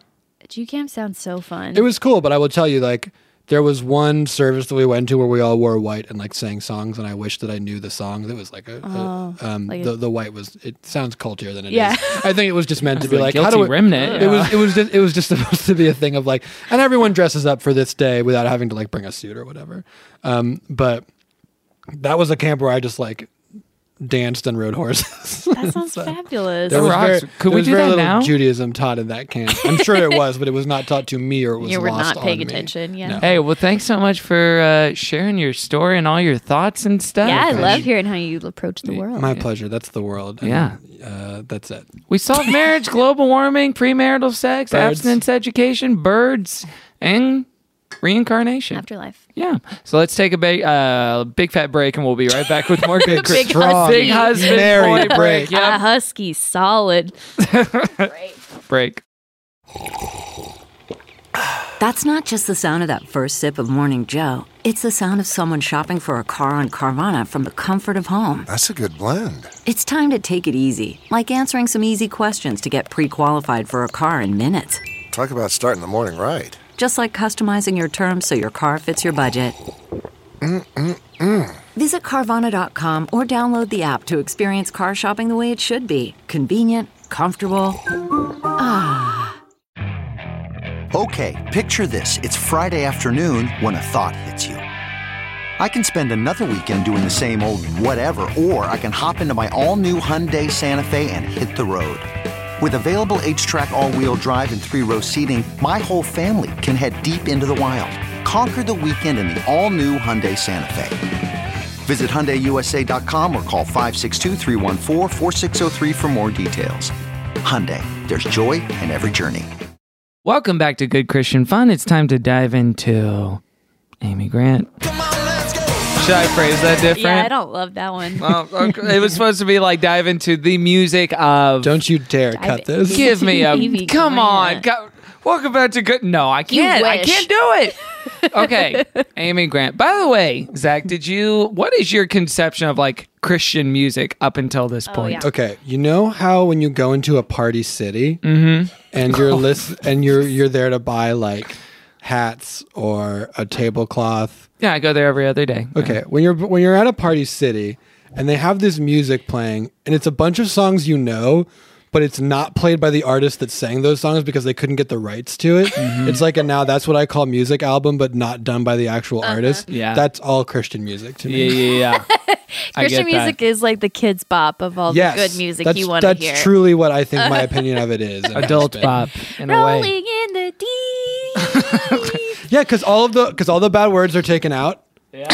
[SPEAKER 3] Jew camp sounds so fun.
[SPEAKER 8] It was cool, but I will tell you, like, there was one service that we went to where we all wore white and like sang songs, and I wish that I knew the songs. It was like a, a- um,
[SPEAKER 3] Oh, like a-
[SPEAKER 8] the the white was. It sounds cultier than it is.
[SPEAKER 3] Yeah.
[SPEAKER 8] I think it was just meant to be
[SPEAKER 2] like
[SPEAKER 8] like, how do
[SPEAKER 2] guilty
[SPEAKER 8] we-
[SPEAKER 2] remnant,
[SPEAKER 8] It
[SPEAKER 2] yeah.
[SPEAKER 8] was it was just, it was just *laughs* supposed to be a thing of like, and everyone dresses up for this day without having to like bring a suit or whatever. Um, but that was a camp where I just like danced and rode horses. *laughs*
[SPEAKER 3] that sounds fabulous.
[SPEAKER 8] There was
[SPEAKER 2] rocks.
[SPEAKER 8] very,
[SPEAKER 2] Could
[SPEAKER 8] there
[SPEAKER 2] we
[SPEAKER 8] was
[SPEAKER 2] do
[SPEAKER 8] very
[SPEAKER 2] that
[SPEAKER 8] little
[SPEAKER 2] now?
[SPEAKER 8] Judaism taught in that camp. I'm sure it was, but it was not taught to me, or it was
[SPEAKER 3] *laughs* You were
[SPEAKER 8] lost
[SPEAKER 3] not paying
[SPEAKER 8] on me.
[SPEAKER 3] attention, yeah.
[SPEAKER 8] No.
[SPEAKER 2] *laughs* Hey, well, thanks so much for uh, sharing your story and all your thoughts and stuff.
[SPEAKER 3] yeah, I love hearing how you approach the world.
[SPEAKER 8] My pleasure. That's the world. And,
[SPEAKER 2] Yeah.
[SPEAKER 8] uh, that's it.
[SPEAKER 2] We solved
[SPEAKER 3] *laughs*
[SPEAKER 2] marriage, global warming, premarital sex,
[SPEAKER 8] Birds.
[SPEAKER 2] abstinence education, birds, and reincarnation.
[SPEAKER 3] Afterlife.
[SPEAKER 2] Yeah. So let's take a big, uh, big fat break, and we'll be right back
[SPEAKER 3] *laughs*
[SPEAKER 2] with more good Christian-
[SPEAKER 8] strong,
[SPEAKER 2] big husband
[SPEAKER 8] married
[SPEAKER 2] boy break.
[SPEAKER 8] break.
[SPEAKER 2] Yep.
[SPEAKER 3] A husky, solid.
[SPEAKER 2] break.
[SPEAKER 9] That's not just the sound of that first sip of Morning Joe. It's the sound of someone shopping for a car on Carvana from the comfort of home.
[SPEAKER 6] That's a good blend.
[SPEAKER 9] It's time to take it easy, like answering some easy questions to get pre qualified for a car in minutes.
[SPEAKER 6] Talk about starting the morning right.
[SPEAKER 9] Just like customizing your terms so your car fits your budget. Visit Carvana.com or download the app to experience car shopping the way it should be convenient, comfortable.
[SPEAKER 4] Okay, picture this. It's Friday afternoon when a thought hits you. I can spend another weekend doing the same old whatever, or I can hop into my all new Hyundai Santa Fe and hit the road. With available H track, all wheel drive, and three row seating, my whole family can head deep into the wild. Conquer the weekend in the all new Hyundai Santa Fe. Visit HyundaiUSA.com or call 562-314-4603 for more details. Hyundai, there's joy in every journey.
[SPEAKER 2] Welcome back to Good Christian Fun. It's time to dive into Amy Grant. Should I phrase that different?
[SPEAKER 3] Yeah, I don't love that one.
[SPEAKER 2] Well, okay, it was supposed to be like dive into the music of.
[SPEAKER 8] Don't you dare cut this.
[SPEAKER 2] give me a.
[SPEAKER 3] Amy
[SPEAKER 2] come on,
[SPEAKER 3] Grant.
[SPEAKER 2] go, welcome back to good. No, I can't. I
[SPEAKER 3] wish.
[SPEAKER 2] can't do it.
[SPEAKER 3] *laughs*
[SPEAKER 2] Okay, Amy Grant. By the way, Zach, did you? What is your conception of like Christian music up until
[SPEAKER 3] Oh,
[SPEAKER 2] this point?
[SPEAKER 8] Okay, you know how when you go into a party city
[SPEAKER 2] Mm-hmm.
[SPEAKER 8] and
[SPEAKER 2] *laughs*
[SPEAKER 8] you're list and you're you're there to buy like hats or a tablecloth.
[SPEAKER 2] Yeah, I go there every other day.
[SPEAKER 8] Okay, when you're when you're at a party city and they have this music playing and it's a bunch of songs you know, but it's not played by the artist that sang those songs because they couldn't get the rights to it.
[SPEAKER 2] Mm-hmm.
[SPEAKER 8] It's like a now that's what I call music album, but not done by the actual
[SPEAKER 3] Uh-huh.
[SPEAKER 8] artist.
[SPEAKER 2] Yeah.
[SPEAKER 8] that's all Christian music to
[SPEAKER 2] Yeah,
[SPEAKER 8] me.
[SPEAKER 2] yeah, yeah. I
[SPEAKER 3] Christian
[SPEAKER 2] get that.
[SPEAKER 3] music is like the kids' bop of all
[SPEAKER 8] Yes,
[SPEAKER 3] the good music
[SPEAKER 8] that's,
[SPEAKER 3] you want to
[SPEAKER 8] That's
[SPEAKER 3] hear.
[SPEAKER 8] truly what I think
[SPEAKER 3] *laughs*
[SPEAKER 8] my opinion of it is. and
[SPEAKER 2] *laughs*
[SPEAKER 8] has
[SPEAKER 2] Adult
[SPEAKER 8] been.
[SPEAKER 2] pop in a
[SPEAKER 3] Rolling
[SPEAKER 2] way.
[SPEAKER 3] in the
[SPEAKER 2] *laughs*
[SPEAKER 3] deep.
[SPEAKER 8] Yeah, because all of the because all the bad words are taken out
[SPEAKER 3] *laughs*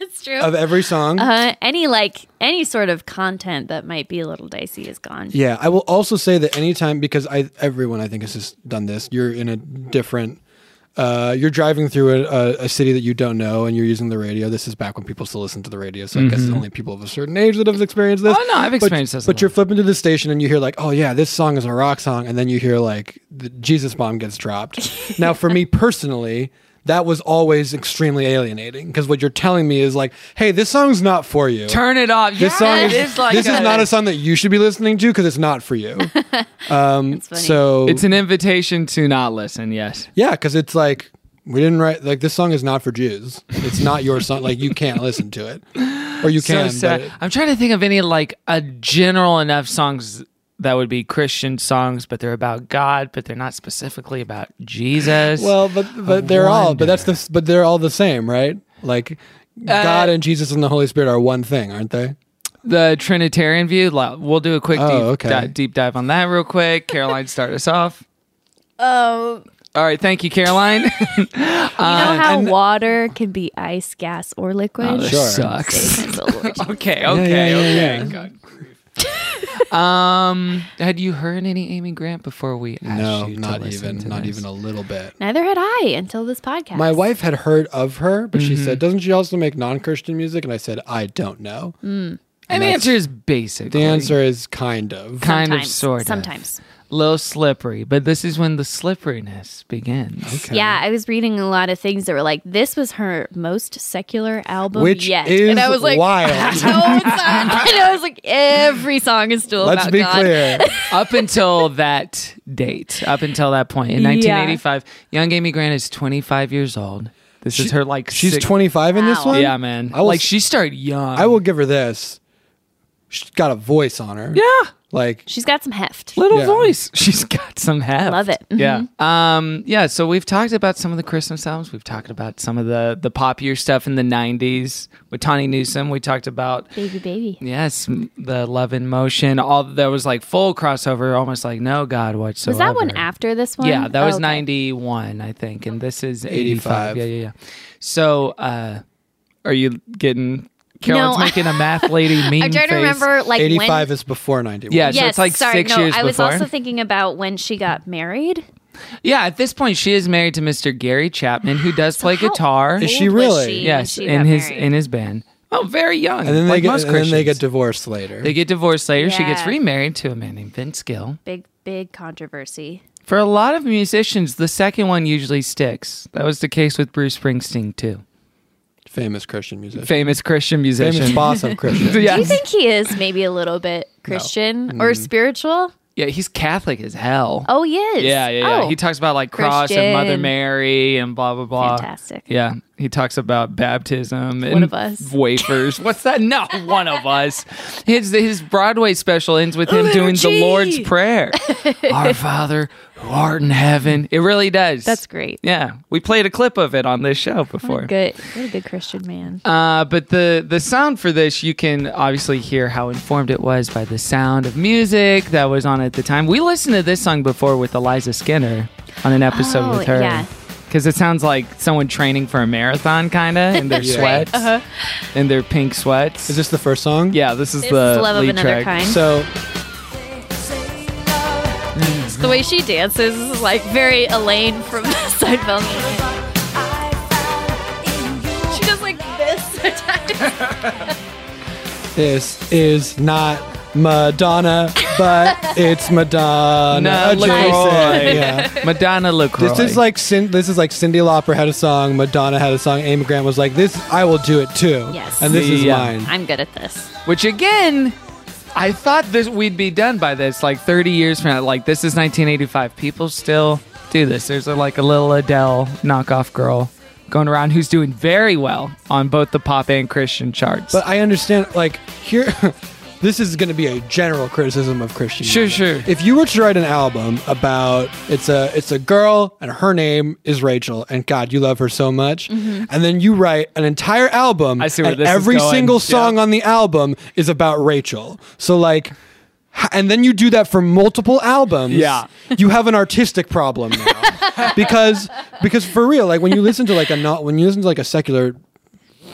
[SPEAKER 3] it's true.
[SPEAKER 8] of every song.
[SPEAKER 3] uh, any like any sort of content that might be a little dicey is gone.
[SPEAKER 8] Yeah, I will also say that anytime because I everyone I think has just done this. You're in a different uh, you're driving through a, a, a city that you don't know and you're using the radio. This is back when people still listened to the radio, so I guess it's
[SPEAKER 2] Mhm.
[SPEAKER 8] only people of a certain age that have experienced this.
[SPEAKER 2] Oh, no, I've
[SPEAKER 8] But-
[SPEAKER 2] experienced this a
[SPEAKER 8] But
[SPEAKER 2] lot.
[SPEAKER 8] you're flipping to the station and you hear like, oh yeah, this song is a rock song, and then you hear like the Jesus bomb
[SPEAKER 2] *laughs*
[SPEAKER 8] gets dropped. now, for me personally. That was always extremely alienating because what you're telling me is like, hey, this song's not for you.
[SPEAKER 2] Turn it off.
[SPEAKER 8] This
[SPEAKER 2] Yeah,
[SPEAKER 8] song
[SPEAKER 2] it
[SPEAKER 8] is,
[SPEAKER 2] is like
[SPEAKER 8] this is
[SPEAKER 2] a-
[SPEAKER 8] not a song that you should be listening to because it's not
[SPEAKER 2] *laughs*
[SPEAKER 8] for you. Um, so
[SPEAKER 2] it's an invitation to not listen. Yes.
[SPEAKER 8] yeah, because it's like we didn't write like this song is not for Jews. It's not your song. Like you can't listen to it, or you
[SPEAKER 2] So
[SPEAKER 8] can.
[SPEAKER 2] sad.
[SPEAKER 8] but
[SPEAKER 2] I'm trying to think of any like a general enough songs that would be Christian songs, but they're about God, but they're not specifically about Jesus.
[SPEAKER 8] well, but
[SPEAKER 2] Oh,
[SPEAKER 8] but they're all. But that's the. But they're all the same, right? Like
[SPEAKER 2] Uh,
[SPEAKER 8] God and Jesus and the Holy Spirit are one thing, aren't they?
[SPEAKER 2] the Trinitarian view. lo- We'll do a quick
[SPEAKER 8] Oh,
[SPEAKER 2] deep,
[SPEAKER 8] okay.
[SPEAKER 2] di- deep dive on that real quick. Caroline, start us
[SPEAKER 3] *laughs*
[SPEAKER 2] off.
[SPEAKER 3] Oh,
[SPEAKER 2] All right, thank you,
[SPEAKER 3] *laughs*
[SPEAKER 2] Caroline.
[SPEAKER 3] you know how water can be ice, gas, or liquid.
[SPEAKER 2] Oh, this Sure. sucks.
[SPEAKER 3] Statements of origin.
[SPEAKER 2] okay, okay,
[SPEAKER 8] yeah, yeah,
[SPEAKER 2] okay. God grief. um, had you heard any Amy Grant before we asked
[SPEAKER 8] No,
[SPEAKER 2] you to
[SPEAKER 8] not
[SPEAKER 2] listen
[SPEAKER 8] even,
[SPEAKER 2] to
[SPEAKER 8] not
[SPEAKER 2] this?
[SPEAKER 8] even a little bit.
[SPEAKER 3] Neither had I until this podcast.
[SPEAKER 8] My wife had heard of her, but
[SPEAKER 2] Mm-hmm.
[SPEAKER 8] she said, "Doesn't she also make non-Christian music?" And I said, "I don't know."
[SPEAKER 2] And the answer is basic.
[SPEAKER 8] The answer is kind of.
[SPEAKER 2] kind of
[SPEAKER 3] Sometimes.
[SPEAKER 2] sort of
[SPEAKER 3] Sometimes.
[SPEAKER 2] little slippery but this is when the slipperiness begins
[SPEAKER 8] Okay.
[SPEAKER 3] Yeah, I was reading a lot of things that were like, this was her most secular album
[SPEAKER 8] Which
[SPEAKER 3] yet.
[SPEAKER 8] is
[SPEAKER 3] and I was like,
[SPEAKER 8] wild.
[SPEAKER 3] *laughs* no, it's not. And I was like, every song is still
[SPEAKER 8] Let's
[SPEAKER 3] about
[SPEAKER 8] be
[SPEAKER 3] God. *laughs*
[SPEAKER 8] clear.
[SPEAKER 2] up until that date up until that point in
[SPEAKER 3] Yeah.
[SPEAKER 2] 1985 young amy grant is 25 years old this is her like
[SPEAKER 8] She's
[SPEAKER 2] six-
[SPEAKER 8] 25 in this
[SPEAKER 3] Wow.
[SPEAKER 8] one.
[SPEAKER 2] yeah man
[SPEAKER 8] I will
[SPEAKER 2] like
[SPEAKER 8] s-
[SPEAKER 2] she started young
[SPEAKER 8] I will give her this. She's got a voice on her.
[SPEAKER 2] yeah
[SPEAKER 8] Like
[SPEAKER 3] She's got some heft.
[SPEAKER 2] little
[SPEAKER 8] Yeah.
[SPEAKER 2] voice *laughs* she's got some heft
[SPEAKER 3] Love it. Mm-hmm.
[SPEAKER 2] yeah um yeah so we've talked about some of the christmas albums we've talked about some of the the popular stuff in the 90s with tawny newsom we talked about
[SPEAKER 3] Baby, baby.
[SPEAKER 2] Yes, m- the love in motion. All there was like full crossover, almost like no God whatsoever.
[SPEAKER 3] Was that one after this one? Oh,
[SPEAKER 2] Yeah, that was
[SPEAKER 3] Okay.
[SPEAKER 2] ninety one, I think, and this is eighty
[SPEAKER 8] 85.
[SPEAKER 2] five. Yeah, yeah, yeah. So, uh, are you getting? Carolyn's
[SPEAKER 3] No.
[SPEAKER 2] making a math lady meme.
[SPEAKER 3] *laughs* I'm trying to
[SPEAKER 2] face.
[SPEAKER 3] remember like
[SPEAKER 8] 85
[SPEAKER 3] when.
[SPEAKER 8] is before 91.
[SPEAKER 2] Yeah, so
[SPEAKER 3] yes,
[SPEAKER 2] it's like
[SPEAKER 3] sorry,
[SPEAKER 2] six
[SPEAKER 3] no,
[SPEAKER 2] years
[SPEAKER 3] I was
[SPEAKER 2] before.
[SPEAKER 3] also thinking about when she got married.
[SPEAKER 2] yeah, at this point, she is married to Mr. Gary Chapman, who does play
[SPEAKER 3] how
[SPEAKER 2] guitar.
[SPEAKER 8] Is she
[SPEAKER 3] Old was
[SPEAKER 8] really?
[SPEAKER 3] she when
[SPEAKER 2] yes,
[SPEAKER 3] she
[SPEAKER 2] in
[SPEAKER 3] got
[SPEAKER 2] his
[SPEAKER 3] married?
[SPEAKER 2] in his band. Oh, very young.
[SPEAKER 8] And then
[SPEAKER 2] like
[SPEAKER 8] they get
[SPEAKER 2] most
[SPEAKER 8] and then they get
[SPEAKER 2] Christians.
[SPEAKER 8] divorced later.
[SPEAKER 2] They get divorced later. She gets
[SPEAKER 3] Yeah.
[SPEAKER 2] remarried to a man named Vince Gill.
[SPEAKER 3] big, big controversy.
[SPEAKER 2] For a lot of musicians, the second one usually sticks. That was the case with Bruce Springsteen too.
[SPEAKER 8] Famous Christian music.
[SPEAKER 2] Famous Christian musician. *laughs*
[SPEAKER 8] Famous boss of Christian.
[SPEAKER 3] Do you
[SPEAKER 2] yes.
[SPEAKER 3] think he is maybe a little bit Christian
[SPEAKER 8] Mm-hmm.
[SPEAKER 3] or spiritual?
[SPEAKER 2] Yeah, he's Catholic as hell.
[SPEAKER 3] Oh, he is.
[SPEAKER 2] yeah, yeah, yeah.
[SPEAKER 3] Oh,
[SPEAKER 2] he talks about like cross and Mother
[SPEAKER 3] Christian.
[SPEAKER 2] Mary and blah blah blah.
[SPEAKER 3] Fantastic.
[SPEAKER 2] Yeah, he talks about baptism and
[SPEAKER 3] of us.
[SPEAKER 2] wafers. What's that?
[SPEAKER 3] *laughs*
[SPEAKER 2] No, one of us. His his Broadway special ends with him doing the
[SPEAKER 3] Liturgy.
[SPEAKER 2] Lord's
[SPEAKER 3] *laughs*
[SPEAKER 2] Prayer. Our Father who art in heaven. It really does.
[SPEAKER 3] That's Oh great.
[SPEAKER 2] Yeah, we played a clip of it on this show before.
[SPEAKER 3] What a good, what a good Christian man.
[SPEAKER 2] Uh, but the the sound for this, you can obviously hear how informed it was by the sound of music that was on at the time. We listened to this song before with Eliza Skinner on an episode
[SPEAKER 3] Oh,
[SPEAKER 2] with her.
[SPEAKER 3] yeah.
[SPEAKER 2] Because it sounds like someone training for a marathon, kind of,
[SPEAKER 3] *laughs*
[SPEAKER 2] in their sweats,
[SPEAKER 3] Uh-huh.
[SPEAKER 2] in their pink sweats.
[SPEAKER 8] Is this the first song?
[SPEAKER 2] yeah, this is
[SPEAKER 3] This
[SPEAKER 2] the
[SPEAKER 3] is Love of
[SPEAKER 2] lead
[SPEAKER 3] Another
[SPEAKER 2] track.
[SPEAKER 3] Kind.
[SPEAKER 8] So
[SPEAKER 3] the way she dances is like very Elaine from *laughs* Seinfeld. She does like this. *laughs*
[SPEAKER 8] this is not Madonna,
[SPEAKER 3] *laughs*
[SPEAKER 8] but it's Madonna.
[SPEAKER 2] No,
[SPEAKER 8] adjacent.
[SPEAKER 2] LaCroix.
[SPEAKER 8] *laughs* Yeah.
[SPEAKER 2] Madonna LaCroix.
[SPEAKER 8] This is like Cin- this is like Cindy Lauper had a song, Madonna had a song, Amy Grant was like, "This I will do it too."
[SPEAKER 3] Yes.
[SPEAKER 8] and this is
[SPEAKER 2] Yeah.
[SPEAKER 8] mine.
[SPEAKER 3] I'm good at this.
[SPEAKER 2] Which again, I thought this we'd be done by this, like 30 years from now. Like this is 1985. People still do this. There's a, like a little Adele knockoff girl going around who's doing very well on both the pop and Christian charts.
[SPEAKER 8] But I understand, like, here, *laughs* this is going to be a general criticism of Christian.
[SPEAKER 2] Sure,
[SPEAKER 8] music.
[SPEAKER 2] sure.
[SPEAKER 8] If you were to write an album about it's a it's a girl and her name is Rachel, and God, you love her so much, and then you write an entire album,
[SPEAKER 2] Mm-hmm. I see where
[SPEAKER 8] and
[SPEAKER 2] this is
[SPEAKER 8] every
[SPEAKER 2] going.
[SPEAKER 8] single
[SPEAKER 2] Yeah.
[SPEAKER 8] song on the album is about Rachel. So like. h- And then you do that for multiple albums.
[SPEAKER 2] Yeah. *laughs*
[SPEAKER 8] you have an artistic problem now, because because for real, like when you listen to like a not when you listen to like a secular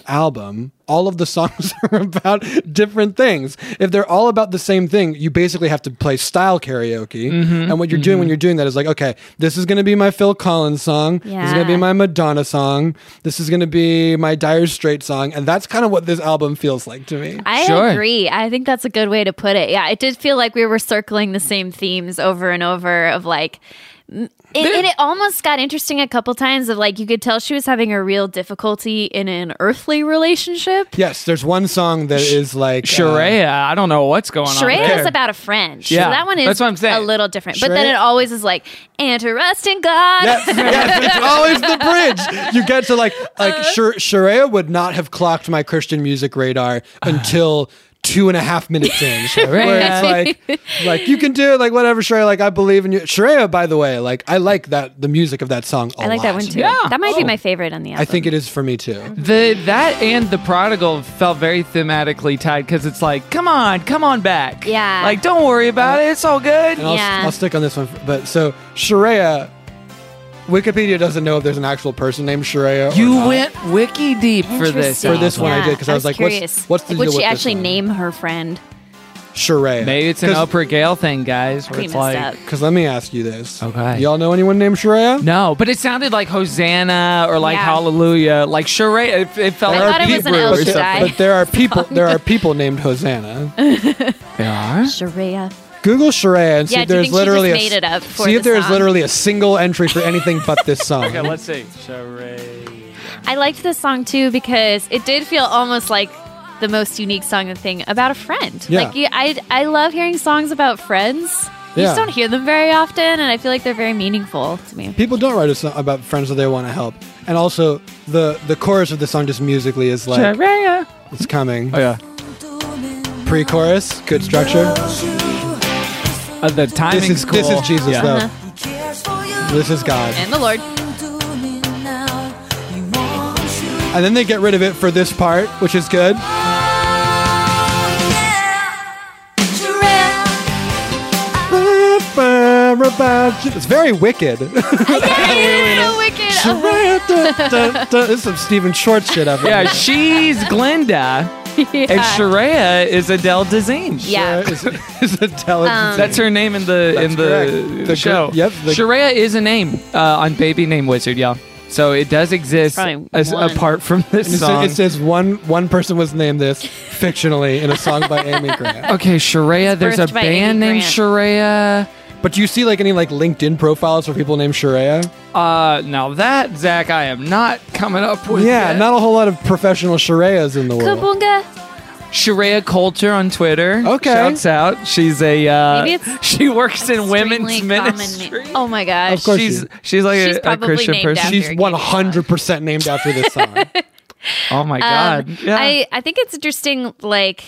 [SPEAKER 8] album, all of the songs *laughs* are about different things. If they're all about the same thing, you basically have to play style karaoke.
[SPEAKER 10] Mhm,
[SPEAKER 8] And what you're doing when you're doing that is like, okay, this is going to be my Phil Collins song. This is going to
[SPEAKER 10] Yeah.
[SPEAKER 8] be my Madonna song. This is going to be my Dire Straits song. And that's kind of what this album feels like to me.
[SPEAKER 3] I agree. I think that's a good way to put it. Yeah, it did feel like we were circling the same themes over and over of like m- it, and it almost got interesting a couple times of like you could tell she was having a real difficulty in an earthly relationship.
[SPEAKER 8] Yes, there's one song that is like
[SPEAKER 2] Sharia.
[SPEAKER 8] uh,
[SPEAKER 2] I don't know what's going on.
[SPEAKER 3] Shrey
[SPEAKER 2] there.
[SPEAKER 3] is about a friend.
[SPEAKER 2] Yeah,
[SPEAKER 3] so that one is
[SPEAKER 2] that's what I'm saying.
[SPEAKER 3] a little different. But then
[SPEAKER 2] Shrey-
[SPEAKER 3] it always is like, and trust in God. *laughs*
[SPEAKER 8] Yes, yes, it's always the bridge. You get to like
[SPEAKER 3] Uh-huh.
[SPEAKER 8] like Shar- Sharia would not have clocked my Christian music radar
[SPEAKER 3] Uh-huh.
[SPEAKER 8] until two and a half minutes
[SPEAKER 3] *laughs*
[SPEAKER 8] in. Where it's like like you can do it, like whatever, Shreya. Like I believe in you. Shreya, by the way, like I like that the music of that song. I
[SPEAKER 3] I like that one too. Mm-hmm. That might be my favorite on the album.
[SPEAKER 8] Oh. I think it is for me too.
[SPEAKER 2] The that and the prodigal felt very thematically tied because it's like, come on, come on back.
[SPEAKER 3] Yeah.
[SPEAKER 2] Like, don't worry about it. It's all good.
[SPEAKER 8] And I'll, I'll stick on this one. But so Sharia, Wikipedia doesn't know if there's an actual person named Sharia. or
[SPEAKER 2] You
[SPEAKER 8] not.
[SPEAKER 2] went wiki deep for this.
[SPEAKER 8] For this one, I did because I was, like,
[SPEAKER 3] curious.
[SPEAKER 8] what's, what's the
[SPEAKER 3] Would
[SPEAKER 8] deal
[SPEAKER 3] she
[SPEAKER 8] with this
[SPEAKER 3] actually name her friend?
[SPEAKER 8] Sharia.
[SPEAKER 2] Maybe it's an
[SPEAKER 8] 'Cause-
[SPEAKER 2] Upper Gale thing, guys. Where
[SPEAKER 3] Pretty
[SPEAKER 2] it's
[SPEAKER 3] messed
[SPEAKER 2] like,
[SPEAKER 3] up.
[SPEAKER 8] Because let me ask you this.
[SPEAKER 2] Okay.
[SPEAKER 8] Y'all know anyone named Sharia?
[SPEAKER 2] No, but it sounded like Hosanna or like
[SPEAKER 3] Yeah.
[SPEAKER 2] Hallelujah, like Sharia. It, it felt
[SPEAKER 3] I
[SPEAKER 2] like
[SPEAKER 3] thought it was an
[SPEAKER 2] Hebrew
[SPEAKER 3] El
[SPEAKER 2] or something.
[SPEAKER 3] Shaddai.
[SPEAKER 8] But there are people. There are people named Hosanna.
[SPEAKER 2] There are.
[SPEAKER 3] Sharia.
[SPEAKER 8] Google Sharia and see
[SPEAKER 3] Yeah,
[SPEAKER 8] if
[SPEAKER 3] do you
[SPEAKER 8] there's
[SPEAKER 3] think she
[SPEAKER 8] literally
[SPEAKER 3] just
[SPEAKER 8] a s-
[SPEAKER 3] made it up for
[SPEAKER 8] see
[SPEAKER 3] the
[SPEAKER 8] if there's
[SPEAKER 3] song?
[SPEAKER 8] literally a single entry for anything but this song.
[SPEAKER 2] Okay, let's see. Sharia.
[SPEAKER 3] I liked this song too because it did feel almost like the most unique song of the thing about a friend.
[SPEAKER 8] Yeah.
[SPEAKER 3] Like you- I, I love hearing songs about friends. You
[SPEAKER 8] Yeah.
[SPEAKER 3] just don't hear them very often, and I feel like they're very meaningful to me.
[SPEAKER 8] People don't write a song about friends that they want to help, and also the the chorus of the song just musically is like
[SPEAKER 2] Sharia.
[SPEAKER 8] it's coming.
[SPEAKER 2] Oh yeah.
[SPEAKER 8] Pre-chorus, good structure.
[SPEAKER 2] Uh, the timing's
[SPEAKER 8] This is
[SPEAKER 2] cool.
[SPEAKER 8] this is Jesus
[SPEAKER 2] Yeah.
[SPEAKER 8] though.
[SPEAKER 3] Uh-huh.
[SPEAKER 8] This is God.
[SPEAKER 3] And the
[SPEAKER 8] *laughs*
[SPEAKER 3] Lord.
[SPEAKER 8] And then they get rid of it for this part, which is good. It's very wicked. *laughs*
[SPEAKER 3] *laughs* Wicked. Oh,
[SPEAKER 8] this is some Stephen Schwartz shit up. in
[SPEAKER 2] Yeah,
[SPEAKER 8] here.
[SPEAKER 2] she's
[SPEAKER 3] *laughs*
[SPEAKER 2] Glenda, and Sharia is Adele Dazeem.
[SPEAKER 8] *laughs*
[SPEAKER 3] Yeah.
[SPEAKER 8] Is, is Adele Dazeem.
[SPEAKER 2] That's her name in the in the,
[SPEAKER 8] correct. The
[SPEAKER 2] show.
[SPEAKER 8] gr- yep, the-
[SPEAKER 2] Sharia is a name uh, on Baby Name Wizard, y'all. So it does exist
[SPEAKER 3] Probably
[SPEAKER 2] as,
[SPEAKER 3] one.
[SPEAKER 2] apart from
[SPEAKER 8] And it
[SPEAKER 2] this
[SPEAKER 8] sa-
[SPEAKER 2] song.
[SPEAKER 8] It says one one person was named this fictionally in a song by Amy Grant.
[SPEAKER 2] okay, Sharia. There's a
[SPEAKER 3] birthed by
[SPEAKER 2] band
[SPEAKER 3] Amy
[SPEAKER 2] named
[SPEAKER 3] Grant.
[SPEAKER 2] Sharia.
[SPEAKER 8] But do you see like any like LinkedIn profiles for people named Sharia?
[SPEAKER 2] Uh, now that Zach, I am not coming up with.
[SPEAKER 8] Yeah,
[SPEAKER 2] yet.
[SPEAKER 8] not a whole lot of professional Sharias in the world.
[SPEAKER 3] Kabunga.
[SPEAKER 2] Sharia Coulter on Twitter.
[SPEAKER 8] Okay.
[SPEAKER 2] shouts out. She's a. Uh,
[SPEAKER 3] Maybe it's
[SPEAKER 2] she works in women's
[SPEAKER 3] Extremely
[SPEAKER 2] ministry.
[SPEAKER 3] common name. Oh my gosh.
[SPEAKER 8] Of course
[SPEAKER 2] She's
[SPEAKER 8] she-
[SPEAKER 2] she's like
[SPEAKER 3] She's
[SPEAKER 2] a, a
[SPEAKER 3] probably
[SPEAKER 2] Christian
[SPEAKER 3] named
[SPEAKER 2] person.
[SPEAKER 3] after
[SPEAKER 8] She's
[SPEAKER 3] Gabby
[SPEAKER 8] one hundred percent named after this song.
[SPEAKER 3] *laughs*
[SPEAKER 2] oh my
[SPEAKER 3] Um,
[SPEAKER 2] god! yeah.
[SPEAKER 3] I, I think it's interesting, like,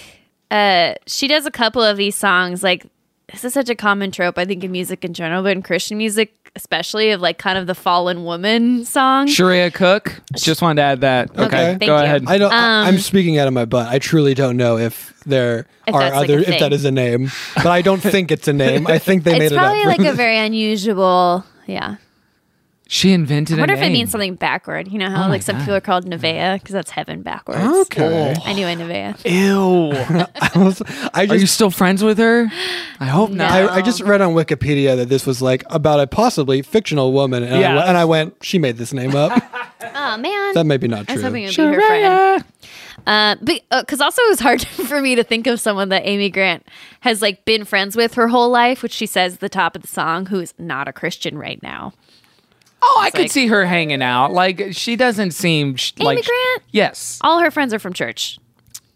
[SPEAKER 3] uh, she does a couple of these songs. Like, this is such a common trope, I think, in music in general, but in Christian music especially, of like kind of the fallen woman song.
[SPEAKER 2] Sharia Cook. Just wanted to add that. Okay,
[SPEAKER 8] thank
[SPEAKER 2] go
[SPEAKER 3] you.
[SPEAKER 2] ahead.
[SPEAKER 8] I don't. I- I'm speaking out of my butt. I truly don't know if there
[SPEAKER 3] Um, If
[SPEAKER 8] are
[SPEAKER 3] that's, like,
[SPEAKER 8] other.
[SPEAKER 3] a
[SPEAKER 8] if that
[SPEAKER 3] thing.
[SPEAKER 8] is a name, but I don't think
[SPEAKER 3] *laughs*
[SPEAKER 8] it's a name. I think they made
[SPEAKER 3] It's
[SPEAKER 8] it up.
[SPEAKER 3] probably
[SPEAKER 8] *laughs*
[SPEAKER 3] like a very unusual, yeah.
[SPEAKER 2] She invented.
[SPEAKER 3] I wonder
[SPEAKER 2] a
[SPEAKER 3] if it
[SPEAKER 2] name.
[SPEAKER 3] means something backward. You know
[SPEAKER 8] Oh
[SPEAKER 3] how like some people are called Nevea because that's heaven backwards.
[SPEAKER 8] Okay.
[SPEAKER 3] I knew a Nevea.
[SPEAKER 2] Ew.
[SPEAKER 8] I, was-
[SPEAKER 2] Are
[SPEAKER 8] I
[SPEAKER 2] you
[SPEAKER 8] just.
[SPEAKER 2] still friends with her? I hope
[SPEAKER 3] No.
[SPEAKER 2] not.
[SPEAKER 8] I, I just read on Wikipedia that this was like about a possibly fictional woman, and, I,
[SPEAKER 2] Yeah.
[SPEAKER 8] went- and I went, she made this name up.
[SPEAKER 3] *laughs* Oh man.
[SPEAKER 8] that may be not
[SPEAKER 3] I was hoping
[SPEAKER 8] true.
[SPEAKER 3] it would be her friend. Uh, but because also it was hard *laughs* for me to think of someone that Amy Grant has like been friends with her whole life, which she says at the top of the song, who is not a Christian right now.
[SPEAKER 2] Oh, I could
[SPEAKER 3] like-
[SPEAKER 2] see her hanging out. Like she doesn't seem sh-
[SPEAKER 3] Amy
[SPEAKER 2] like
[SPEAKER 3] Grant?
[SPEAKER 2] Yes.
[SPEAKER 3] All her friends are from church.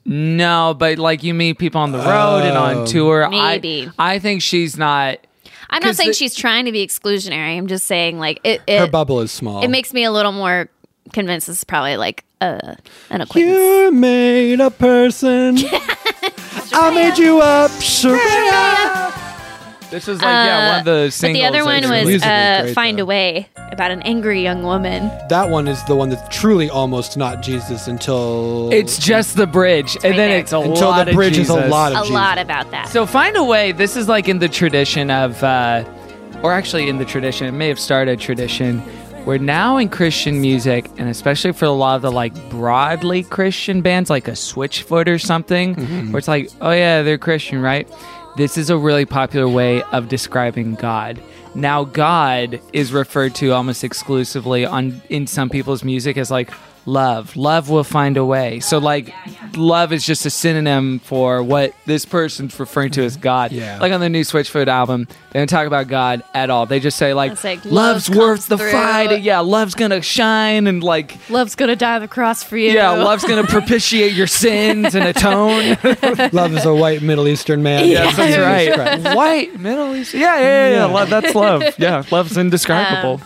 [SPEAKER 2] No, but like you meet people on the road and on tour.
[SPEAKER 3] Maybe.
[SPEAKER 2] I, I think she's not.
[SPEAKER 3] I'm not
[SPEAKER 2] 'Cause
[SPEAKER 3] saying
[SPEAKER 2] the-
[SPEAKER 3] she's trying to be exclusionary. I'm just saying like it.
[SPEAKER 8] Her
[SPEAKER 3] it
[SPEAKER 8] bubble is small.
[SPEAKER 3] it makes me a little more convinced this is probably like a an acquaintance.
[SPEAKER 8] you made
[SPEAKER 3] *laughs*
[SPEAKER 8] a person. I made you up, Sharia.
[SPEAKER 2] This was like yeah one of the
[SPEAKER 3] Uh, But
[SPEAKER 2] singles.
[SPEAKER 3] the other
[SPEAKER 2] I
[SPEAKER 3] one
[SPEAKER 2] think.
[SPEAKER 3] was
[SPEAKER 8] Musically
[SPEAKER 3] uh,
[SPEAKER 8] great,
[SPEAKER 3] Find
[SPEAKER 8] though.
[SPEAKER 3] a Way about an angry young woman.
[SPEAKER 8] That one is the one that's truly almost not Jesus until
[SPEAKER 2] It's just the bridge, and
[SPEAKER 3] right
[SPEAKER 2] then
[SPEAKER 3] there.
[SPEAKER 2] it's a
[SPEAKER 8] Until
[SPEAKER 2] lot
[SPEAKER 8] the
[SPEAKER 2] of
[SPEAKER 8] bridge is a
[SPEAKER 2] Jesus.
[SPEAKER 8] lot of-
[SPEAKER 3] A
[SPEAKER 8] Oh, Jesus.
[SPEAKER 3] lot about that.
[SPEAKER 2] So find a way. This is like in the tradition of, uh, or actually in the tradition, it may have started a tradition We're now in Christian music, and especially for a lot of the like broadly Christian bands, like a Switchfoot or something, where it's like, oh yeah, they're Christian, right? This is a really popular way of describing God. Now, God is referred to almost exclusively on in some people's music as like love. Love will find a way. So, like, love is just a synonym for what this person's referring to as God.
[SPEAKER 8] Yeah.
[SPEAKER 2] Like on the new Switchfoot album, they don't talk about God at all. They just say like
[SPEAKER 3] It's like,
[SPEAKER 2] love's
[SPEAKER 3] love
[SPEAKER 2] worth
[SPEAKER 3] comes
[SPEAKER 2] the
[SPEAKER 3] through.
[SPEAKER 2] fight. Yeah, love's gonna shine and like
[SPEAKER 3] Love's gonna die on the cross for you.
[SPEAKER 2] yeah, love's gonna propitiate your sins and *laughs* atone.
[SPEAKER 8] Love is a white Middle Eastern man.
[SPEAKER 2] Yes, that's right. White Middle East. Yeah, yeah, yeah. yeah. Lo- that's love. Yeah, love's indescribable.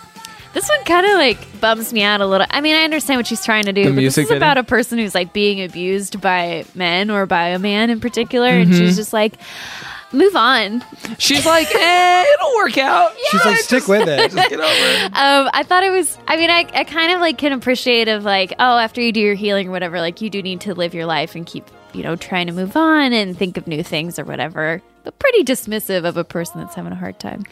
[SPEAKER 3] This one kind of like bums me out a little. I mean, I understand what she's trying to do,
[SPEAKER 2] The
[SPEAKER 3] but this
[SPEAKER 2] music
[SPEAKER 3] is
[SPEAKER 2] video?
[SPEAKER 3] about a person who's like being abused by men or by a man in particular, and
[SPEAKER 2] Mm-hmm.
[SPEAKER 3] she's just like, move on.
[SPEAKER 2] She's like, eh, it'll work out.
[SPEAKER 8] She's like, stick with it.
[SPEAKER 2] Get over it.
[SPEAKER 3] Um, I thought it was. I mean, I, I kind of like can appreciate of like, oh, after you do your healing or whatever, like you do need to live your life and keep, you know, trying to move on and think of new things or whatever. But pretty dismissive of a person that's having a hard time.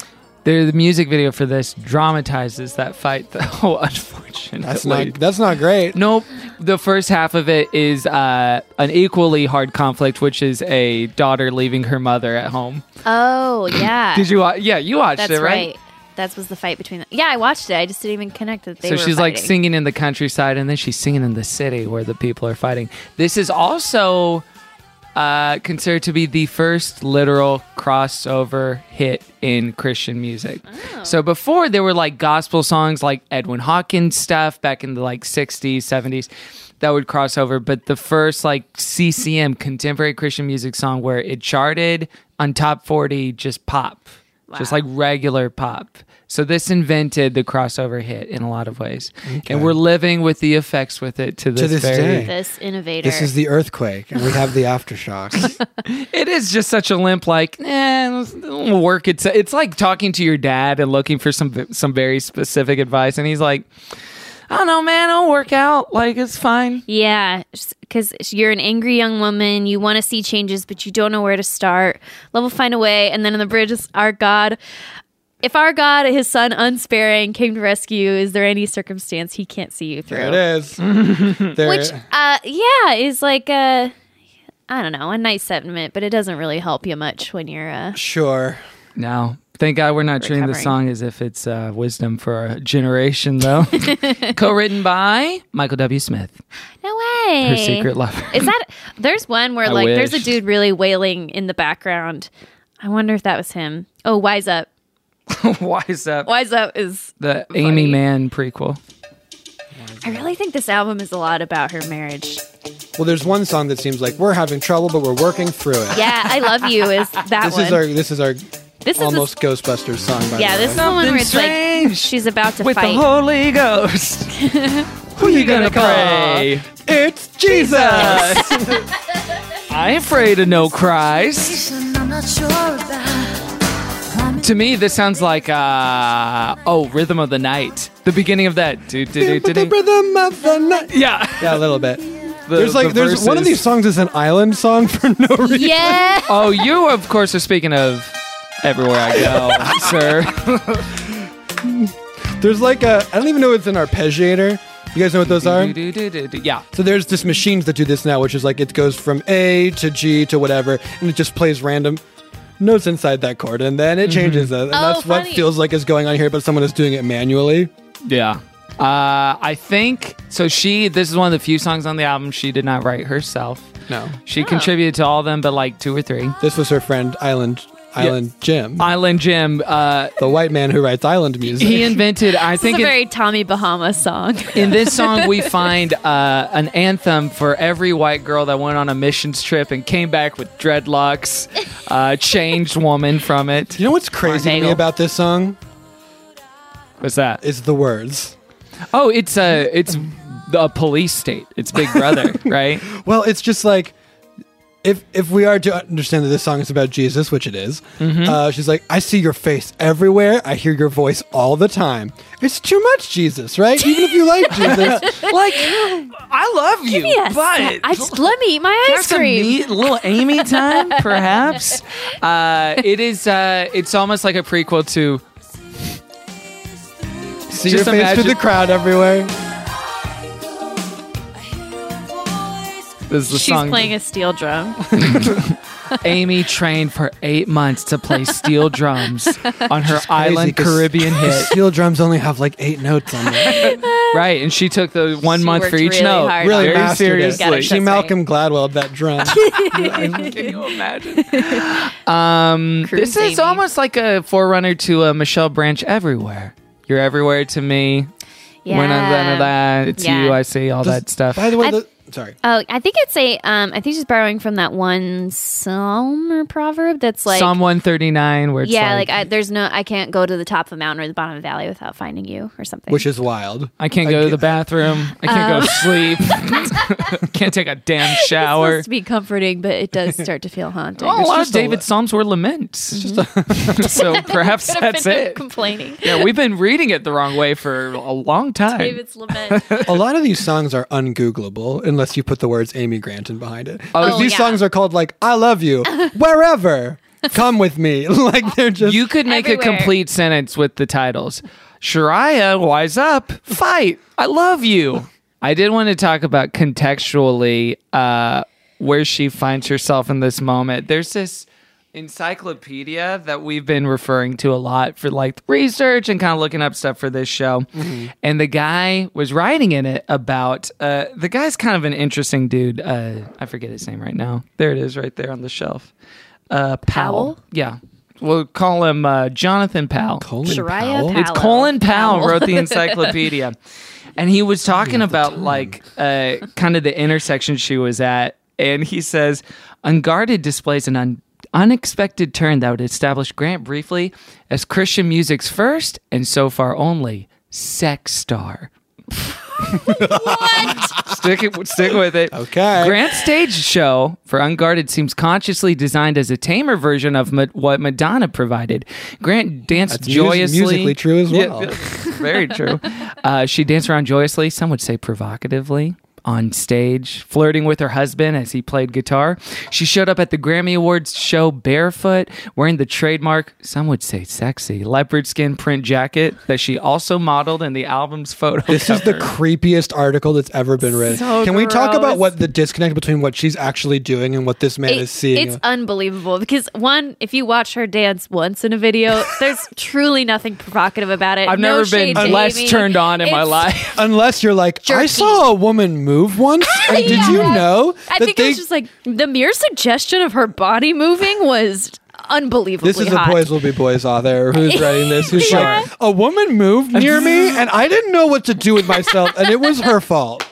[SPEAKER 2] There, the music video for this dramatizes that fight, though, *laughs* unfortunately.
[SPEAKER 8] That's not, that's not great.
[SPEAKER 2] Nope. The first half of it is uh, an equally hard conflict, which is a daughter leaving her mother at home. *clears throat*
[SPEAKER 3] Oh yeah,
[SPEAKER 2] Did you? Wa- yeah, you watched
[SPEAKER 3] That's
[SPEAKER 2] it,
[SPEAKER 3] right. That was the fight between. The- yeah, I watched it. I just didn't even connect that they.
[SPEAKER 2] so
[SPEAKER 3] were
[SPEAKER 2] she's like
[SPEAKER 3] fighting.
[SPEAKER 2] singing in the countryside, and then she's singing in the city where the people are fighting. This is also uh, considered to be the first literal crossover hit in Christian music. So before there were like gospel songs, like Edwin Hawkins stuff back in the like '60s, '70s, that would cross over. But the first like CCM contemporary Christian music song where it charted on top 40, just pop, just like regular pop. So this invented the crossover hit in a lot of ways, and we're living with the effects with it to this,
[SPEAKER 8] this
[SPEAKER 2] very
[SPEAKER 8] day.
[SPEAKER 3] This innovator.
[SPEAKER 8] This is the earthquake, and we have
[SPEAKER 3] *laughs*
[SPEAKER 8] the aftershocks.
[SPEAKER 2] It is just such a limp, like, eh, it'll work. It's it's like talking to your dad and looking for some some very specific advice, and he's like, I don't know, man, it'll work out. Like, it's fine.
[SPEAKER 3] yeah, because you're an angry young woman. You want to see changes, but you don't know where to start. Love will find a way. And then in the bridge is our God. If our God, his son unsparing, came to rescue, is there any circumstance he can't see you through?
[SPEAKER 8] there
[SPEAKER 3] *laughs*
[SPEAKER 8] it is. There
[SPEAKER 3] Which, uh, yeah, is like a, I don't know, a nice sentiment, but it doesn't really help you much when you're uh,
[SPEAKER 8] Sure.
[SPEAKER 2] No, thank God we're not treating the
[SPEAKER 3] Recovering.
[SPEAKER 2] song as if it's uh, wisdom for a generation, *laughs* though. Co-written by Michael W. Smith,
[SPEAKER 3] no way.
[SPEAKER 2] her secret lover. *laughs*
[SPEAKER 3] Is that there's one where
[SPEAKER 2] I
[SPEAKER 3] like there's a
[SPEAKER 2] wish.
[SPEAKER 3] dude really wailing in the background. I wonder if that was him. Oh, Wise Up.
[SPEAKER 2] Why is that?
[SPEAKER 3] Wise Up is
[SPEAKER 2] The Amy Mann prequel.
[SPEAKER 3] I really think this album is a lot about her marriage.
[SPEAKER 8] Well, there's one song that seems like we're having trouble, but we're working through it.
[SPEAKER 3] Yeah, I love you *laughs* is that
[SPEAKER 8] This
[SPEAKER 3] one.
[SPEAKER 8] is our this is our
[SPEAKER 3] this is
[SPEAKER 8] almost Ghostbusters song. By
[SPEAKER 3] the, yeah,
[SPEAKER 8] the way.
[SPEAKER 3] this is the one where it's like
[SPEAKER 2] strange
[SPEAKER 3] she's about to
[SPEAKER 2] With
[SPEAKER 3] fight.
[SPEAKER 2] the Holy *laughs* Ghost. Who you gonna, pray?
[SPEAKER 8] It's
[SPEAKER 2] *laughs*
[SPEAKER 8] Jesus.
[SPEAKER 2] I ain't afraid of no Christ. To me, this sounds like uh, oh, rhythm of the night. The beginning of that. Do, do, do,
[SPEAKER 8] With the
[SPEAKER 2] do, do.
[SPEAKER 8] rhythm of the night.
[SPEAKER 2] Yeah.
[SPEAKER 8] Yeah, a little bit.
[SPEAKER 2] The-
[SPEAKER 8] there's like
[SPEAKER 2] the
[SPEAKER 8] there's one of
[SPEAKER 2] verses.
[SPEAKER 8] these songs is an island song *laughs* for no reason.
[SPEAKER 3] Yeah.
[SPEAKER 2] Oh, you of course are speaking of everywhere I
[SPEAKER 8] *laughs*
[SPEAKER 2] go, sir.
[SPEAKER 8] There's like a I don't even know it's an arpeggiator. You guys know what those are?
[SPEAKER 2] Do, do, do, do. Yeah.
[SPEAKER 8] So there's this machines that do this now, which is like it goes from A to G to whatever, and it just plays random notes inside that chord, and then it changes it. And
[SPEAKER 3] Oh,
[SPEAKER 8] that's what
[SPEAKER 3] funny.
[SPEAKER 8] feels like is going on here, but someone is doing it manually.
[SPEAKER 2] Yeah. Uh, I think so. She. This is one of the few songs on the album she did not write herself.
[SPEAKER 8] No,
[SPEAKER 2] She contributed to all of them, but like two or three.
[SPEAKER 8] this was her friend Island Island Jim,
[SPEAKER 2] Island Jim. Uh,
[SPEAKER 8] the white man who writes island music.
[SPEAKER 2] he invented. I
[SPEAKER 3] This
[SPEAKER 2] think
[SPEAKER 3] is a
[SPEAKER 2] it-
[SPEAKER 3] very Tommy Bahama song.
[SPEAKER 2] *laughs* in
[SPEAKER 3] *laughs*
[SPEAKER 2] this song we find uh, an anthem for every white girl that went on a missions trip and came back with dreadlocks, uh, changed woman from it.
[SPEAKER 8] you know what's crazy to me
[SPEAKER 2] Nagel.
[SPEAKER 8] about this song
[SPEAKER 2] What's that?
[SPEAKER 8] is the words.
[SPEAKER 2] Oh, it's a it's a police state. It's Big
[SPEAKER 3] *laughs*
[SPEAKER 2] Brother, right?
[SPEAKER 8] Well, it's just like if if we are to understand that this song is about Jesus, which it is,
[SPEAKER 2] Mm-hmm.
[SPEAKER 8] uh, she's like, I see your face everywhere. I hear your voice all the time. It's too much
[SPEAKER 2] *laughs*
[SPEAKER 8] Jesus, right? Even if you like Jesus,
[SPEAKER 2] Like, I love you,
[SPEAKER 3] yes.
[SPEAKER 2] but
[SPEAKER 3] I just let me eat my
[SPEAKER 2] Have
[SPEAKER 3] ice
[SPEAKER 2] some
[SPEAKER 3] cream.
[SPEAKER 2] neat little Amy
[SPEAKER 3] *laughs*
[SPEAKER 2] time, perhaps. Uh, it is. Uh, it's almost like a prequel to
[SPEAKER 8] See your face through the crowd everywhere.
[SPEAKER 2] This is the
[SPEAKER 3] She's
[SPEAKER 2] song.
[SPEAKER 3] playing a steel drum.
[SPEAKER 2] Amy trained for eight months to play steel *laughs* drums on her island *laughs* Caribbean hit.
[SPEAKER 8] Steel drums only have like eight notes on them.
[SPEAKER 2] *laughs* Right, and she took the one
[SPEAKER 3] She
[SPEAKER 2] month
[SPEAKER 3] worked
[SPEAKER 2] for each
[SPEAKER 3] really
[SPEAKER 2] note.
[SPEAKER 3] hard
[SPEAKER 8] Really
[SPEAKER 2] very
[SPEAKER 3] on
[SPEAKER 8] mastered it.
[SPEAKER 3] Got
[SPEAKER 2] seriously.
[SPEAKER 3] it.
[SPEAKER 8] She
[SPEAKER 3] That's
[SPEAKER 8] Malcolm Gladwell that drum.
[SPEAKER 2] Can you imagine? Um,
[SPEAKER 3] Cruise
[SPEAKER 2] this is
[SPEAKER 3] Amy.
[SPEAKER 2] almost like a forerunner to uh, Michelle Branch everywhere. You're everywhere to me.
[SPEAKER 3] Yeah.
[SPEAKER 2] When I'm done with that, it's
[SPEAKER 3] Yeah.
[SPEAKER 2] you. I see all *laughs* that stuff.
[SPEAKER 8] By the way,
[SPEAKER 3] I-
[SPEAKER 8] the, sorry.
[SPEAKER 3] Oh, I think it's a. Um, I think she's borrowing from that one psalm or proverb that's like,
[SPEAKER 2] Psalm 139, where it's
[SPEAKER 3] yeah, like,
[SPEAKER 2] like,
[SPEAKER 3] I, there's no, I can't go to the top of a mountain or the bottom of a valley without finding you or something.
[SPEAKER 8] Which is wild.
[SPEAKER 2] I, can't go to the bathroom. I can't go to
[SPEAKER 3] Uh.
[SPEAKER 2] sleep.
[SPEAKER 3] *laughs*
[SPEAKER 2] can't take a damn shower.
[SPEAKER 3] supposed to be comforting, but it *laughs* does start to feel haunting.
[SPEAKER 2] Well, a lot of
[SPEAKER 8] just a
[SPEAKER 2] David's
[SPEAKER 8] li-
[SPEAKER 2] Psalms were laments. *laughs*
[SPEAKER 3] *laughs*
[SPEAKER 2] so perhaps
[SPEAKER 3] Could have
[SPEAKER 2] *laughs* that's
[SPEAKER 3] Mm-hmm. been
[SPEAKER 2] it.
[SPEAKER 3] Complaining.
[SPEAKER 2] *laughs* Yeah, we've been reading it the wrong way for a long time.
[SPEAKER 3] David's
[SPEAKER 2] *laughs*
[SPEAKER 3] lament.
[SPEAKER 8] A lot of these songs are ungoogleable unless you put the words Amy Granton behind it. Because
[SPEAKER 3] Oh,
[SPEAKER 8] these
[SPEAKER 3] yeah.
[SPEAKER 8] songs are called like "I
[SPEAKER 3] *laughs*
[SPEAKER 8] Love You," "Wherever," "Come with Me." *laughs* like they're just
[SPEAKER 2] You could make a
[SPEAKER 3] Everywhere.
[SPEAKER 2] complete sentence with the titles. Shariah, wise up, fight. I love you. I did want to talk about contextually uh, where she finds herself in this moment. There's this encyclopedia that we've been referring to a lot for like research and kind of looking up stuff for this show. And the guy was writing in it about uh, the guy's kind of an interesting dude. Uh, I forget his name right now. There it is right there on the shelf. Uh, Powell.
[SPEAKER 3] Powell?
[SPEAKER 2] Yeah. We'll call him uh, Jonathan Powell.
[SPEAKER 3] Shariah Powell.
[SPEAKER 2] It's Colin Powell
[SPEAKER 3] Powell.
[SPEAKER 2] wrote the encyclopedia. and he was talking about like uh, kind of the intersection she was at. And he says, unguarded displays an un- unexpected turn that would establish Grant briefly as Christian music's first and so far only sex star. stick it, stick with it.
[SPEAKER 8] Okay.
[SPEAKER 2] Grant's stage show for Unguarded seems consciously designed as a tamer version of ma- what Madonna provided. Grant danced
[SPEAKER 8] That's mus-
[SPEAKER 2] joyously.
[SPEAKER 8] musically true as well.
[SPEAKER 2] *laughs* very true. Uh, she danced around joyously. Some would say provocatively. On stage, flirting with her husband as he played guitar. She showed up at the Grammy Awards show barefoot, wearing the trademark, some would say sexy, leopard skin print jacket that she also modeled in the album's photo.
[SPEAKER 8] This is the creepiest article that's ever been written.
[SPEAKER 3] So
[SPEAKER 8] Can we talk about
[SPEAKER 3] gross.
[SPEAKER 8] what the disconnect between what she's actually doing and what this man
[SPEAKER 3] It-
[SPEAKER 8] is seeing?
[SPEAKER 3] It's unbelievable because one, if you watch her dance once in
[SPEAKER 2] *laughs*
[SPEAKER 3] a video, there's truly nothing provocative about it.
[SPEAKER 2] I've
[SPEAKER 3] No
[SPEAKER 2] never
[SPEAKER 3] shade
[SPEAKER 2] been
[SPEAKER 3] to
[SPEAKER 2] less
[SPEAKER 3] Amy.
[SPEAKER 2] turned on in my
[SPEAKER 3] It's-
[SPEAKER 2] life.
[SPEAKER 8] Unless you're like, I
[SPEAKER 3] Jerky.
[SPEAKER 8] saw a woman move once. and Did you know?
[SPEAKER 3] *laughs* I
[SPEAKER 8] that
[SPEAKER 3] think it was just like the mere suggestion of her body moving was unbelievably
[SPEAKER 8] this is
[SPEAKER 3] hot.
[SPEAKER 8] a boys will be boys
[SPEAKER 3] *laughs*
[SPEAKER 8] author who's writing this. Who's
[SPEAKER 2] Yeah.
[SPEAKER 8] like, a woman moved near me, and I didn't know what to do with myself, and it was
[SPEAKER 3] *laughs*
[SPEAKER 8] her fault.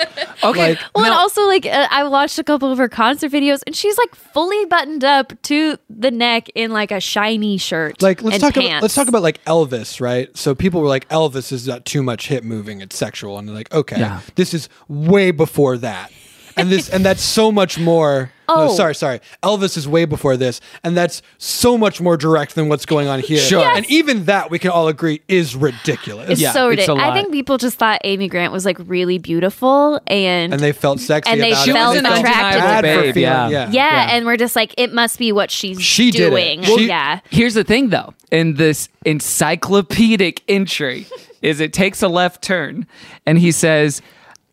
[SPEAKER 2] Okay.
[SPEAKER 8] Like,
[SPEAKER 3] well, and also like uh, I watched a couple of her concert videos, and she's like fully buttoned up to the neck in like a shiny shirt.
[SPEAKER 8] Like let's
[SPEAKER 3] and
[SPEAKER 8] talk
[SPEAKER 3] pants.
[SPEAKER 8] about let's talk about like Elvis, right? So people were like, Elvis is not too much hip moving; it's sexual, and they're like, okay,
[SPEAKER 2] Yeah.
[SPEAKER 8] this is way before that, and this and that's so much more. no,
[SPEAKER 3] Oh.
[SPEAKER 8] sorry, sorry. Elvis is way before this, and that's so much more direct than what's going on here.
[SPEAKER 2] Sure. Yes.
[SPEAKER 8] and even that we can all agree is ridiculous.
[SPEAKER 3] It's
[SPEAKER 2] Yeah,
[SPEAKER 3] so
[SPEAKER 2] it's a
[SPEAKER 3] ridiculous. I
[SPEAKER 2] lot.
[SPEAKER 3] think people just thought Amy Grant was like really beautiful and.
[SPEAKER 8] and they felt sexy,
[SPEAKER 3] And they
[SPEAKER 8] about it,
[SPEAKER 3] felt
[SPEAKER 8] and they
[SPEAKER 3] attracted
[SPEAKER 8] bad
[SPEAKER 3] to
[SPEAKER 8] for
[SPEAKER 2] it.
[SPEAKER 8] feeling-
[SPEAKER 2] Yeah.
[SPEAKER 8] yeah,
[SPEAKER 3] yeah, and we're just like, it must be what she's
[SPEAKER 8] She did it.
[SPEAKER 3] doing.
[SPEAKER 8] Well,
[SPEAKER 3] yeah.
[SPEAKER 2] Here's the thing, though, in this encyclopedic entry, is it takes a left turn, and he says,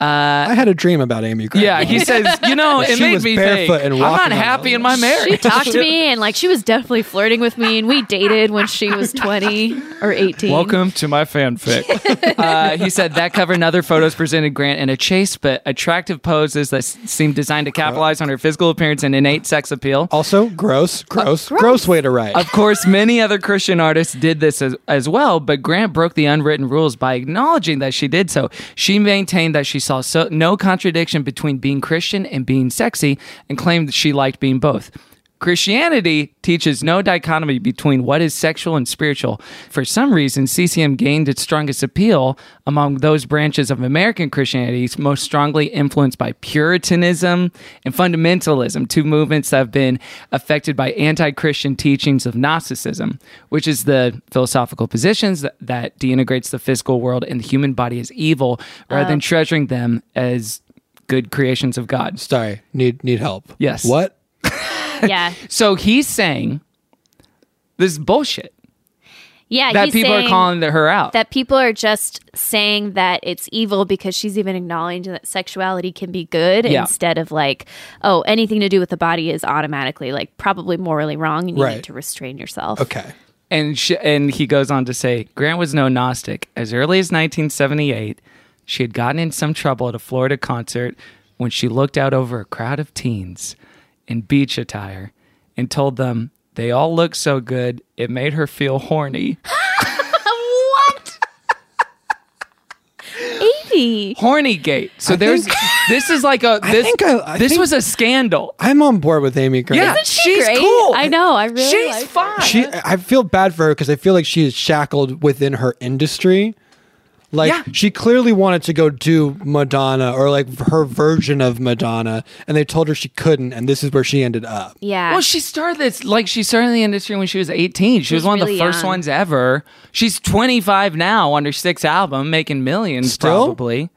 [SPEAKER 8] I had a dream about Amy Grant.
[SPEAKER 2] "Yeah," he says, "You know, it
[SPEAKER 8] She
[SPEAKER 2] made
[SPEAKER 8] was
[SPEAKER 2] me think
[SPEAKER 8] barefoot and
[SPEAKER 2] I'm
[SPEAKER 8] walking
[SPEAKER 2] not
[SPEAKER 8] on
[SPEAKER 2] happy
[SPEAKER 8] the-
[SPEAKER 2] in my
[SPEAKER 3] She
[SPEAKER 8] *laughs*
[SPEAKER 2] marriage."
[SPEAKER 3] talked to me and like she was definitely flirting with me and we dated when she was 20 or 18.
[SPEAKER 2] Welcome to my
[SPEAKER 3] *laughs*
[SPEAKER 2] fanfic. uh, he said that cover and other photos presented Grant in a chaste but attractive poses that s- seemed designed to capitalize on her physical appearance and innate sex appeal.
[SPEAKER 8] Also, gross, gross, gross, way to
[SPEAKER 2] *laughs*
[SPEAKER 8] write.
[SPEAKER 2] Of course, many other Christian artists did this as, as well, but Grant broke the unwritten rules by acknowledging that she did so. She maintained that she saw so, no contradiction between being Christian and being sexy and claimed that she liked being both. Christianity teaches no dichotomy between what is sexual and spiritual. For some reason, CCM gained its strongest appeal among those branches of American Christianity most strongly influenced by Puritanism and fundamentalism, two movements that have been affected by anti Christian teachings of Gnosticism, which is the philosophical positions that, that deintegrates the physical world and the human body as evil rather
[SPEAKER 3] Oh.
[SPEAKER 2] than treasuring them as good creations of God.
[SPEAKER 8] *laughs* Sorry, need need help.
[SPEAKER 2] Yes.
[SPEAKER 8] What?
[SPEAKER 3] Yeah.
[SPEAKER 2] So he's saying this is bullshit.
[SPEAKER 3] Yeah,
[SPEAKER 2] that
[SPEAKER 3] he's
[SPEAKER 2] people are
[SPEAKER 3] saying
[SPEAKER 2] calling the- her out.
[SPEAKER 3] That people are just saying that it's evil because she's even acknowledging that sexuality can be good
[SPEAKER 2] Yeah.
[SPEAKER 3] instead of like, oh, anything to do with the body is automatically like probably morally wrong and you
[SPEAKER 2] Right.
[SPEAKER 3] need to restrain yourself.
[SPEAKER 8] Okay.
[SPEAKER 2] And sh and he goes on to say, Grant was no Gnostic. As early as 1978, she had gotten in some trouble at a Florida concert when she looked out over a crowd of teens in beach attire and told them they all looked so good it made her feel
[SPEAKER 3] *laughs*
[SPEAKER 2] horny.
[SPEAKER 3] what? *laughs* Amy.
[SPEAKER 2] Horny gate. So there's this is like a this this was a scandal.
[SPEAKER 8] I'm on board with Amy Grant.
[SPEAKER 2] yeah.
[SPEAKER 3] Isn't she
[SPEAKER 2] she's
[SPEAKER 3] great?
[SPEAKER 2] cool.
[SPEAKER 3] I know. I really
[SPEAKER 2] she's
[SPEAKER 3] like her.
[SPEAKER 2] fine.
[SPEAKER 8] she i feel bad for her because i feel like she is shackled within her industry like
[SPEAKER 2] Yeah.
[SPEAKER 8] she clearly wanted to go do madonna or like her version of madonna and they told her she couldn't and this is where she ended up
[SPEAKER 3] Yeah.
[SPEAKER 2] Well, she started this like she started in the industry when she was 18. She, was
[SPEAKER 3] was
[SPEAKER 2] one of
[SPEAKER 3] really
[SPEAKER 2] the first
[SPEAKER 3] young.
[SPEAKER 2] ones ever. She's 25 now on her sixth album, making millions
[SPEAKER 8] Still?
[SPEAKER 2] probably.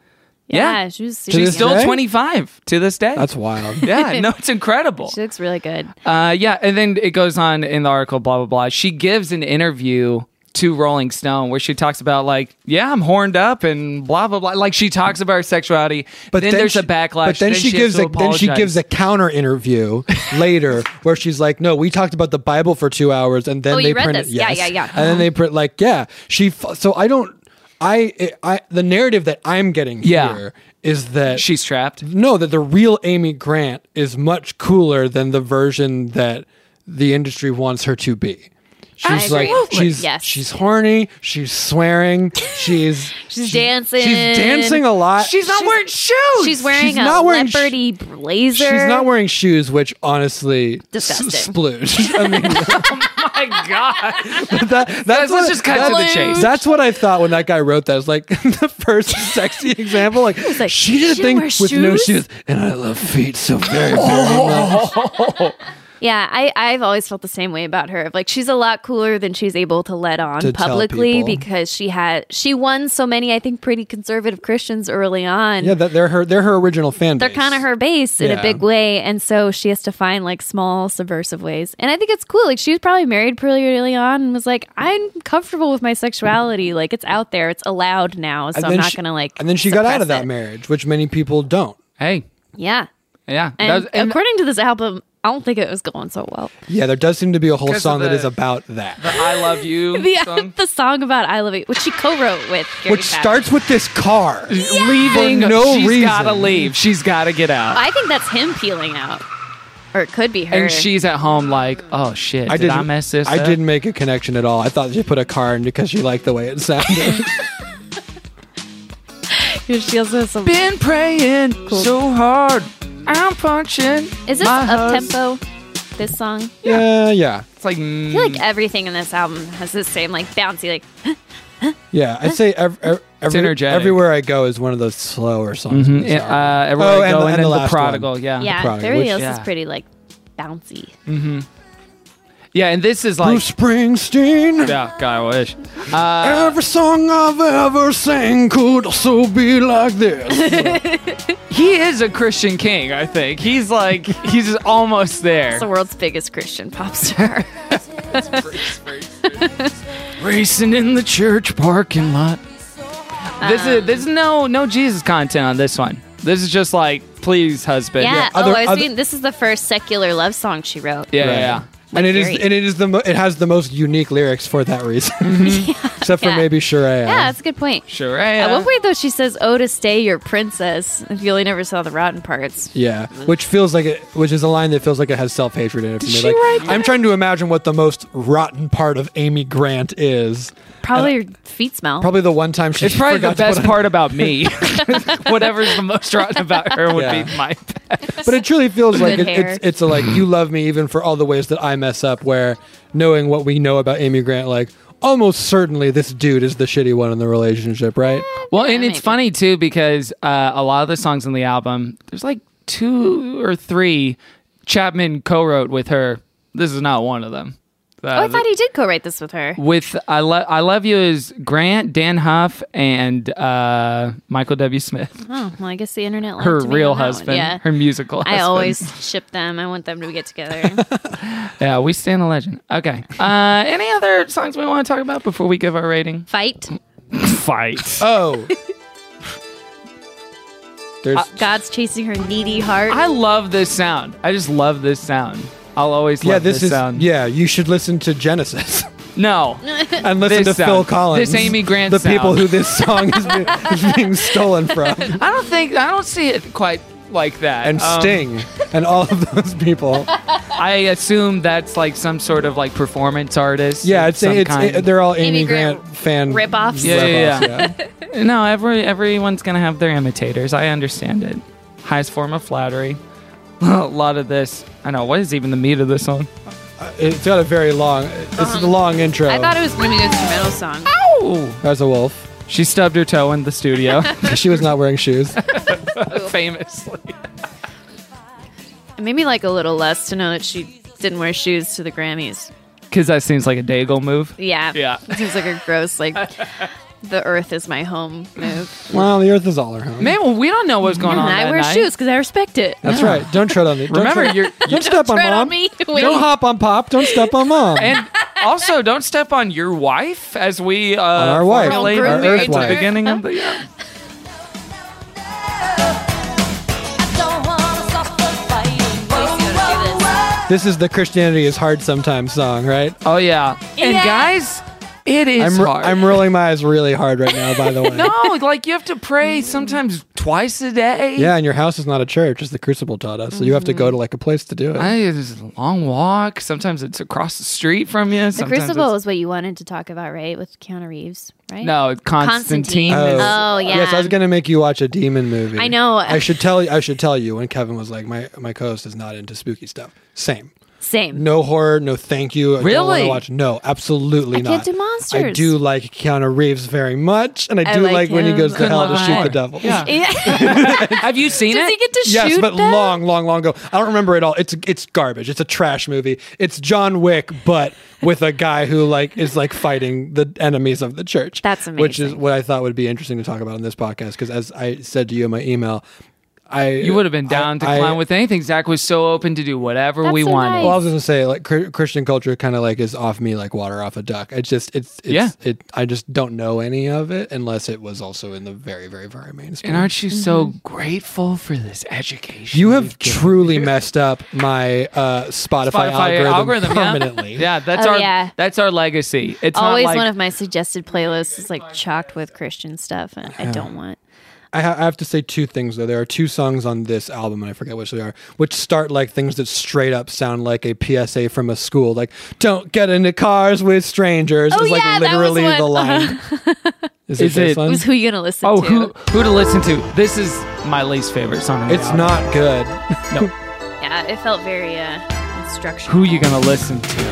[SPEAKER 3] yeah,
[SPEAKER 2] yeah.
[SPEAKER 3] she was super
[SPEAKER 2] She's
[SPEAKER 8] this
[SPEAKER 2] still
[SPEAKER 8] day?
[SPEAKER 2] 25 to this day.
[SPEAKER 8] that's wild
[SPEAKER 2] *laughs* yeah, no, it's incredible.
[SPEAKER 3] She looks really good.
[SPEAKER 2] Uh, yeah, and then it goes on in the article, blah blah blah. She gives an interview to Rolling Stone where she talks about like, yeah, I'm horned up and blah blah blah. Like she talks about her sexuality, but then, there's
[SPEAKER 8] she-
[SPEAKER 2] a backlash.
[SPEAKER 8] But then, she,
[SPEAKER 2] has
[SPEAKER 8] gives
[SPEAKER 2] to
[SPEAKER 8] a then she
[SPEAKER 2] apologize.
[SPEAKER 8] gives a counter
[SPEAKER 2] *laughs*
[SPEAKER 8] interview later where she's like, "No, we talked about the Bible for two hours, and then
[SPEAKER 3] Oh,
[SPEAKER 8] they
[SPEAKER 3] you read
[SPEAKER 8] printed
[SPEAKER 3] this. Yeah, yeah, yeah.
[SPEAKER 8] and then they print like, yeah, she. F- so I don't, I, I, the narrative that I'm getting
[SPEAKER 2] Yeah.
[SPEAKER 8] here is that
[SPEAKER 2] she's trapped.
[SPEAKER 8] no, that the real Amy Grant is much cooler than the version that the industry wants her to be. She's like
[SPEAKER 3] Absolutely.
[SPEAKER 8] she's
[SPEAKER 3] Yes.
[SPEAKER 8] she's horny, she's *laughs* swearing, she's
[SPEAKER 3] She's
[SPEAKER 8] she-
[SPEAKER 3] dancing.
[SPEAKER 8] She's dancing a lot.
[SPEAKER 2] She's not wearing shoes.
[SPEAKER 3] She's wearing
[SPEAKER 8] She's
[SPEAKER 3] a
[SPEAKER 8] not wearing sh-
[SPEAKER 3] leopardy blazer.
[SPEAKER 8] She's not wearing shoes, which honestly *laughs*
[SPEAKER 3] Disgusting.
[SPEAKER 8] splooge. I mean, *laughs*
[SPEAKER 2] my god.
[SPEAKER 8] that,
[SPEAKER 2] *laughs*
[SPEAKER 8] that's
[SPEAKER 2] let's
[SPEAKER 8] what,
[SPEAKER 2] just cut to the chase.
[SPEAKER 8] That's what I thought when that guy wrote that. It's like *laughs* the first sexy example. Like,
[SPEAKER 3] like,
[SPEAKER 8] she did
[SPEAKER 3] she
[SPEAKER 8] a thing
[SPEAKER 3] wears
[SPEAKER 8] with no
[SPEAKER 3] shoes?
[SPEAKER 8] shoes, and I love feet so
[SPEAKER 3] *laughs*
[SPEAKER 8] very, very much.
[SPEAKER 3] Yeah, I, I've always felt the same way about her. Of like, she's a lot cooler than she's able to let on
[SPEAKER 8] To tell
[SPEAKER 3] publicly
[SPEAKER 8] people.
[SPEAKER 3] because she had she won so many, I think, pretty conservative Christians early on.
[SPEAKER 8] Yeah, that, they're her. They're her original fan.
[SPEAKER 3] They're
[SPEAKER 8] base.
[SPEAKER 3] kind of her base in
[SPEAKER 8] Yeah.
[SPEAKER 3] a big way, and so she has to find like small subversive ways. And I think it's cool. Like she was probably married pretty early on and was like, "I'm comfortable with my sexuality. Like it's out there. It's allowed now. So
[SPEAKER 8] And
[SPEAKER 3] I'm
[SPEAKER 8] then
[SPEAKER 3] not
[SPEAKER 8] she-
[SPEAKER 3] gonna like."
[SPEAKER 8] And then she got out
[SPEAKER 3] suppress
[SPEAKER 8] of that
[SPEAKER 3] it."
[SPEAKER 8] marriage, which many people don't.
[SPEAKER 2] Hey,
[SPEAKER 3] Yeah,
[SPEAKER 2] yeah. that
[SPEAKER 3] and,
[SPEAKER 2] was- and-
[SPEAKER 3] according to this album, I don't think it was going so well.
[SPEAKER 8] Yeah, there does seem to be a whole
[SPEAKER 2] 'Cause of
[SPEAKER 8] song that
[SPEAKER 2] the-
[SPEAKER 8] is about that,
[SPEAKER 2] the I love you
[SPEAKER 3] *laughs* The
[SPEAKER 2] song.
[SPEAKER 3] the song about "I Love It," which she co-wrote with, Gary
[SPEAKER 8] which
[SPEAKER 3] Patterson.
[SPEAKER 8] starts with this car.
[SPEAKER 2] Leaving
[SPEAKER 8] For no
[SPEAKER 2] She's
[SPEAKER 8] reason.
[SPEAKER 2] gotta leave. She's gotta get out.
[SPEAKER 3] I think that's him peeling out, or it could be her.
[SPEAKER 2] and she's at home like, oh shit, did I mess this
[SPEAKER 8] I
[SPEAKER 2] up?
[SPEAKER 8] didn't make a connection at all. I thought she put a car in because she liked the way it sounded.
[SPEAKER 2] *laughs*
[SPEAKER 3] she also has some.
[SPEAKER 2] Been praying so hard. I'm punching.
[SPEAKER 3] Is this
[SPEAKER 2] my
[SPEAKER 3] up
[SPEAKER 2] hus-
[SPEAKER 3] tempo? This song.
[SPEAKER 8] yeah, yeah,
[SPEAKER 2] It's like,
[SPEAKER 3] I
[SPEAKER 8] Mm.
[SPEAKER 3] feel like everything in this album has the same like bouncy like.
[SPEAKER 8] yeah. I'd say ev- ev- every-
[SPEAKER 2] energetic.
[SPEAKER 8] everywhere I go is one of those slower songs. in this
[SPEAKER 2] mm,
[SPEAKER 8] album.
[SPEAKER 2] uh, everywhere
[SPEAKER 8] Oh,
[SPEAKER 2] I go,
[SPEAKER 8] and the-
[SPEAKER 2] and,
[SPEAKER 8] and
[SPEAKER 2] then
[SPEAKER 8] the
[SPEAKER 2] the,
[SPEAKER 8] last
[SPEAKER 2] prodigal.
[SPEAKER 8] one.
[SPEAKER 2] Yeah.
[SPEAKER 3] yeah,
[SPEAKER 8] product,
[SPEAKER 3] everything
[SPEAKER 8] Uh, which-
[SPEAKER 3] else is
[SPEAKER 2] yeah.
[SPEAKER 3] pretty like bouncy.
[SPEAKER 2] Yeah. And this is like,
[SPEAKER 8] Bruce Springsteen.
[SPEAKER 2] *laughs*
[SPEAKER 3] *laughs*
[SPEAKER 2] yeah, God, I wish.
[SPEAKER 8] Every song I've ever sang could also be like
[SPEAKER 2] *laughs*
[SPEAKER 8] this.
[SPEAKER 2] He is a Christian king, I think. He's like, he's almost there.
[SPEAKER 3] It's the world's biggest Christian pop star.
[SPEAKER 8] *laughs*
[SPEAKER 2] Racing in the church parking lot. This is there's no no Jesus content on this one. This is just like, please, husband.
[SPEAKER 3] yeah.
[SPEAKER 8] other-
[SPEAKER 3] oh, I was
[SPEAKER 8] other-
[SPEAKER 3] reading- This is the first secular love song she wrote.
[SPEAKER 2] Yeah, yeah, yeah.
[SPEAKER 8] and it is,
[SPEAKER 3] Gary.
[SPEAKER 8] and it is the, mo- it has the most unique lyrics for that reason,
[SPEAKER 2] *laughs* Mm-hmm.
[SPEAKER 8] *laughs* except for
[SPEAKER 3] yeah.
[SPEAKER 8] maybe sure I am.
[SPEAKER 3] Yeah, that's a good point.
[SPEAKER 2] Sure.
[SPEAKER 3] At one point, though, she says, "Oh, to stay your princess." If you only never saw the rotten parts.
[SPEAKER 8] Yeah, which feels like it, which is a line that feels like it has self hatred in it. Did
[SPEAKER 2] she
[SPEAKER 8] like,
[SPEAKER 2] write
[SPEAKER 8] I'm trying to imagine what the most rotten part of Amy Grant is.
[SPEAKER 3] Probably your feet smell.
[SPEAKER 8] Probably the one time she
[SPEAKER 2] It's probably the
[SPEAKER 8] forgot to
[SPEAKER 2] best
[SPEAKER 8] put on-
[SPEAKER 2] part about me. *laughs* Whatever's the most rotten about her would
[SPEAKER 8] Yeah.
[SPEAKER 2] be my best.
[SPEAKER 8] but it truly feels like
[SPEAKER 3] Good
[SPEAKER 8] it,
[SPEAKER 3] hair.
[SPEAKER 8] it's it's a like you love me even for all the ways that I mess up. Where knowing what we know about Amy Grant, like almost certainly this dude is the shitty one in the
[SPEAKER 3] *laughs*
[SPEAKER 8] relationship, right?
[SPEAKER 2] Well, and it's
[SPEAKER 3] maybe.
[SPEAKER 2] funny too because uh, a lot of the songs on the album, there's like two or three Chapman co-wrote with her. This is not one of them. Uh,
[SPEAKER 3] oh, I thought he did co-write this with her.
[SPEAKER 2] with I love I love you is Grant, Dan Huff, and uh, Michael W. Smith.
[SPEAKER 3] Oh, well, I guess the internet. lied
[SPEAKER 2] Her
[SPEAKER 3] to me
[SPEAKER 2] real
[SPEAKER 3] on that one.
[SPEAKER 2] husband,
[SPEAKER 3] Yeah.
[SPEAKER 2] her musical.
[SPEAKER 3] I
[SPEAKER 2] husband.
[SPEAKER 3] always ship them. I want them to get *laughs* together.
[SPEAKER 2] yeah. We stand a legend. Okay. Uh, any other songs we want to talk about before we give our rating? Uh,
[SPEAKER 3] Fight.
[SPEAKER 2] Fight.
[SPEAKER 8] Oh.
[SPEAKER 3] Uh,
[SPEAKER 8] There's
[SPEAKER 3] God's chasing her needy heart.
[SPEAKER 2] I love this sound. I just love this sound. I'll always
[SPEAKER 8] yeah.
[SPEAKER 2] love
[SPEAKER 8] This, is
[SPEAKER 2] sound.
[SPEAKER 8] yeah. You should listen to
[SPEAKER 3] *laughs*
[SPEAKER 8] Genesis
[SPEAKER 2] No.
[SPEAKER 8] and listen
[SPEAKER 2] This
[SPEAKER 8] to
[SPEAKER 2] sound.
[SPEAKER 8] Phil Collins.
[SPEAKER 2] This Amy Grant
[SPEAKER 8] The people
[SPEAKER 2] sound.
[SPEAKER 8] who this song is,
[SPEAKER 2] *laughs*
[SPEAKER 8] being, is being stolen from,
[SPEAKER 2] I don't think I don't see it quite like that.
[SPEAKER 8] and
[SPEAKER 2] Um,
[SPEAKER 8] Sting, and all of those
[SPEAKER 2] *laughs*
[SPEAKER 8] people.
[SPEAKER 2] I assume that's like some sort of like performance artist.
[SPEAKER 8] Yeah,
[SPEAKER 2] of
[SPEAKER 8] I'd say
[SPEAKER 2] some
[SPEAKER 8] it's
[SPEAKER 2] kind.
[SPEAKER 8] it, they're all
[SPEAKER 3] Amy
[SPEAKER 8] Amy,
[SPEAKER 3] Grant
[SPEAKER 8] Grant, fan
[SPEAKER 3] ripoffs.
[SPEAKER 2] Yeah, yeah,
[SPEAKER 8] ripoffs,
[SPEAKER 2] no, every everyone's gonna have their imitators. I understand it. Highest form of flattery. *laughs* a lot of this. I know. What is even the meat of this song?
[SPEAKER 8] yeah. It's got a very long. This is a long intro.
[SPEAKER 3] I thought it was going to be an instrumental song.
[SPEAKER 2] Oh,
[SPEAKER 8] There's a wolf.
[SPEAKER 2] she stubbed her toe in the
[SPEAKER 3] *laughs*
[SPEAKER 2] studio, *laughs*
[SPEAKER 8] She was not wearing shoes.
[SPEAKER 2] famously.
[SPEAKER 3] It made me like a little less to know that she didn't wear shoes to the Grammys.
[SPEAKER 2] Because that seems like a Daigle move.
[SPEAKER 3] Yeah.
[SPEAKER 2] Yeah.
[SPEAKER 3] *laughs* It seems like a gross,
[SPEAKER 2] *laughs*
[SPEAKER 3] like, the earth is my home move.
[SPEAKER 8] well, the earth is all her home.
[SPEAKER 2] Man, well, we don't know what's going on.
[SPEAKER 3] And I
[SPEAKER 2] that
[SPEAKER 3] wear
[SPEAKER 2] night.
[SPEAKER 3] shoes because I respect it.
[SPEAKER 8] That's right. Don't tread on me. Don't
[SPEAKER 2] Remember,
[SPEAKER 8] tread-
[SPEAKER 2] you're.
[SPEAKER 8] don't step on
[SPEAKER 3] tread on
[SPEAKER 8] mom.
[SPEAKER 3] me. Wait.
[SPEAKER 8] Don't hop on pop. Don't step on mom.
[SPEAKER 2] And also, don't step on your wife as we uh,
[SPEAKER 8] our wife,
[SPEAKER 2] formally
[SPEAKER 3] our
[SPEAKER 2] moved
[SPEAKER 3] earth
[SPEAKER 2] into the
[SPEAKER 3] wife.
[SPEAKER 2] beginning of the.
[SPEAKER 8] this is the Christianity is hard sometimes song, right?
[SPEAKER 2] Oh yeah, and
[SPEAKER 3] Yeah.
[SPEAKER 2] guys, it is
[SPEAKER 8] I'm, ro-
[SPEAKER 2] hard.
[SPEAKER 8] I'm rolling my eyes really hard right now. By the way,
[SPEAKER 2] no, like you have to pray sometimes twice a day.
[SPEAKER 8] yeah, and your house is not a church, as the Crucible taught us. So you have to go to like a place to do it.
[SPEAKER 2] I, it's a long walk. Sometimes it's across the street from you.
[SPEAKER 3] The
[SPEAKER 2] Sometimes
[SPEAKER 3] Crucible
[SPEAKER 2] it's-
[SPEAKER 3] is what you wanted to talk about, right? With Keanu Reeves, right?
[SPEAKER 2] No, Constantine.
[SPEAKER 3] Constantine.
[SPEAKER 2] is-
[SPEAKER 3] Oh, yeah.
[SPEAKER 8] Yes, I was gonna make you watch a demon movie.
[SPEAKER 3] I know.
[SPEAKER 8] I should tell you. I should tell you when Kevin was like, my my co-host is not into spooky stuff. Same.
[SPEAKER 3] Same. *laughs*
[SPEAKER 8] No horror. No, thank you. I Don't want
[SPEAKER 2] Really?
[SPEAKER 8] to watch. No, absolutely
[SPEAKER 3] I
[SPEAKER 8] not.
[SPEAKER 3] can't do monsters.
[SPEAKER 8] I do like Keanu Reeves very much, and I
[SPEAKER 3] I
[SPEAKER 8] do
[SPEAKER 3] like
[SPEAKER 8] like, when he
[SPEAKER 3] him.
[SPEAKER 8] goes to
[SPEAKER 2] Couldn't
[SPEAKER 8] hell to
[SPEAKER 2] love him
[SPEAKER 8] shoot
[SPEAKER 2] more.
[SPEAKER 8] the devil.
[SPEAKER 3] *laughs*
[SPEAKER 2] Yeah.
[SPEAKER 3] Yeah.
[SPEAKER 2] Have you seen
[SPEAKER 3] Oh. Does
[SPEAKER 2] it?
[SPEAKER 3] he get to
[SPEAKER 8] Yes,
[SPEAKER 3] shoot
[SPEAKER 8] but
[SPEAKER 3] them?
[SPEAKER 8] long, long, long ago. I don't remember it all. It's it's garbage. It's a trash movie. It's John Wick, but with a guy who like is like fighting the enemies of the church.
[SPEAKER 3] That's
[SPEAKER 8] Which is
[SPEAKER 3] amazing.
[SPEAKER 8] what I thought would be interesting to talk about in this podcast. Because as I said to you in my email, I
[SPEAKER 2] you would have been down to
[SPEAKER 8] I-
[SPEAKER 2] climb
[SPEAKER 8] I-
[SPEAKER 2] with anything. Zach was so open to do whatever
[SPEAKER 3] That's
[SPEAKER 2] we
[SPEAKER 3] so
[SPEAKER 2] wanted.
[SPEAKER 3] nice.
[SPEAKER 8] Well, I was gonna say like cr- Christian culture kind of like is off me like water off a duck. It's just it's, it's
[SPEAKER 2] Yeah.
[SPEAKER 8] It I just don't know any of it unless it was also in the very very very mainstream.
[SPEAKER 2] And aren't you so
[SPEAKER 3] Mm-hmm.
[SPEAKER 2] grateful for this education?
[SPEAKER 8] You
[SPEAKER 2] you've
[SPEAKER 8] have
[SPEAKER 2] given?
[SPEAKER 8] truly messed up my uh, Spotify, algorithm,
[SPEAKER 2] yeah.
[SPEAKER 8] permanently.
[SPEAKER 2] *laughs* Yeah, that's
[SPEAKER 3] Oh,
[SPEAKER 2] our
[SPEAKER 3] yeah.
[SPEAKER 2] that's our legacy. It's
[SPEAKER 3] Always
[SPEAKER 2] not like,
[SPEAKER 3] one of my suggested playlists is like chocked with Christian stuff. and I don't want.
[SPEAKER 8] I, ha- I have to say two things though. There are two songs on this album, and I forget which they are, which start like things that straight up sound like a PSA from a school, like "Don't get into cars with strangers."
[SPEAKER 3] Oh,
[SPEAKER 8] is like
[SPEAKER 3] yeah, that was
[SPEAKER 8] literally
[SPEAKER 3] one.
[SPEAKER 8] the line. is,
[SPEAKER 2] Is
[SPEAKER 8] it this
[SPEAKER 2] it-
[SPEAKER 8] one?
[SPEAKER 3] Who's who you gonna listen
[SPEAKER 2] oh
[SPEAKER 3] to?
[SPEAKER 2] who who to listen to. This is my least favorite song. on the
[SPEAKER 8] It's
[SPEAKER 2] album.
[SPEAKER 8] not good.
[SPEAKER 2] No.
[SPEAKER 3] Yeah, it felt very uh, instructional.
[SPEAKER 2] Who you gonna listen to?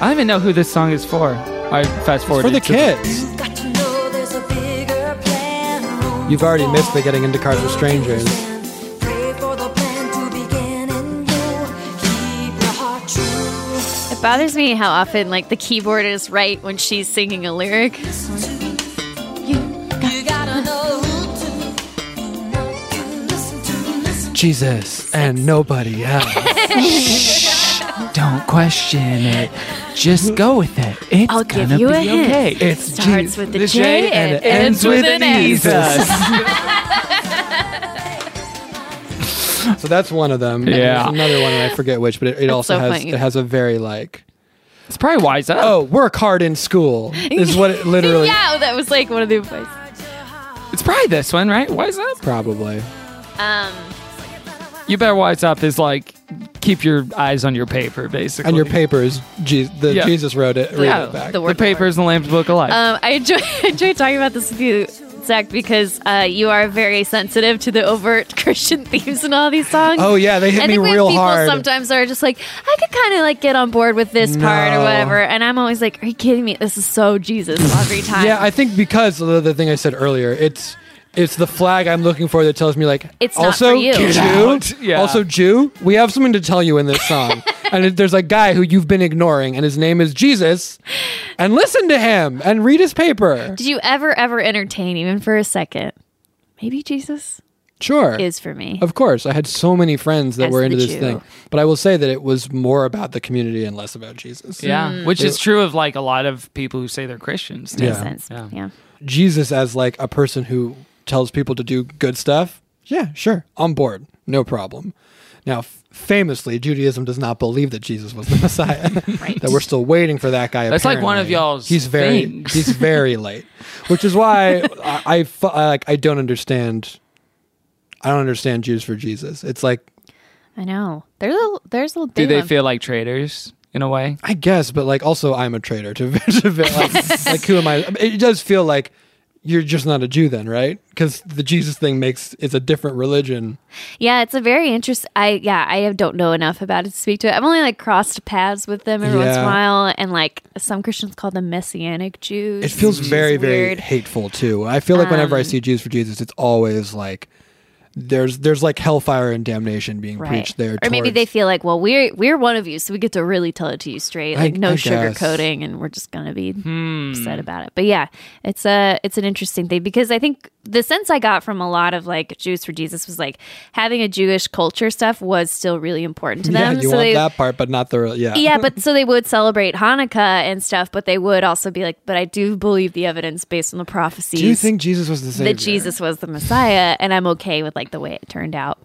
[SPEAKER 2] I don't even know who this song is for. I fast forward
[SPEAKER 8] For the kids, you've already missed the getting into cars with strangers.
[SPEAKER 3] It bothers me how often like the keyboard is right when she's singing a
[SPEAKER 2] *laughs*
[SPEAKER 3] lyric.
[SPEAKER 8] Jesus and nobody else.
[SPEAKER 2] Don't question it. Just go with it. It's
[SPEAKER 3] I'll give
[SPEAKER 2] gonna
[SPEAKER 3] you
[SPEAKER 2] be
[SPEAKER 3] a hint.
[SPEAKER 2] okay.
[SPEAKER 3] It starts with the
[SPEAKER 2] the
[SPEAKER 3] J and it ends with an
[SPEAKER 2] E,
[SPEAKER 3] S. *laughs*
[SPEAKER 8] *laughs* So that's one of them. And there's
[SPEAKER 2] Yeah.
[SPEAKER 8] another one, and I forget which, but it, it also
[SPEAKER 3] so
[SPEAKER 8] has
[SPEAKER 3] funny.
[SPEAKER 8] it has a very like
[SPEAKER 2] It's probably wise up.
[SPEAKER 8] oh, work hard in school is
[SPEAKER 3] *laughs*
[SPEAKER 8] what it literally
[SPEAKER 3] yeah, that was like one of the advice.
[SPEAKER 2] It's probably this one, right? Wise up.
[SPEAKER 8] probably.
[SPEAKER 3] Um,
[SPEAKER 2] You better wise up is like keep your eyes on your paper, basically.
[SPEAKER 8] And your paper is Je- the
[SPEAKER 2] Yeah.
[SPEAKER 8] Jesus wrote it. Read
[SPEAKER 2] Yeah.
[SPEAKER 8] it back.
[SPEAKER 3] the
[SPEAKER 2] The
[SPEAKER 3] word
[SPEAKER 2] paper is the Lamb's Book of Life.
[SPEAKER 3] Um, I enjoy *laughs* I enjoy talking about this with you, Zach, because uh, you are very sensitive to the overt *laughs* Christian themes in all these songs.
[SPEAKER 8] oh yeah, they hit
[SPEAKER 3] I
[SPEAKER 8] me
[SPEAKER 3] think we
[SPEAKER 8] real
[SPEAKER 3] have people
[SPEAKER 8] hard.
[SPEAKER 3] sometimes are just like, I could kind of like get on board with this part or
[SPEAKER 8] No.
[SPEAKER 3] whatever, and I'm always like, Are you kidding me? This is so
[SPEAKER 8] *laughs*
[SPEAKER 3] Jesus every time.
[SPEAKER 8] Yeah, I think because of the, the thing I said earlier, it's it's the flag I'm looking for that tells me like
[SPEAKER 3] It's not
[SPEAKER 8] also
[SPEAKER 3] for you. Get
[SPEAKER 8] Jew,
[SPEAKER 2] out. Yeah.
[SPEAKER 3] *laughs*
[SPEAKER 8] also Jew. We have something to tell you in this song, and it- there's a guy who you've been ignoring, and his name is Jesus. And listen to him and read his paper.
[SPEAKER 3] Did you ever, ever entertain, even for a second? Maybe Jesus
[SPEAKER 8] Sure.
[SPEAKER 3] is for me.
[SPEAKER 8] Of course, I had so many friends that
[SPEAKER 3] As
[SPEAKER 8] were
[SPEAKER 3] the
[SPEAKER 8] into this
[SPEAKER 3] Jew.
[SPEAKER 8] thing, but I will say that it was more about the community and less about Jesus.
[SPEAKER 2] Yeah, which
[SPEAKER 8] It-
[SPEAKER 2] is true of like a lot of people who say they're Christians. too.
[SPEAKER 8] Yeah.
[SPEAKER 3] sense. Yeah.
[SPEAKER 8] Jesus as like a person who tells people to do good stuff. Yeah, sure, on board, no problem. Now, f- famously, Judaism does not believe that Jesus was the *laughs* Messiah.
[SPEAKER 3] Right.
[SPEAKER 8] that we're still waiting for that guy.
[SPEAKER 2] That's like one of
[SPEAKER 8] apparently.
[SPEAKER 2] y'all's
[SPEAKER 8] He's very
[SPEAKER 2] things.
[SPEAKER 8] he's
[SPEAKER 2] *laughs*
[SPEAKER 8] very late, which is why I, I fu- I, like I don't understand. I don't understand Jews for Jesus. It's like
[SPEAKER 3] I know. There's a there's a
[SPEAKER 2] Do
[SPEAKER 3] thing
[SPEAKER 2] they
[SPEAKER 3] of-
[SPEAKER 2] feel like traitors in a way?
[SPEAKER 8] I guess, but like also I'm a traitor to, *laughs* to
[SPEAKER 3] *laughs*
[SPEAKER 8] like, like who am I? It does feel like you're just not a Jew then, right? Because the Jesus thing makes it's a different religion.
[SPEAKER 3] Yeah, it's a very interesting. I yeah, I don't know enough about it to speak to it. I've only like crossed paths with them every once in a
[SPEAKER 8] Yeah.
[SPEAKER 3] while, and like some Christians call them Messianic Jews.
[SPEAKER 8] It feels
[SPEAKER 3] which is
[SPEAKER 8] very very
[SPEAKER 3] weird. Um,
[SPEAKER 8] hateful too. I feel like whenever I see Jews for Jesus, it's always like there's there's like hellfire and damnation being preached there.
[SPEAKER 3] Or maybe
[SPEAKER 8] towards-
[SPEAKER 3] they feel like, well, we're we're one of you, so we get to really tell it to you straight, like
[SPEAKER 8] I-
[SPEAKER 3] no
[SPEAKER 8] I guess.
[SPEAKER 3] sugarcoating, and we're just gonna be upset about it. But yeah, it's a it's an interesting thing because I think the sense I got from a lot of like Jews for Jesus was like having a Jewish culture stuff was still really important to
[SPEAKER 8] yeah,
[SPEAKER 3] them.
[SPEAKER 8] you
[SPEAKER 3] so
[SPEAKER 8] want
[SPEAKER 3] they
[SPEAKER 8] that part, but not the real- yeah
[SPEAKER 3] yeah,
[SPEAKER 8] *laughs*
[SPEAKER 3] but so they would celebrate Hanukkah and stuff, but they would also be like, but I do believe the evidence based on the prophecies
[SPEAKER 8] Do you think Jesus was the savior?
[SPEAKER 3] that Jesus was the Messiah, and I'm okay with like the way it turned out.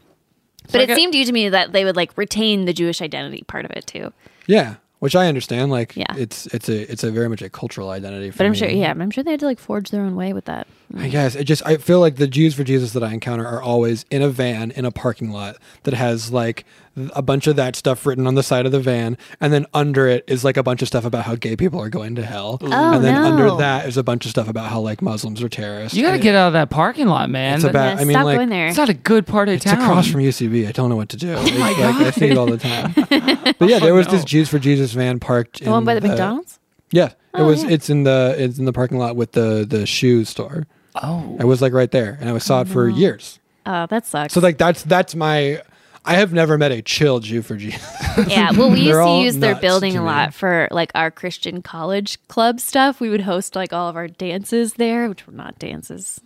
[SPEAKER 3] But it seemed to you to me that they would like retain the Jewish identity part of it too.
[SPEAKER 8] Yeah, which I understand. Like
[SPEAKER 3] Yeah.
[SPEAKER 8] it's it's a it's a very much a cultural identity. For
[SPEAKER 3] But I'm
[SPEAKER 8] me.
[SPEAKER 3] sure, yeah, I'm sure they had to like forge their own way with that.
[SPEAKER 8] I guess it just I feel like the Jews for Jesus that I encounter are always in a van in a parking lot that has like th- a bunch of that stuff written on the side of the van and then under it is like a bunch of stuff about how gay people are going to hell
[SPEAKER 3] Oh,
[SPEAKER 8] and then
[SPEAKER 3] no.
[SPEAKER 8] under that is a bunch of stuff about how like Muslims are terrorists.
[SPEAKER 2] You got to
[SPEAKER 8] And
[SPEAKER 2] get out of that parking lot, man.
[SPEAKER 8] it's about
[SPEAKER 3] Yeah,
[SPEAKER 8] I mean
[SPEAKER 3] stop
[SPEAKER 8] like
[SPEAKER 3] going there.
[SPEAKER 2] It's not a good part of
[SPEAKER 8] it's
[SPEAKER 2] town.
[SPEAKER 8] across from UCB. I don't know what to do.
[SPEAKER 2] Oh
[SPEAKER 8] It's like I see it all the time.
[SPEAKER 2] *laughs*
[SPEAKER 8] But yeah, there was this Jews for Jesus van parked
[SPEAKER 3] The one
[SPEAKER 8] in
[SPEAKER 3] by the McDonald's.
[SPEAKER 8] Yeah.
[SPEAKER 3] Oh,
[SPEAKER 8] it was
[SPEAKER 3] yeah.
[SPEAKER 8] it's in the it's in the parking lot with the the shoe store.
[SPEAKER 2] Oh,
[SPEAKER 8] I was like right there, and I saw it for years.
[SPEAKER 3] Oh, that sucks.
[SPEAKER 8] So like that's that's my. I have never met a chill Jew for Jesus.
[SPEAKER 3] yeah, well, we
[SPEAKER 8] *laughs* they're
[SPEAKER 3] used to
[SPEAKER 8] all
[SPEAKER 3] use their
[SPEAKER 8] nuts
[SPEAKER 3] building
[SPEAKER 8] to
[SPEAKER 3] a
[SPEAKER 8] me.
[SPEAKER 3] lot for like our Christian college club stuff. We would host like all of our dances there, which were not dances.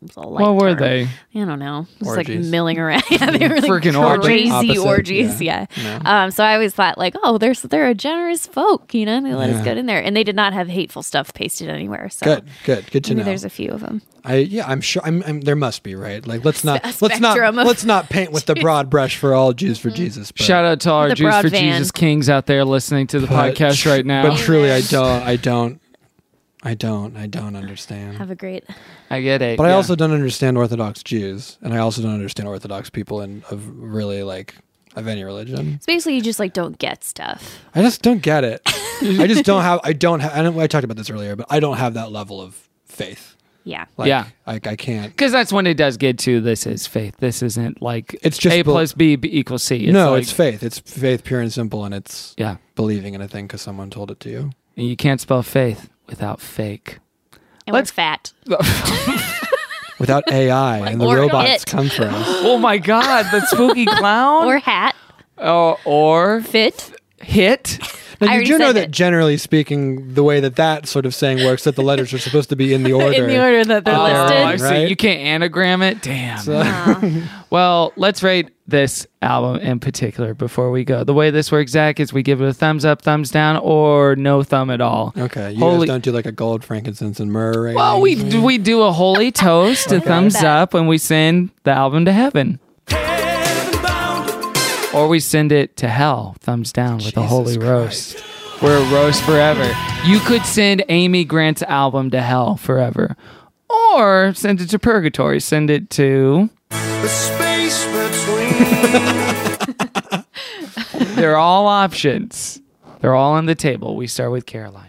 [SPEAKER 3] It was all light
[SPEAKER 2] what were
[SPEAKER 3] term.
[SPEAKER 2] they?
[SPEAKER 3] I don't know. Just like
[SPEAKER 8] Orgies.
[SPEAKER 3] milling around. *laughs* yeah, they were like
[SPEAKER 2] Freaking
[SPEAKER 3] crazy
[SPEAKER 2] orgies.
[SPEAKER 8] Opposite,
[SPEAKER 3] orgies. Yeah.
[SPEAKER 8] yeah.
[SPEAKER 3] Um, so I always thought like, oh, they're they're a generous folk, you know. and They let us
[SPEAKER 8] Yeah.
[SPEAKER 3] get in there, and they did not have hateful stuff pasted anywhere. So
[SPEAKER 8] *laughs* Good, good, good to
[SPEAKER 3] maybe
[SPEAKER 8] know.
[SPEAKER 3] there's a few of them.
[SPEAKER 8] I yeah, I'm sure. I'm, I'm there must be right. Like
[SPEAKER 3] *laughs*
[SPEAKER 8] let's not let's not
[SPEAKER 3] spectrum of Mm.
[SPEAKER 8] let's not
[SPEAKER 3] *laughs*
[SPEAKER 8] paint with the broad brush for all Jews for Jesus. But,
[SPEAKER 2] Shout out to our
[SPEAKER 3] The
[SPEAKER 2] Jews
[SPEAKER 3] broad
[SPEAKER 2] for
[SPEAKER 3] van.
[SPEAKER 2] Jesus kings out there listening to the
[SPEAKER 8] but
[SPEAKER 2] podcast
[SPEAKER 8] tr-
[SPEAKER 2] right now.
[SPEAKER 8] But truly, I don't. I don't. I don't. I don't understand.
[SPEAKER 3] Have a great.
[SPEAKER 2] I get it.
[SPEAKER 8] But I
[SPEAKER 2] yeah.
[SPEAKER 8] also don't understand Orthodox Jews, and I also don't understand Orthodox people in of really like of any religion.
[SPEAKER 3] So basically, you just like don't get stuff.
[SPEAKER 8] I just don't
[SPEAKER 2] *laughs*
[SPEAKER 8] get it. I just don't have. I don't have. I, don't, I talked about this earlier, but I don't have that level of faith.
[SPEAKER 3] Yeah.
[SPEAKER 8] Like,
[SPEAKER 2] Yeah.
[SPEAKER 8] I, I can't.
[SPEAKER 2] Because that's when it does get to this is faith. This isn't like
[SPEAKER 8] It's just
[SPEAKER 2] A
[SPEAKER 8] bel-
[SPEAKER 2] plus B, b equals C.
[SPEAKER 8] no,
[SPEAKER 2] like-
[SPEAKER 8] it's faith. It's faith, pure and simple, and it's
[SPEAKER 2] Yeah.
[SPEAKER 8] believing in a thing because someone told it to you.
[SPEAKER 2] And you can't spell faith without fake.
[SPEAKER 3] And we're
[SPEAKER 2] Let's-
[SPEAKER 3] fat.
[SPEAKER 2] *laughs*
[SPEAKER 8] Without AI and the
[SPEAKER 3] Or
[SPEAKER 8] robots
[SPEAKER 3] it.
[SPEAKER 8] come
[SPEAKER 3] *gasps*
[SPEAKER 8] for us.
[SPEAKER 2] Oh my God, the *laughs* spooky clown.
[SPEAKER 3] Or hat.
[SPEAKER 2] Oh, or
[SPEAKER 3] Fit.
[SPEAKER 2] hit.
[SPEAKER 8] Now, you
[SPEAKER 3] already
[SPEAKER 8] do know
[SPEAKER 3] said
[SPEAKER 8] that
[SPEAKER 3] it.
[SPEAKER 8] generally speaking, the way that that sort of saying works, that the letters are supposed to be in the
[SPEAKER 3] *laughs*
[SPEAKER 8] order.
[SPEAKER 3] In the order that they're
[SPEAKER 2] Oh, I
[SPEAKER 3] listed.
[SPEAKER 2] see.
[SPEAKER 8] Right?
[SPEAKER 2] You can't anagram it. Damn.
[SPEAKER 8] *laughs*
[SPEAKER 2] well, let's rate this album in particular before we go. The way this works, Zach, is we give it a thumbs up, thumbs down, or no thumb at all.
[SPEAKER 8] Okay, you
[SPEAKER 2] Holy-
[SPEAKER 8] guys don't do like a gold, frankincense, and myrrh. rating?
[SPEAKER 2] Well, we d- we do a holy toast, a thumbs up, when we send the album to heaven. Or we send it to hell, thumbs down with a holy roast. We're a roast forever. You could send Amy Grant's album to hell forever. Or send it to purgatory. Send it to.
[SPEAKER 5] The space between.
[SPEAKER 2] They're all options. They're all on the table. We start with Caroline.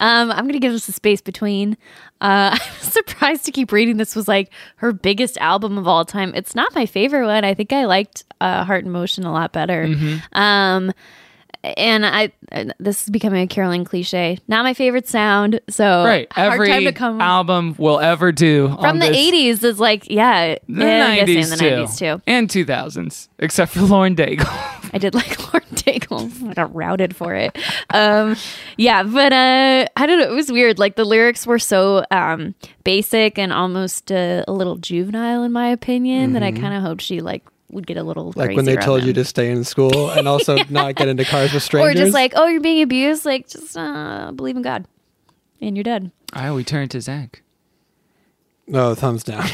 [SPEAKER 3] Um, I'm gonna give us a space between. Uh, *laughs* I'm surprised to keep reading. This was like her biggest album of all time.
[SPEAKER 2] Mm-hmm.
[SPEAKER 3] It's not my favorite one. I think I liked uh, Heart and Motion a lot better. Um, and I and this is becoming a Carolyn cliche. Not my favorite sound, so
[SPEAKER 2] Right.
[SPEAKER 3] hard
[SPEAKER 2] Every
[SPEAKER 3] time to come
[SPEAKER 2] album we'll ever do
[SPEAKER 3] from the
[SPEAKER 2] eighties.
[SPEAKER 3] '80s is like yeah,
[SPEAKER 2] The
[SPEAKER 3] yeah, I guess
[SPEAKER 2] 90s,
[SPEAKER 3] in the
[SPEAKER 2] too.
[SPEAKER 3] '90s too.
[SPEAKER 2] And 2000s, except for Lauren *laughs* Daigle.
[SPEAKER 3] I did like *laughs* Lord Daigle. I got routed for it. Um, yeah, but uh, I don't know. It was weird. Like the lyrics were so um, basic and almost uh, a little juvenile, in my opinion, that I kind of hoped she like would get a little
[SPEAKER 8] Mm-hmm. Like when they
[SPEAKER 3] crazier on
[SPEAKER 8] told you
[SPEAKER 3] them.
[SPEAKER 8] to stay in school and also not get into cars with
[SPEAKER 3] or
[SPEAKER 8] strangers.
[SPEAKER 3] just like, oh, you're being abused. Like, just uh, believe in God, and you're dead.
[SPEAKER 2] I we turn to Zach.
[SPEAKER 8] no
[SPEAKER 3] *laughs*
[SPEAKER 8] thumbs down.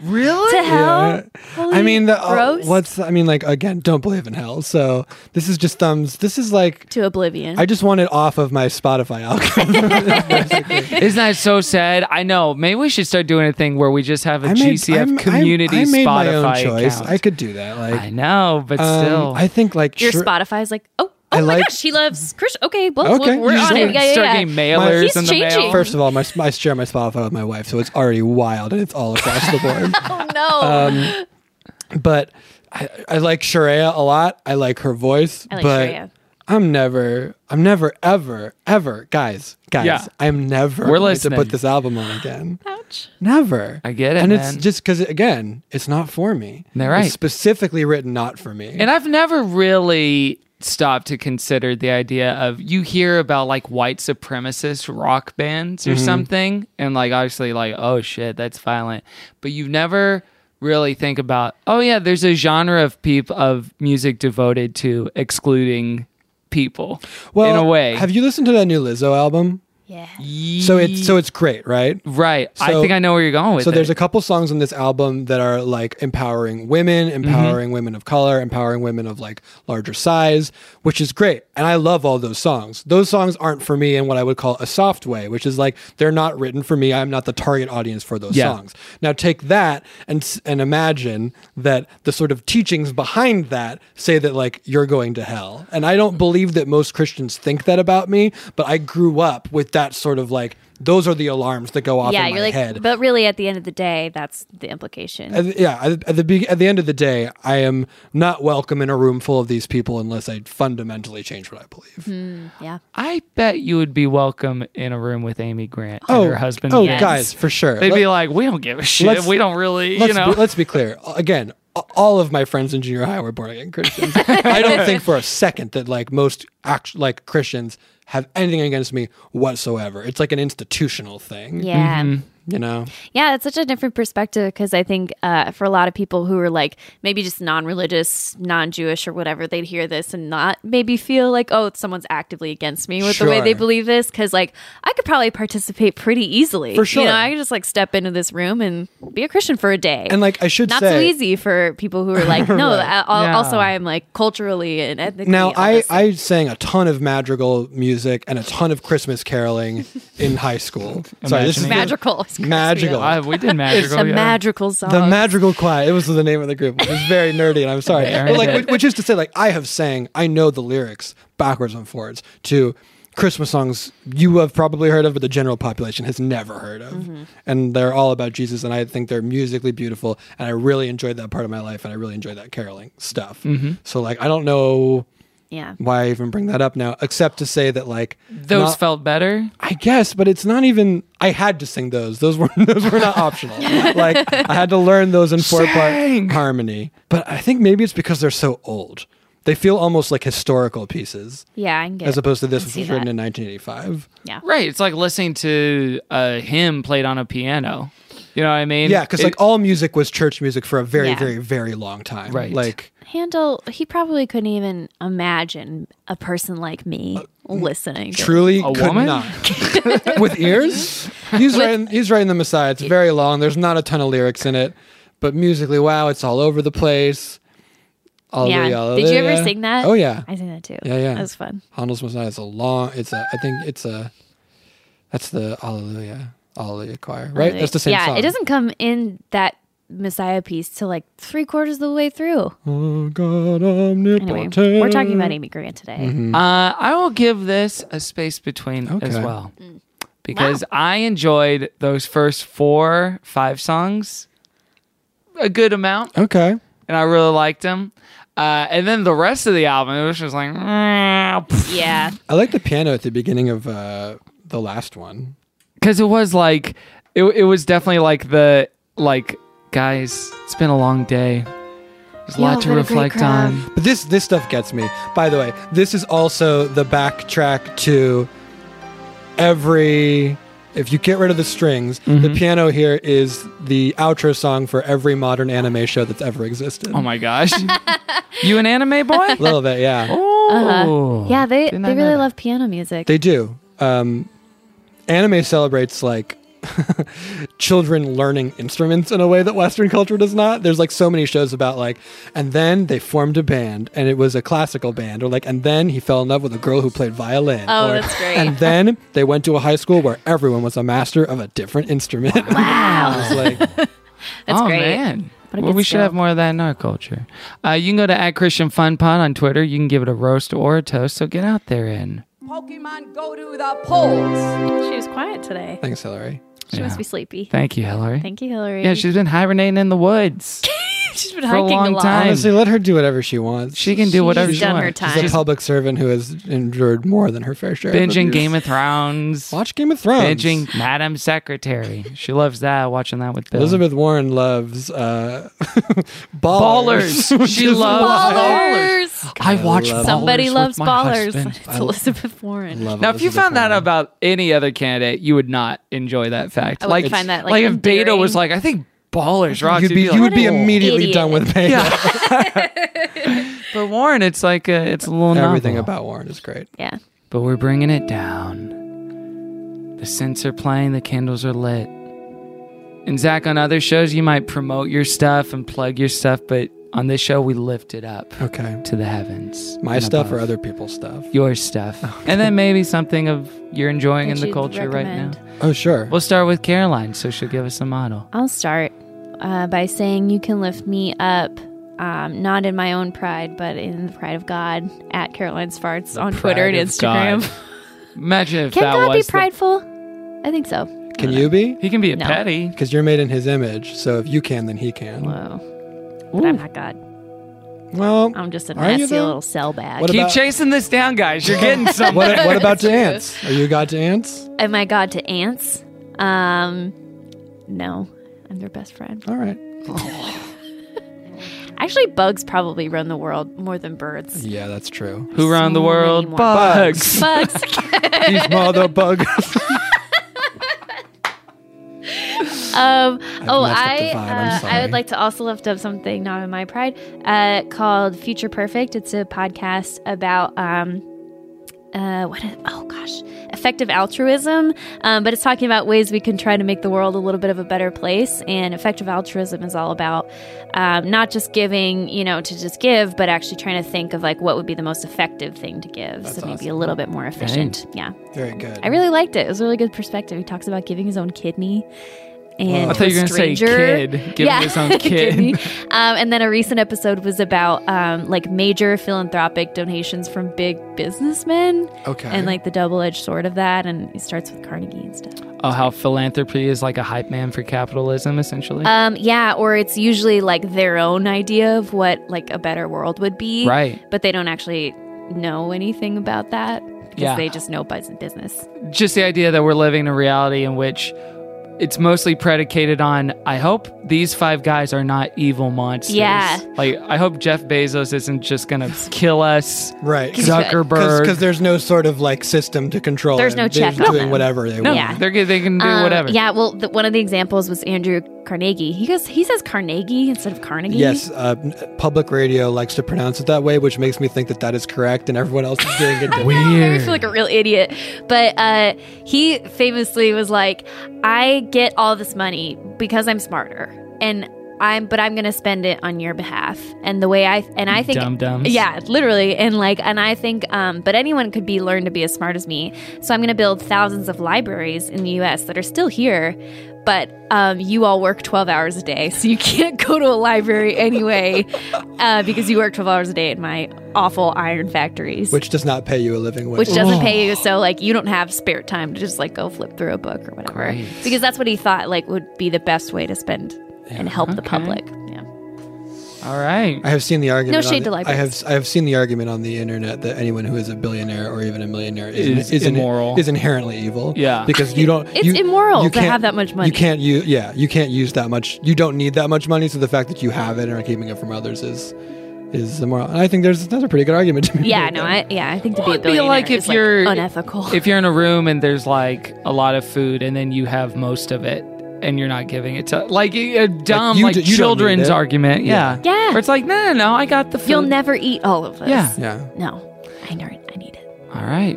[SPEAKER 2] Really?
[SPEAKER 3] To hell.
[SPEAKER 8] Yeah. I mean, the, uh,
[SPEAKER 3] gross.
[SPEAKER 8] what's I mean, like again, don't believe in hell. So this is just thumbs. This is like
[SPEAKER 3] To oblivion.
[SPEAKER 8] I just want it off of my Spotify algorithm.
[SPEAKER 2] Isn't that so sad? I know. Maybe we should start doing a thing where we just have a
[SPEAKER 8] I made-
[SPEAKER 2] GCF
[SPEAKER 8] *laughs* I'm- I'm-
[SPEAKER 2] community
[SPEAKER 8] I
[SPEAKER 2] Spotify
[SPEAKER 8] made my own choice.
[SPEAKER 2] account.
[SPEAKER 8] I could do that. Like
[SPEAKER 2] I know, but
[SPEAKER 8] um,
[SPEAKER 2] still.
[SPEAKER 8] I think like
[SPEAKER 3] Your
[SPEAKER 8] sure-
[SPEAKER 3] Spotify's like, oh, oh
[SPEAKER 8] I
[SPEAKER 3] my
[SPEAKER 8] like-
[SPEAKER 3] gosh, she loves Christian. Okay, well,
[SPEAKER 8] Okay,
[SPEAKER 3] we're
[SPEAKER 8] you
[SPEAKER 3] on
[SPEAKER 8] just
[SPEAKER 3] it. Yeah,
[SPEAKER 2] start
[SPEAKER 3] yeah, yeah.
[SPEAKER 2] getting mailers
[SPEAKER 3] He's
[SPEAKER 2] in the mail.
[SPEAKER 3] changing.
[SPEAKER 8] First of all, my I share my Spotify with my wife, so it's already wild and it's all across the board.
[SPEAKER 3] *laughs* Oh no.
[SPEAKER 8] uh, but I, I like Sharia a lot. I like her voice,
[SPEAKER 3] I like
[SPEAKER 8] but
[SPEAKER 3] Shreya.
[SPEAKER 8] I'm never, I'm never, ever, ever, guys, guys,
[SPEAKER 2] Yeah.
[SPEAKER 8] I'm never
[SPEAKER 2] We're
[SPEAKER 8] going to
[SPEAKER 2] listening.
[SPEAKER 8] put this album on again.
[SPEAKER 3] Ouch.
[SPEAKER 8] Never.
[SPEAKER 2] I get it,
[SPEAKER 8] and
[SPEAKER 2] man.
[SPEAKER 8] it's just because again, it's not for me.
[SPEAKER 2] They're right.
[SPEAKER 8] It's specifically written not for me.
[SPEAKER 2] And I've never really stopped to consider the idea of you hear about like white supremacist rock bands
[SPEAKER 8] Mm-hmm.
[SPEAKER 2] or something, and like obviously like oh shit that's violent, but you never really think about oh yeah there's a genre of peop of music devoted to excluding people
[SPEAKER 8] well,
[SPEAKER 2] in a way.
[SPEAKER 8] have you listened to that new Lizzo album?
[SPEAKER 3] Yeah.
[SPEAKER 8] So it's so it's great, right?
[SPEAKER 2] right. I
[SPEAKER 8] so-
[SPEAKER 2] think I know where you're going with
[SPEAKER 8] so
[SPEAKER 2] it.
[SPEAKER 8] there's a couple songs on this album that are like empowering women
[SPEAKER 2] Mm-hmm.
[SPEAKER 8] empowering women of color empowering women of like larger size which is great and i love all those songs those songs aren't for me in what i would call a soft way which is like they're not written for me i'm not the target audience for those
[SPEAKER 2] Yeah.
[SPEAKER 8] songs now take that and s- and imagine that the sort of teachings behind that say that like you're going to hell and i don't believe that most christians think that about me but i grew up with that sort of like those are the alarms that go off
[SPEAKER 3] Yeah,
[SPEAKER 8] in my
[SPEAKER 3] you're like,
[SPEAKER 8] head
[SPEAKER 3] but really, at the end of the day, that's the implication.
[SPEAKER 8] at the- yeah, at, at the be- at the end of the day, I am not welcome in a room full of these people unless I fundamentally change what I believe.
[SPEAKER 3] yeah.
[SPEAKER 2] I bet you would be welcome in a room with Amy Grant and
[SPEAKER 8] Oh,
[SPEAKER 2] her husband.
[SPEAKER 8] oh,
[SPEAKER 2] Vince.
[SPEAKER 8] guys, for sure.
[SPEAKER 2] They'd
[SPEAKER 8] Let-
[SPEAKER 2] be like, we don't give a shit.
[SPEAKER 8] let's-
[SPEAKER 2] We don't really,
[SPEAKER 8] Let's
[SPEAKER 2] you know.
[SPEAKER 8] be, let's be clear. Again, a- all of my friends in junior high were born
[SPEAKER 2] *laughs*
[SPEAKER 8] again Christians. I don't think for a second that like most act- like Christians have anything against me whatsoever. It's like an institutional thing,
[SPEAKER 3] Yeah.
[SPEAKER 8] you know.
[SPEAKER 3] Yeah, it's such a different perspective because I think uh, for a lot of people who are like maybe just non religious, non Jewish, or whatever, they'd hear this and not maybe feel like, oh, someone's actively against me with the way they
[SPEAKER 8] Sure.
[SPEAKER 3] believe this. Because, like, I could probably participate pretty easily.
[SPEAKER 8] For
[SPEAKER 3] You
[SPEAKER 8] sure.
[SPEAKER 3] know, I could just like step into this room and be a Christian for a day.
[SPEAKER 8] And like I should
[SPEAKER 3] not
[SPEAKER 8] say,
[SPEAKER 3] so easy for people who are
[SPEAKER 8] *laughs*
[SPEAKER 3] like, no, I, al-
[SPEAKER 2] Yeah.
[SPEAKER 3] also I am like culturally and ethnically.
[SPEAKER 8] Now
[SPEAKER 3] all
[SPEAKER 8] I,
[SPEAKER 3] this thing.
[SPEAKER 8] I sang a ton of madrigal music and a ton of
[SPEAKER 2] *laughs*
[SPEAKER 8] Christmas caroling in high school. Sorry, this is
[SPEAKER 2] Imagining.
[SPEAKER 3] Magical. *laughs* It's crazy.
[SPEAKER 8] Magical.
[SPEAKER 2] Uh, we did
[SPEAKER 3] *laughs* It's
[SPEAKER 2] magical.
[SPEAKER 3] a
[SPEAKER 2] yeah.
[SPEAKER 3] magical song.
[SPEAKER 8] Oh, The Madrigal Choir. It was the name of the group. It was very
[SPEAKER 2] *laughs*
[SPEAKER 8] nerdy, and I'm sorry.
[SPEAKER 2] Very
[SPEAKER 8] But like,
[SPEAKER 2] nerdy.
[SPEAKER 8] which, which is to say, like, I have sang, I know the lyrics backwards and forwards to Christmas songs you have probably heard of, but the general population has never heard of.
[SPEAKER 2] Mm-hmm.
[SPEAKER 8] And they're all about Jesus, and I think they're musically beautiful, and I really enjoyed that part of my life, and I really enjoyed that caroling stuff. So, like, I don't know
[SPEAKER 3] yeah.
[SPEAKER 8] why I even bring that up now, except to say that, like,
[SPEAKER 2] Those
[SPEAKER 8] not-
[SPEAKER 2] felt better.
[SPEAKER 8] I guess, but it's not even. I had to sing those. Those were *laughs* those were not
[SPEAKER 3] *laughs*
[SPEAKER 8] optional. like I had to learn those in four part harmony. But I think maybe it's because they're so old. They feel almost like historical pieces,
[SPEAKER 3] Yeah, I can get
[SPEAKER 8] as
[SPEAKER 3] it.
[SPEAKER 8] opposed to this, which
[SPEAKER 3] see
[SPEAKER 8] was written
[SPEAKER 3] that.
[SPEAKER 8] in 1985.
[SPEAKER 2] Right. It's like listening to a hymn played on a piano. You know what I mean?
[SPEAKER 8] Yeah, because
[SPEAKER 2] It-
[SPEAKER 8] like all music was church music for a very,
[SPEAKER 3] Yeah.
[SPEAKER 8] very, very long time.
[SPEAKER 2] Right.
[SPEAKER 8] Like
[SPEAKER 3] Handel, he probably couldn't even imagine a person like
[SPEAKER 8] Uh,
[SPEAKER 3] me listening. to it.
[SPEAKER 8] truly
[SPEAKER 2] A
[SPEAKER 8] could
[SPEAKER 2] woman?
[SPEAKER 8] not with ears. He's writing. He's writing the Messiah. It's very long. There's not a ton of lyrics in it, but musically, wow, it's all over the place. Alleluia,
[SPEAKER 3] yeah. Did you ever
[SPEAKER 8] alleluia.
[SPEAKER 3] sing that?
[SPEAKER 8] Oh yeah,
[SPEAKER 3] I sing that too.
[SPEAKER 8] Yeah, yeah.
[SPEAKER 3] That was fun.
[SPEAKER 8] Handel's Messiah is a long. It's a. I think it's a. That's the Alleluia, Alleluia choir, right? That's the same
[SPEAKER 3] yeah,
[SPEAKER 8] song.
[SPEAKER 3] it doesn't come in that Messiah piece till like three quarters of the way through.
[SPEAKER 8] Oh God,
[SPEAKER 3] Anyway,
[SPEAKER 8] omnipotent.
[SPEAKER 3] we're talking about Amy Grant today.
[SPEAKER 8] Mm-hmm.
[SPEAKER 2] Uh, I will give this a space between as
[SPEAKER 8] Okay.
[SPEAKER 2] well.
[SPEAKER 3] Mm.
[SPEAKER 2] Because I enjoyed those first four, five songs a good amount.
[SPEAKER 8] Okay.
[SPEAKER 2] and I really liked him. Uh, and then the rest of the album, it was just like,
[SPEAKER 8] *laughs*
[SPEAKER 2] yeah,
[SPEAKER 8] I like the piano at the beginning of uh, the last one.
[SPEAKER 2] because it was like, it, it was definitely like the like, guys, it's been a long day. There's a
[SPEAKER 3] Y'all
[SPEAKER 2] lot to
[SPEAKER 3] been a great
[SPEAKER 2] reflect
[SPEAKER 3] crowd.
[SPEAKER 2] on.
[SPEAKER 8] But this this stuff gets me. By the way, this is also the backtrack to every. If you get rid of the strings,
[SPEAKER 2] Mm-hmm.
[SPEAKER 8] the piano here is the outro song for every modern anime show that's ever existed.
[SPEAKER 2] Oh my
[SPEAKER 3] *laughs*
[SPEAKER 2] gosh, you an anime boy?
[SPEAKER 8] A little bit, yeah.
[SPEAKER 3] Uh-huh.
[SPEAKER 2] Oh,
[SPEAKER 3] Yeah, they,
[SPEAKER 2] Didn't I
[SPEAKER 3] they
[SPEAKER 2] know
[SPEAKER 3] really
[SPEAKER 2] that?
[SPEAKER 3] love piano music.
[SPEAKER 8] They do. Um, anime celebrates like *laughs* children learning instruments in a way that Western culture does not. There's like so many shows about like, and then they formed a band and it was a classical band, or like, and then he fell in love with a girl who played violin.
[SPEAKER 3] Oh,
[SPEAKER 8] or,
[SPEAKER 3] that's great.
[SPEAKER 8] And then they went to a high school where everyone was a master of a
[SPEAKER 3] *laughs*
[SPEAKER 8] different instrument. Wow. like,
[SPEAKER 3] That's
[SPEAKER 2] oh,
[SPEAKER 3] great.
[SPEAKER 2] man.
[SPEAKER 3] a
[SPEAKER 2] Well,
[SPEAKER 3] good
[SPEAKER 2] we should
[SPEAKER 3] skill.
[SPEAKER 2] have more of that in our culture. Uh, you can go to at Christian Fun Pod on Twitter. You can give it a roast or a toast. So get out there and
[SPEAKER 10] Pokemon go to the polls.
[SPEAKER 3] She was quiet today.
[SPEAKER 8] thanks, Hillary.
[SPEAKER 3] She must be sleepy.
[SPEAKER 2] thank you, Hillary.
[SPEAKER 3] Thank you, Hillary.
[SPEAKER 2] yeah, she's been hibernating in the woods.
[SPEAKER 3] *laughs* she's been
[SPEAKER 2] for a
[SPEAKER 3] hiking
[SPEAKER 2] long
[SPEAKER 3] lot.
[SPEAKER 2] time.
[SPEAKER 8] Honestly, let her do whatever she wants.
[SPEAKER 2] She can do whatever she
[SPEAKER 3] done her
[SPEAKER 2] wants.
[SPEAKER 3] time.
[SPEAKER 8] She's a public servant who has endured more than her fair share. of
[SPEAKER 2] Binging
[SPEAKER 8] abuse.
[SPEAKER 2] Game of Thrones.
[SPEAKER 8] Watch Game of Thrones.
[SPEAKER 2] Binging Madam Secretary. She loves that. Watching that with Bill.
[SPEAKER 8] Elizabeth Warren loves uh, *laughs* ballers.
[SPEAKER 2] Ballers.
[SPEAKER 8] *laughs*
[SPEAKER 2] She loves ballers.
[SPEAKER 3] Ballers.
[SPEAKER 2] I watch ballers
[SPEAKER 3] Somebody
[SPEAKER 2] with
[SPEAKER 3] loves
[SPEAKER 2] my
[SPEAKER 3] ballers.
[SPEAKER 2] husband.
[SPEAKER 3] *laughs* It's Elizabeth Warren.
[SPEAKER 2] Now, if you found that out about any other candidate, you would not enjoy that fact.
[SPEAKER 3] I would
[SPEAKER 2] like,
[SPEAKER 3] find that, like,
[SPEAKER 2] like if Beta
[SPEAKER 3] endearing.
[SPEAKER 2] was like, I think ballers rocks.
[SPEAKER 8] you'd be, you would be
[SPEAKER 2] like, "Oh."
[SPEAKER 8] immediately
[SPEAKER 3] idiot.
[SPEAKER 8] done with Beta. *laughs*
[SPEAKER 2] But Warren, it's like a, it's a little
[SPEAKER 8] Everything
[SPEAKER 2] novel.
[SPEAKER 8] about Warren is great.
[SPEAKER 3] Yeah.
[SPEAKER 2] But we're bringing it down. The scents are playing, the candles are lit. And Zach, on other shows, you might promote your stuff and plug your stuff, but on this show, we lift it up
[SPEAKER 8] Okay.
[SPEAKER 2] to the heavens.
[SPEAKER 8] My
[SPEAKER 2] and
[SPEAKER 8] stuff or
[SPEAKER 2] above.
[SPEAKER 8] other people's stuff?
[SPEAKER 2] Your stuff. And then maybe something of you're enjoying
[SPEAKER 3] That
[SPEAKER 2] in the
[SPEAKER 3] you'd
[SPEAKER 2] culture
[SPEAKER 3] recommend.
[SPEAKER 2] right now.
[SPEAKER 8] Oh, sure.
[SPEAKER 2] We'll start with Caroline, so she'll give us a model.
[SPEAKER 3] I'll start uh, by saying you can lift me up, um, not in my own pride, but in the pride of God at Caroline's Farts on Twitter
[SPEAKER 2] Pride
[SPEAKER 3] and
[SPEAKER 2] of God.
[SPEAKER 3] Instagram. *laughs*
[SPEAKER 2] Imagine if
[SPEAKER 3] Can
[SPEAKER 2] that
[SPEAKER 3] God be
[SPEAKER 2] was. the-
[SPEAKER 3] prideful? I think so.
[SPEAKER 8] can you be?
[SPEAKER 2] he can be a
[SPEAKER 3] No.
[SPEAKER 2] petty.
[SPEAKER 8] Because you're made in his image, so if you can, then he can.
[SPEAKER 3] Whoa. But I'm not God.
[SPEAKER 8] Well,
[SPEAKER 3] I'm just a
[SPEAKER 8] Are you,
[SPEAKER 3] nasty
[SPEAKER 8] though?
[SPEAKER 3] little cell bag.
[SPEAKER 8] What
[SPEAKER 2] Keep
[SPEAKER 8] about-
[SPEAKER 2] chasing this down, guys. You're *laughs* getting something.
[SPEAKER 3] *laughs*
[SPEAKER 8] *laughs* what, what about to ants? Are you a god to ants?
[SPEAKER 3] Am I God to ants? Um, no. I'm their best friend.
[SPEAKER 8] All right.
[SPEAKER 3] Actually, bugs probably run the world more than birds.
[SPEAKER 8] Yeah,
[SPEAKER 3] *laughs*
[SPEAKER 8] that's true.
[SPEAKER 2] Who around the
[SPEAKER 3] So many
[SPEAKER 2] world?
[SPEAKER 3] more.
[SPEAKER 2] Bugs.
[SPEAKER 3] Bugs.
[SPEAKER 8] These mother buggers.
[SPEAKER 3] Um, oh,
[SPEAKER 8] messed up the
[SPEAKER 3] I
[SPEAKER 8] vibe. I'm
[SPEAKER 3] uh, I
[SPEAKER 8] sorry.
[SPEAKER 3] would like to also lift up something not in my pride uh, called Future Perfect. It's a podcast about um, uh, what is, oh gosh effective altruism, um, but it's talking about ways we can try to make the world a little bit of a better place. And effective altruism is all about um, not just giving, you know, to just give, but actually trying to think of like what would be the most effective thing to give, so maybe a little bit more efficient. Yeah.
[SPEAKER 8] *laughs* Very good.
[SPEAKER 3] I really liked it. It was a really good perspective. He talks about giving his own kidney. And
[SPEAKER 2] I thought
[SPEAKER 3] to
[SPEAKER 2] you were gonna
[SPEAKER 3] a
[SPEAKER 2] say
[SPEAKER 3] stranger. *laughs*
[SPEAKER 2] kid, giving his own kid.
[SPEAKER 3] Kidney. Um, and then a recent episode was about um, like major philanthropic donations from big businessmen.
[SPEAKER 8] Okay.
[SPEAKER 3] And like the double edged sword of that. And it starts with Carnegie and stuff.
[SPEAKER 2] Oh, how philanthropy is like a hype man for capitalism, essentially.
[SPEAKER 3] Um, yeah, or it's usually like their own idea of what like a better world would be.
[SPEAKER 2] Right.
[SPEAKER 3] But they don't actually know anything about that because
[SPEAKER 2] Yeah.
[SPEAKER 3] they just know bus- business.
[SPEAKER 2] Just the idea that we're living in a reality in which it's mostly predicated on I hope these five guys are not evil monsters.
[SPEAKER 3] Yeah.
[SPEAKER 2] Like I hope Jeff Bezos isn't just gonna kill us.
[SPEAKER 8] Right.
[SPEAKER 2] Zuckerberg.
[SPEAKER 8] Because there's no sort of like system to control.
[SPEAKER 3] There's
[SPEAKER 8] it.
[SPEAKER 3] no
[SPEAKER 8] They're
[SPEAKER 3] check on
[SPEAKER 8] doing
[SPEAKER 3] them.
[SPEAKER 8] whatever they
[SPEAKER 2] No,
[SPEAKER 8] want.
[SPEAKER 3] Yeah.
[SPEAKER 2] they're good. They can do
[SPEAKER 3] Um,
[SPEAKER 2] whatever.
[SPEAKER 3] Yeah, well, the, one of the examples was Andrew Carnegie. He goes, he says Carnegie instead of Carnegie.
[SPEAKER 8] Yes, uh, n- public radio likes to pronounce it that way, which makes me think that that is correct, and everyone else is
[SPEAKER 3] *laughs*
[SPEAKER 8] doing it.
[SPEAKER 3] I
[SPEAKER 8] different.
[SPEAKER 3] know, I feel like a real idiot. But uh, he famously was like, I get all this money because I'm smarter. And I'm but I'm gonna spend it on your behalf. And the way I and I think
[SPEAKER 2] Dum-dums.
[SPEAKER 3] Yeah, literally. And like and I think um but anyone could be learned to be as smart as me. So I'm gonna build thousands of libraries in the US that are still here. But um, you all work 12 hours a day, so you can't go to a library anyway uh, because you work 12 hours a day at my awful iron factories
[SPEAKER 8] Which does not pay you a living wage.
[SPEAKER 3] which doesn't pay you so like you don't have spare time to just like go flip through a book or whatever
[SPEAKER 2] Great.
[SPEAKER 3] because that's what he thought like would be the best way to spend and help the
[SPEAKER 2] Okay.
[SPEAKER 3] public yeah
[SPEAKER 2] All right.
[SPEAKER 8] I have seen the argument.
[SPEAKER 3] shade
[SPEAKER 8] on
[SPEAKER 3] to
[SPEAKER 8] the, I
[SPEAKER 3] libraries.
[SPEAKER 8] have I have seen the argument on the internet that anyone who is a billionaire or even a millionaire is,
[SPEAKER 2] Is
[SPEAKER 8] is in-
[SPEAKER 2] immoral.
[SPEAKER 8] is inherently evil.
[SPEAKER 2] Yeah.
[SPEAKER 8] because you don't.
[SPEAKER 3] It's
[SPEAKER 8] you-
[SPEAKER 3] immoral
[SPEAKER 8] you
[SPEAKER 3] to
[SPEAKER 8] can't-
[SPEAKER 3] have that much money.
[SPEAKER 8] You can't use. Yeah, you can't use that much. You don't need that much money. So the fact that you have it and are keeping it from others is is immoral. And I think there's that's a pretty good argument to be
[SPEAKER 3] Yeah,
[SPEAKER 8] made
[SPEAKER 3] no,
[SPEAKER 8] there.
[SPEAKER 3] I yeah, I think to be a
[SPEAKER 2] It'd be
[SPEAKER 3] billionaire
[SPEAKER 2] like if
[SPEAKER 3] is
[SPEAKER 2] you're
[SPEAKER 3] unethical.
[SPEAKER 2] If you're in a room and there's like a lot of food and then you have most of it and you're not giving it to like a dumb
[SPEAKER 8] you
[SPEAKER 2] like,
[SPEAKER 8] d- you don't need
[SPEAKER 2] children's
[SPEAKER 8] it.
[SPEAKER 2] argument. Yeah.
[SPEAKER 3] Yeah.
[SPEAKER 2] Where it's like, no, no, no, I got the food.
[SPEAKER 3] *laughs* You'll never eat all of this.
[SPEAKER 2] Yeah.
[SPEAKER 8] *laughs* Yeah.
[SPEAKER 3] No, I know it. I need it.
[SPEAKER 2] All right.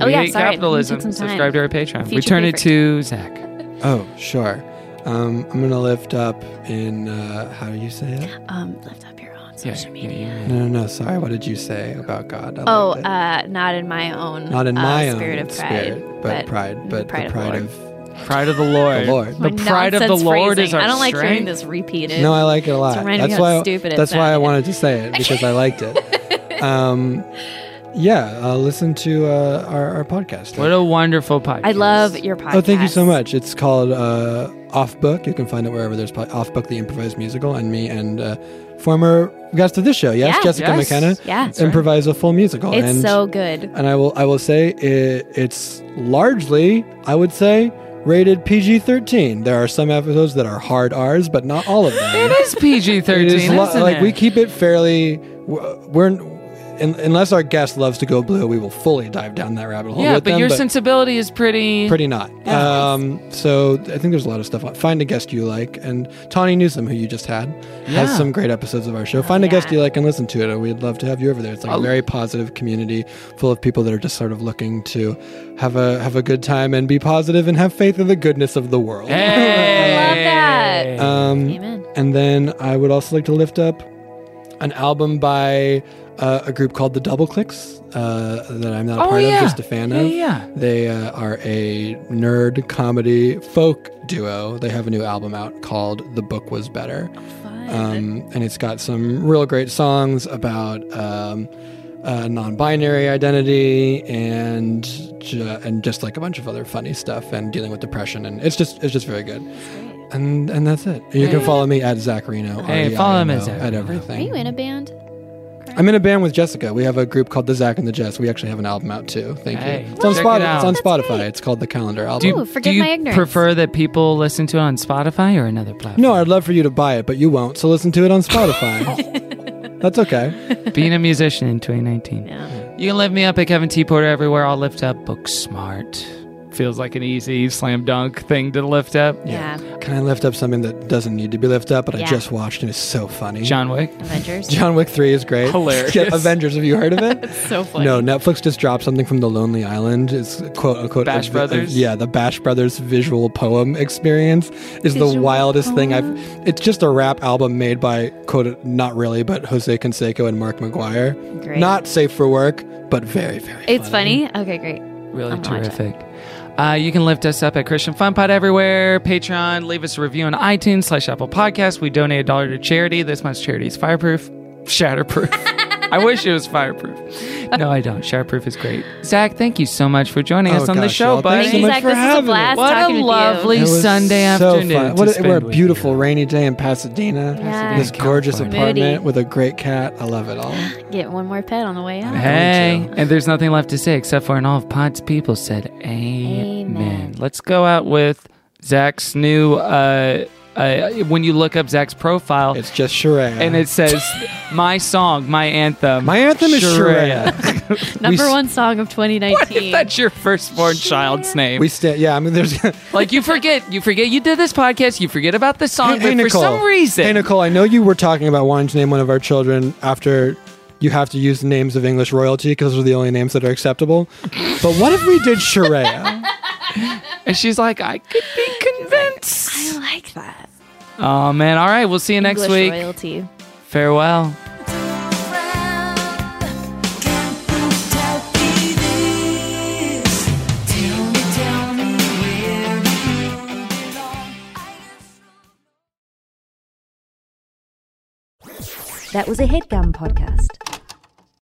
[SPEAKER 3] Oh,
[SPEAKER 2] We Hate
[SPEAKER 3] yeah, sorry. We took
[SPEAKER 2] Capitalism.
[SPEAKER 3] some time.
[SPEAKER 2] Subscribe to our Patreon.
[SPEAKER 3] Future
[SPEAKER 2] Return it to
[SPEAKER 3] favorite.
[SPEAKER 2] Zach.
[SPEAKER 8] Oh, sure. Um, I'm gonna lift up in uh, how do you say it?
[SPEAKER 3] Um, lift up your own
[SPEAKER 2] Yeah,
[SPEAKER 3] social
[SPEAKER 2] yeah,
[SPEAKER 3] media.
[SPEAKER 2] yeah.
[SPEAKER 8] No, no, no. Sorry. What did you say about God? I
[SPEAKER 3] Oh,
[SPEAKER 8] liked it.
[SPEAKER 3] uh, not in my own.
[SPEAKER 8] not in
[SPEAKER 3] uh,
[SPEAKER 8] my
[SPEAKER 3] spirit
[SPEAKER 8] own
[SPEAKER 3] of pride,
[SPEAKER 8] spirit, but, pride, but the pride
[SPEAKER 3] Lord.
[SPEAKER 8] of,
[SPEAKER 2] Pride of the Lord.
[SPEAKER 8] the Lord.
[SPEAKER 2] The
[SPEAKER 3] My
[SPEAKER 2] pride of the
[SPEAKER 3] nonsense
[SPEAKER 2] Lord is
[SPEAKER 3] phrasing.
[SPEAKER 2] our
[SPEAKER 3] I don't like hearing
[SPEAKER 2] strength.
[SPEAKER 3] this repeated.
[SPEAKER 8] No, I like it a lot.
[SPEAKER 3] It's reminding me
[SPEAKER 8] That's
[SPEAKER 3] how
[SPEAKER 8] why.
[SPEAKER 3] stupid it
[SPEAKER 8] that's why I
[SPEAKER 3] sounded.
[SPEAKER 8] wanted to say it because I
[SPEAKER 3] *laughs*
[SPEAKER 8] liked it. Um, yeah, uh, listen to uh, our, our podcast.
[SPEAKER 2] What a wonderful podcast.
[SPEAKER 3] I love your podcast.
[SPEAKER 8] Oh, thank you so much. It's called uh, Off Book. You can find it wherever there's po- Off Book, the improvised musical, and me and uh, former guest of this show, yes,
[SPEAKER 3] Yeah.
[SPEAKER 8] Jessica
[SPEAKER 2] Yes.
[SPEAKER 8] McKenna,
[SPEAKER 3] Yeah. That's right.
[SPEAKER 8] improvise a full musical.
[SPEAKER 3] It's
[SPEAKER 8] and
[SPEAKER 3] so good.
[SPEAKER 8] and I will I will say it, it's largely I would say rated PG thirteen. There are some episodes that are hard R's, but not all of them.
[SPEAKER 2] It is PG thirteen.
[SPEAKER 8] It is lo-
[SPEAKER 2] isn't
[SPEAKER 8] like
[SPEAKER 2] it?
[SPEAKER 8] we keep it fairly. w- We're un, unless our guest loves to go blue, we will fully dive down that rabbit hole.
[SPEAKER 2] Yeah,
[SPEAKER 8] with
[SPEAKER 2] but
[SPEAKER 8] them,
[SPEAKER 2] your sensibility is pretty.
[SPEAKER 8] pretty not. Um, so I think there's a lot of stuff. on- Find a guest you like, and Tawny Newsom, who you just had, has
[SPEAKER 2] Yeah. Oh,
[SPEAKER 8] some great episodes of our show. Find a guest you like and listen to it. and We'd love to have you over there. It's like a very positive community full of people that are just sort of looking to have a have a good time and be positive and have faith in the goodness of the
[SPEAKER 2] *laughs*
[SPEAKER 8] world.
[SPEAKER 2] Hey.
[SPEAKER 3] I love that.
[SPEAKER 8] Um,
[SPEAKER 3] Amen.
[SPEAKER 8] And then I would also like to lift up an album by uh, a group called the Double Clicks uh, that I'm not a
[SPEAKER 2] Oh,
[SPEAKER 8] part
[SPEAKER 2] yeah.
[SPEAKER 8] of, just a fan
[SPEAKER 2] Yeah,
[SPEAKER 8] of.
[SPEAKER 2] yeah.
[SPEAKER 8] They uh, are a nerd comedy folk duo. They have a new album out called The Book Was Better. Um, and it's got some real great songs about. Um, uh, non-binary identity and ju- and just like a bunch of other funny stuff and dealing with depression and it's just it's just very good and and that's it. You can follow me at Zacharino.
[SPEAKER 2] Hey,
[SPEAKER 8] R E I
[SPEAKER 2] follow him
[SPEAKER 8] N O,
[SPEAKER 2] at Zacharino.
[SPEAKER 8] at
[SPEAKER 3] Are you
[SPEAKER 8] everything.
[SPEAKER 3] in a band?
[SPEAKER 8] I'm in a band with Jessica. We have a group called the Zach and the Jess. We actually have an album out too. Thank
[SPEAKER 2] Hey,
[SPEAKER 8] you. It's on,
[SPEAKER 2] check it
[SPEAKER 8] Spot-
[SPEAKER 2] out.
[SPEAKER 8] it's on
[SPEAKER 2] That's
[SPEAKER 8] Spotify. It's called the Calendar
[SPEAKER 2] Do
[SPEAKER 8] Album.
[SPEAKER 2] you,
[SPEAKER 3] Ooh, forgive
[SPEAKER 2] do you
[SPEAKER 3] my ignorance.
[SPEAKER 2] prefer that people listen to it on Spotify or another platform?
[SPEAKER 8] no, I'd love for you to buy it, but you won't. So listen to it on
[SPEAKER 2] *laughs*
[SPEAKER 8] Spotify. that's okay.
[SPEAKER 2] Being a musician in 2019.
[SPEAKER 3] Yeah.
[SPEAKER 2] You can lift me up at Kevin T. Porter everywhere. I'll lift up Book Smart. Feels like an easy slam dunk thing to lift up.
[SPEAKER 3] Yeah.
[SPEAKER 8] Can I lift up something that doesn't need to be lifted up, but
[SPEAKER 3] Yeah.
[SPEAKER 8] I just watched and it's so funny.
[SPEAKER 2] John Wick.
[SPEAKER 3] Avengers.
[SPEAKER 8] John Wick 3 is great.
[SPEAKER 2] Hilarious.
[SPEAKER 8] *laughs* Yeah, Avengers, have you heard of
[SPEAKER 3] *laughs*
[SPEAKER 8] it?
[SPEAKER 3] so funny.
[SPEAKER 8] No, Netflix just dropped something from The Lonely Island. It's quote unquote
[SPEAKER 2] Bash
[SPEAKER 8] a vi-
[SPEAKER 2] Brothers?
[SPEAKER 8] yeah, the Bash Brothers visual poem experience is the wildest thing I've. It's just a rap album made by quote not really, but Jose Canseco and Mark McGuire.
[SPEAKER 3] Great.
[SPEAKER 8] Not safe for work, but very very.
[SPEAKER 3] It's funny. Okay, great.
[SPEAKER 2] Really
[SPEAKER 3] I'm gonna watch it.
[SPEAKER 2] terrific. Uh, you can lift us up at Christian Fun Pod everywhere. Patreon, leave us a review on iTunes slash Apple Podcast. We donate a dollar to charity. This month's charity is fireproof, *laughs*
[SPEAKER 3] *laughs*
[SPEAKER 2] shatterproof. I wish it was fireproof. No, I don't. Shatterproof is great. Zach, thank you so much for joining
[SPEAKER 8] Oh,
[SPEAKER 2] us on the
[SPEAKER 8] gosh,
[SPEAKER 2] show,
[SPEAKER 8] y'all.
[SPEAKER 2] buddy.
[SPEAKER 8] Thank
[SPEAKER 3] Thank
[SPEAKER 8] you so
[SPEAKER 3] you,
[SPEAKER 8] much
[SPEAKER 3] Zach.
[SPEAKER 8] for
[SPEAKER 3] This is a
[SPEAKER 8] having me.
[SPEAKER 3] blast
[SPEAKER 2] What a
[SPEAKER 3] talking with you.
[SPEAKER 2] lovely-
[SPEAKER 8] It was
[SPEAKER 2] Sunday
[SPEAKER 8] so
[SPEAKER 2] afternoon
[SPEAKER 8] fun.
[SPEAKER 2] to
[SPEAKER 8] What a,
[SPEAKER 2] spend
[SPEAKER 8] what a
[SPEAKER 2] with
[SPEAKER 8] beautiful
[SPEAKER 2] you.
[SPEAKER 8] rainy day in Pasadena.
[SPEAKER 3] Yeah.
[SPEAKER 8] This gorgeous
[SPEAKER 2] California.
[SPEAKER 3] Moody.
[SPEAKER 8] apartment with a great cat. I love it all.
[SPEAKER 3] Get one more pet on the way out.
[SPEAKER 2] Hey,
[SPEAKER 8] Going
[SPEAKER 2] and there's nothing left to say except for, and all of Pod's people said, Amen.
[SPEAKER 3] Amen.
[SPEAKER 2] Let's go out with Zach's new. Uh, uh, when you look up Zach's profile,
[SPEAKER 8] It's just Sheree.
[SPEAKER 2] and it says, "My song, my anthem,
[SPEAKER 8] my anthem is
[SPEAKER 2] *laughs*
[SPEAKER 8] Sheree.
[SPEAKER 3] Number
[SPEAKER 8] s-
[SPEAKER 3] one song of 2019.
[SPEAKER 2] That's your firstborn child's name.
[SPEAKER 8] We stand. Yeah, I mean, there's. *laughs*
[SPEAKER 2] like you forget, you forget you did this podcast. You forget about the song,
[SPEAKER 8] Hey-
[SPEAKER 2] but
[SPEAKER 8] hey,
[SPEAKER 2] for
[SPEAKER 8] Nicole.
[SPEAKER 2] some reason,
[SPEAKER 8] Hey, Nicole, I know you were talking about wanting to name one of our children after you have to use the names of English royalty because those are the only names that are acceptable.
[SPEAKER 2] *laughs*
[SPEAKER 8] But what if we did Sharia?
[SPEAKER 2] and she's like, "I could be convinced."
[SPEAKER 3] I like that.
[SPEAKER 2] Oh man! All right, we'll see you next
[SPEAKER 3] English
[SPEAKER 2] week.
[SPEAKER 3] royalty.
[SPEAKER 2] Farewell.
[SPEAKER 11] That was a headgum podcast.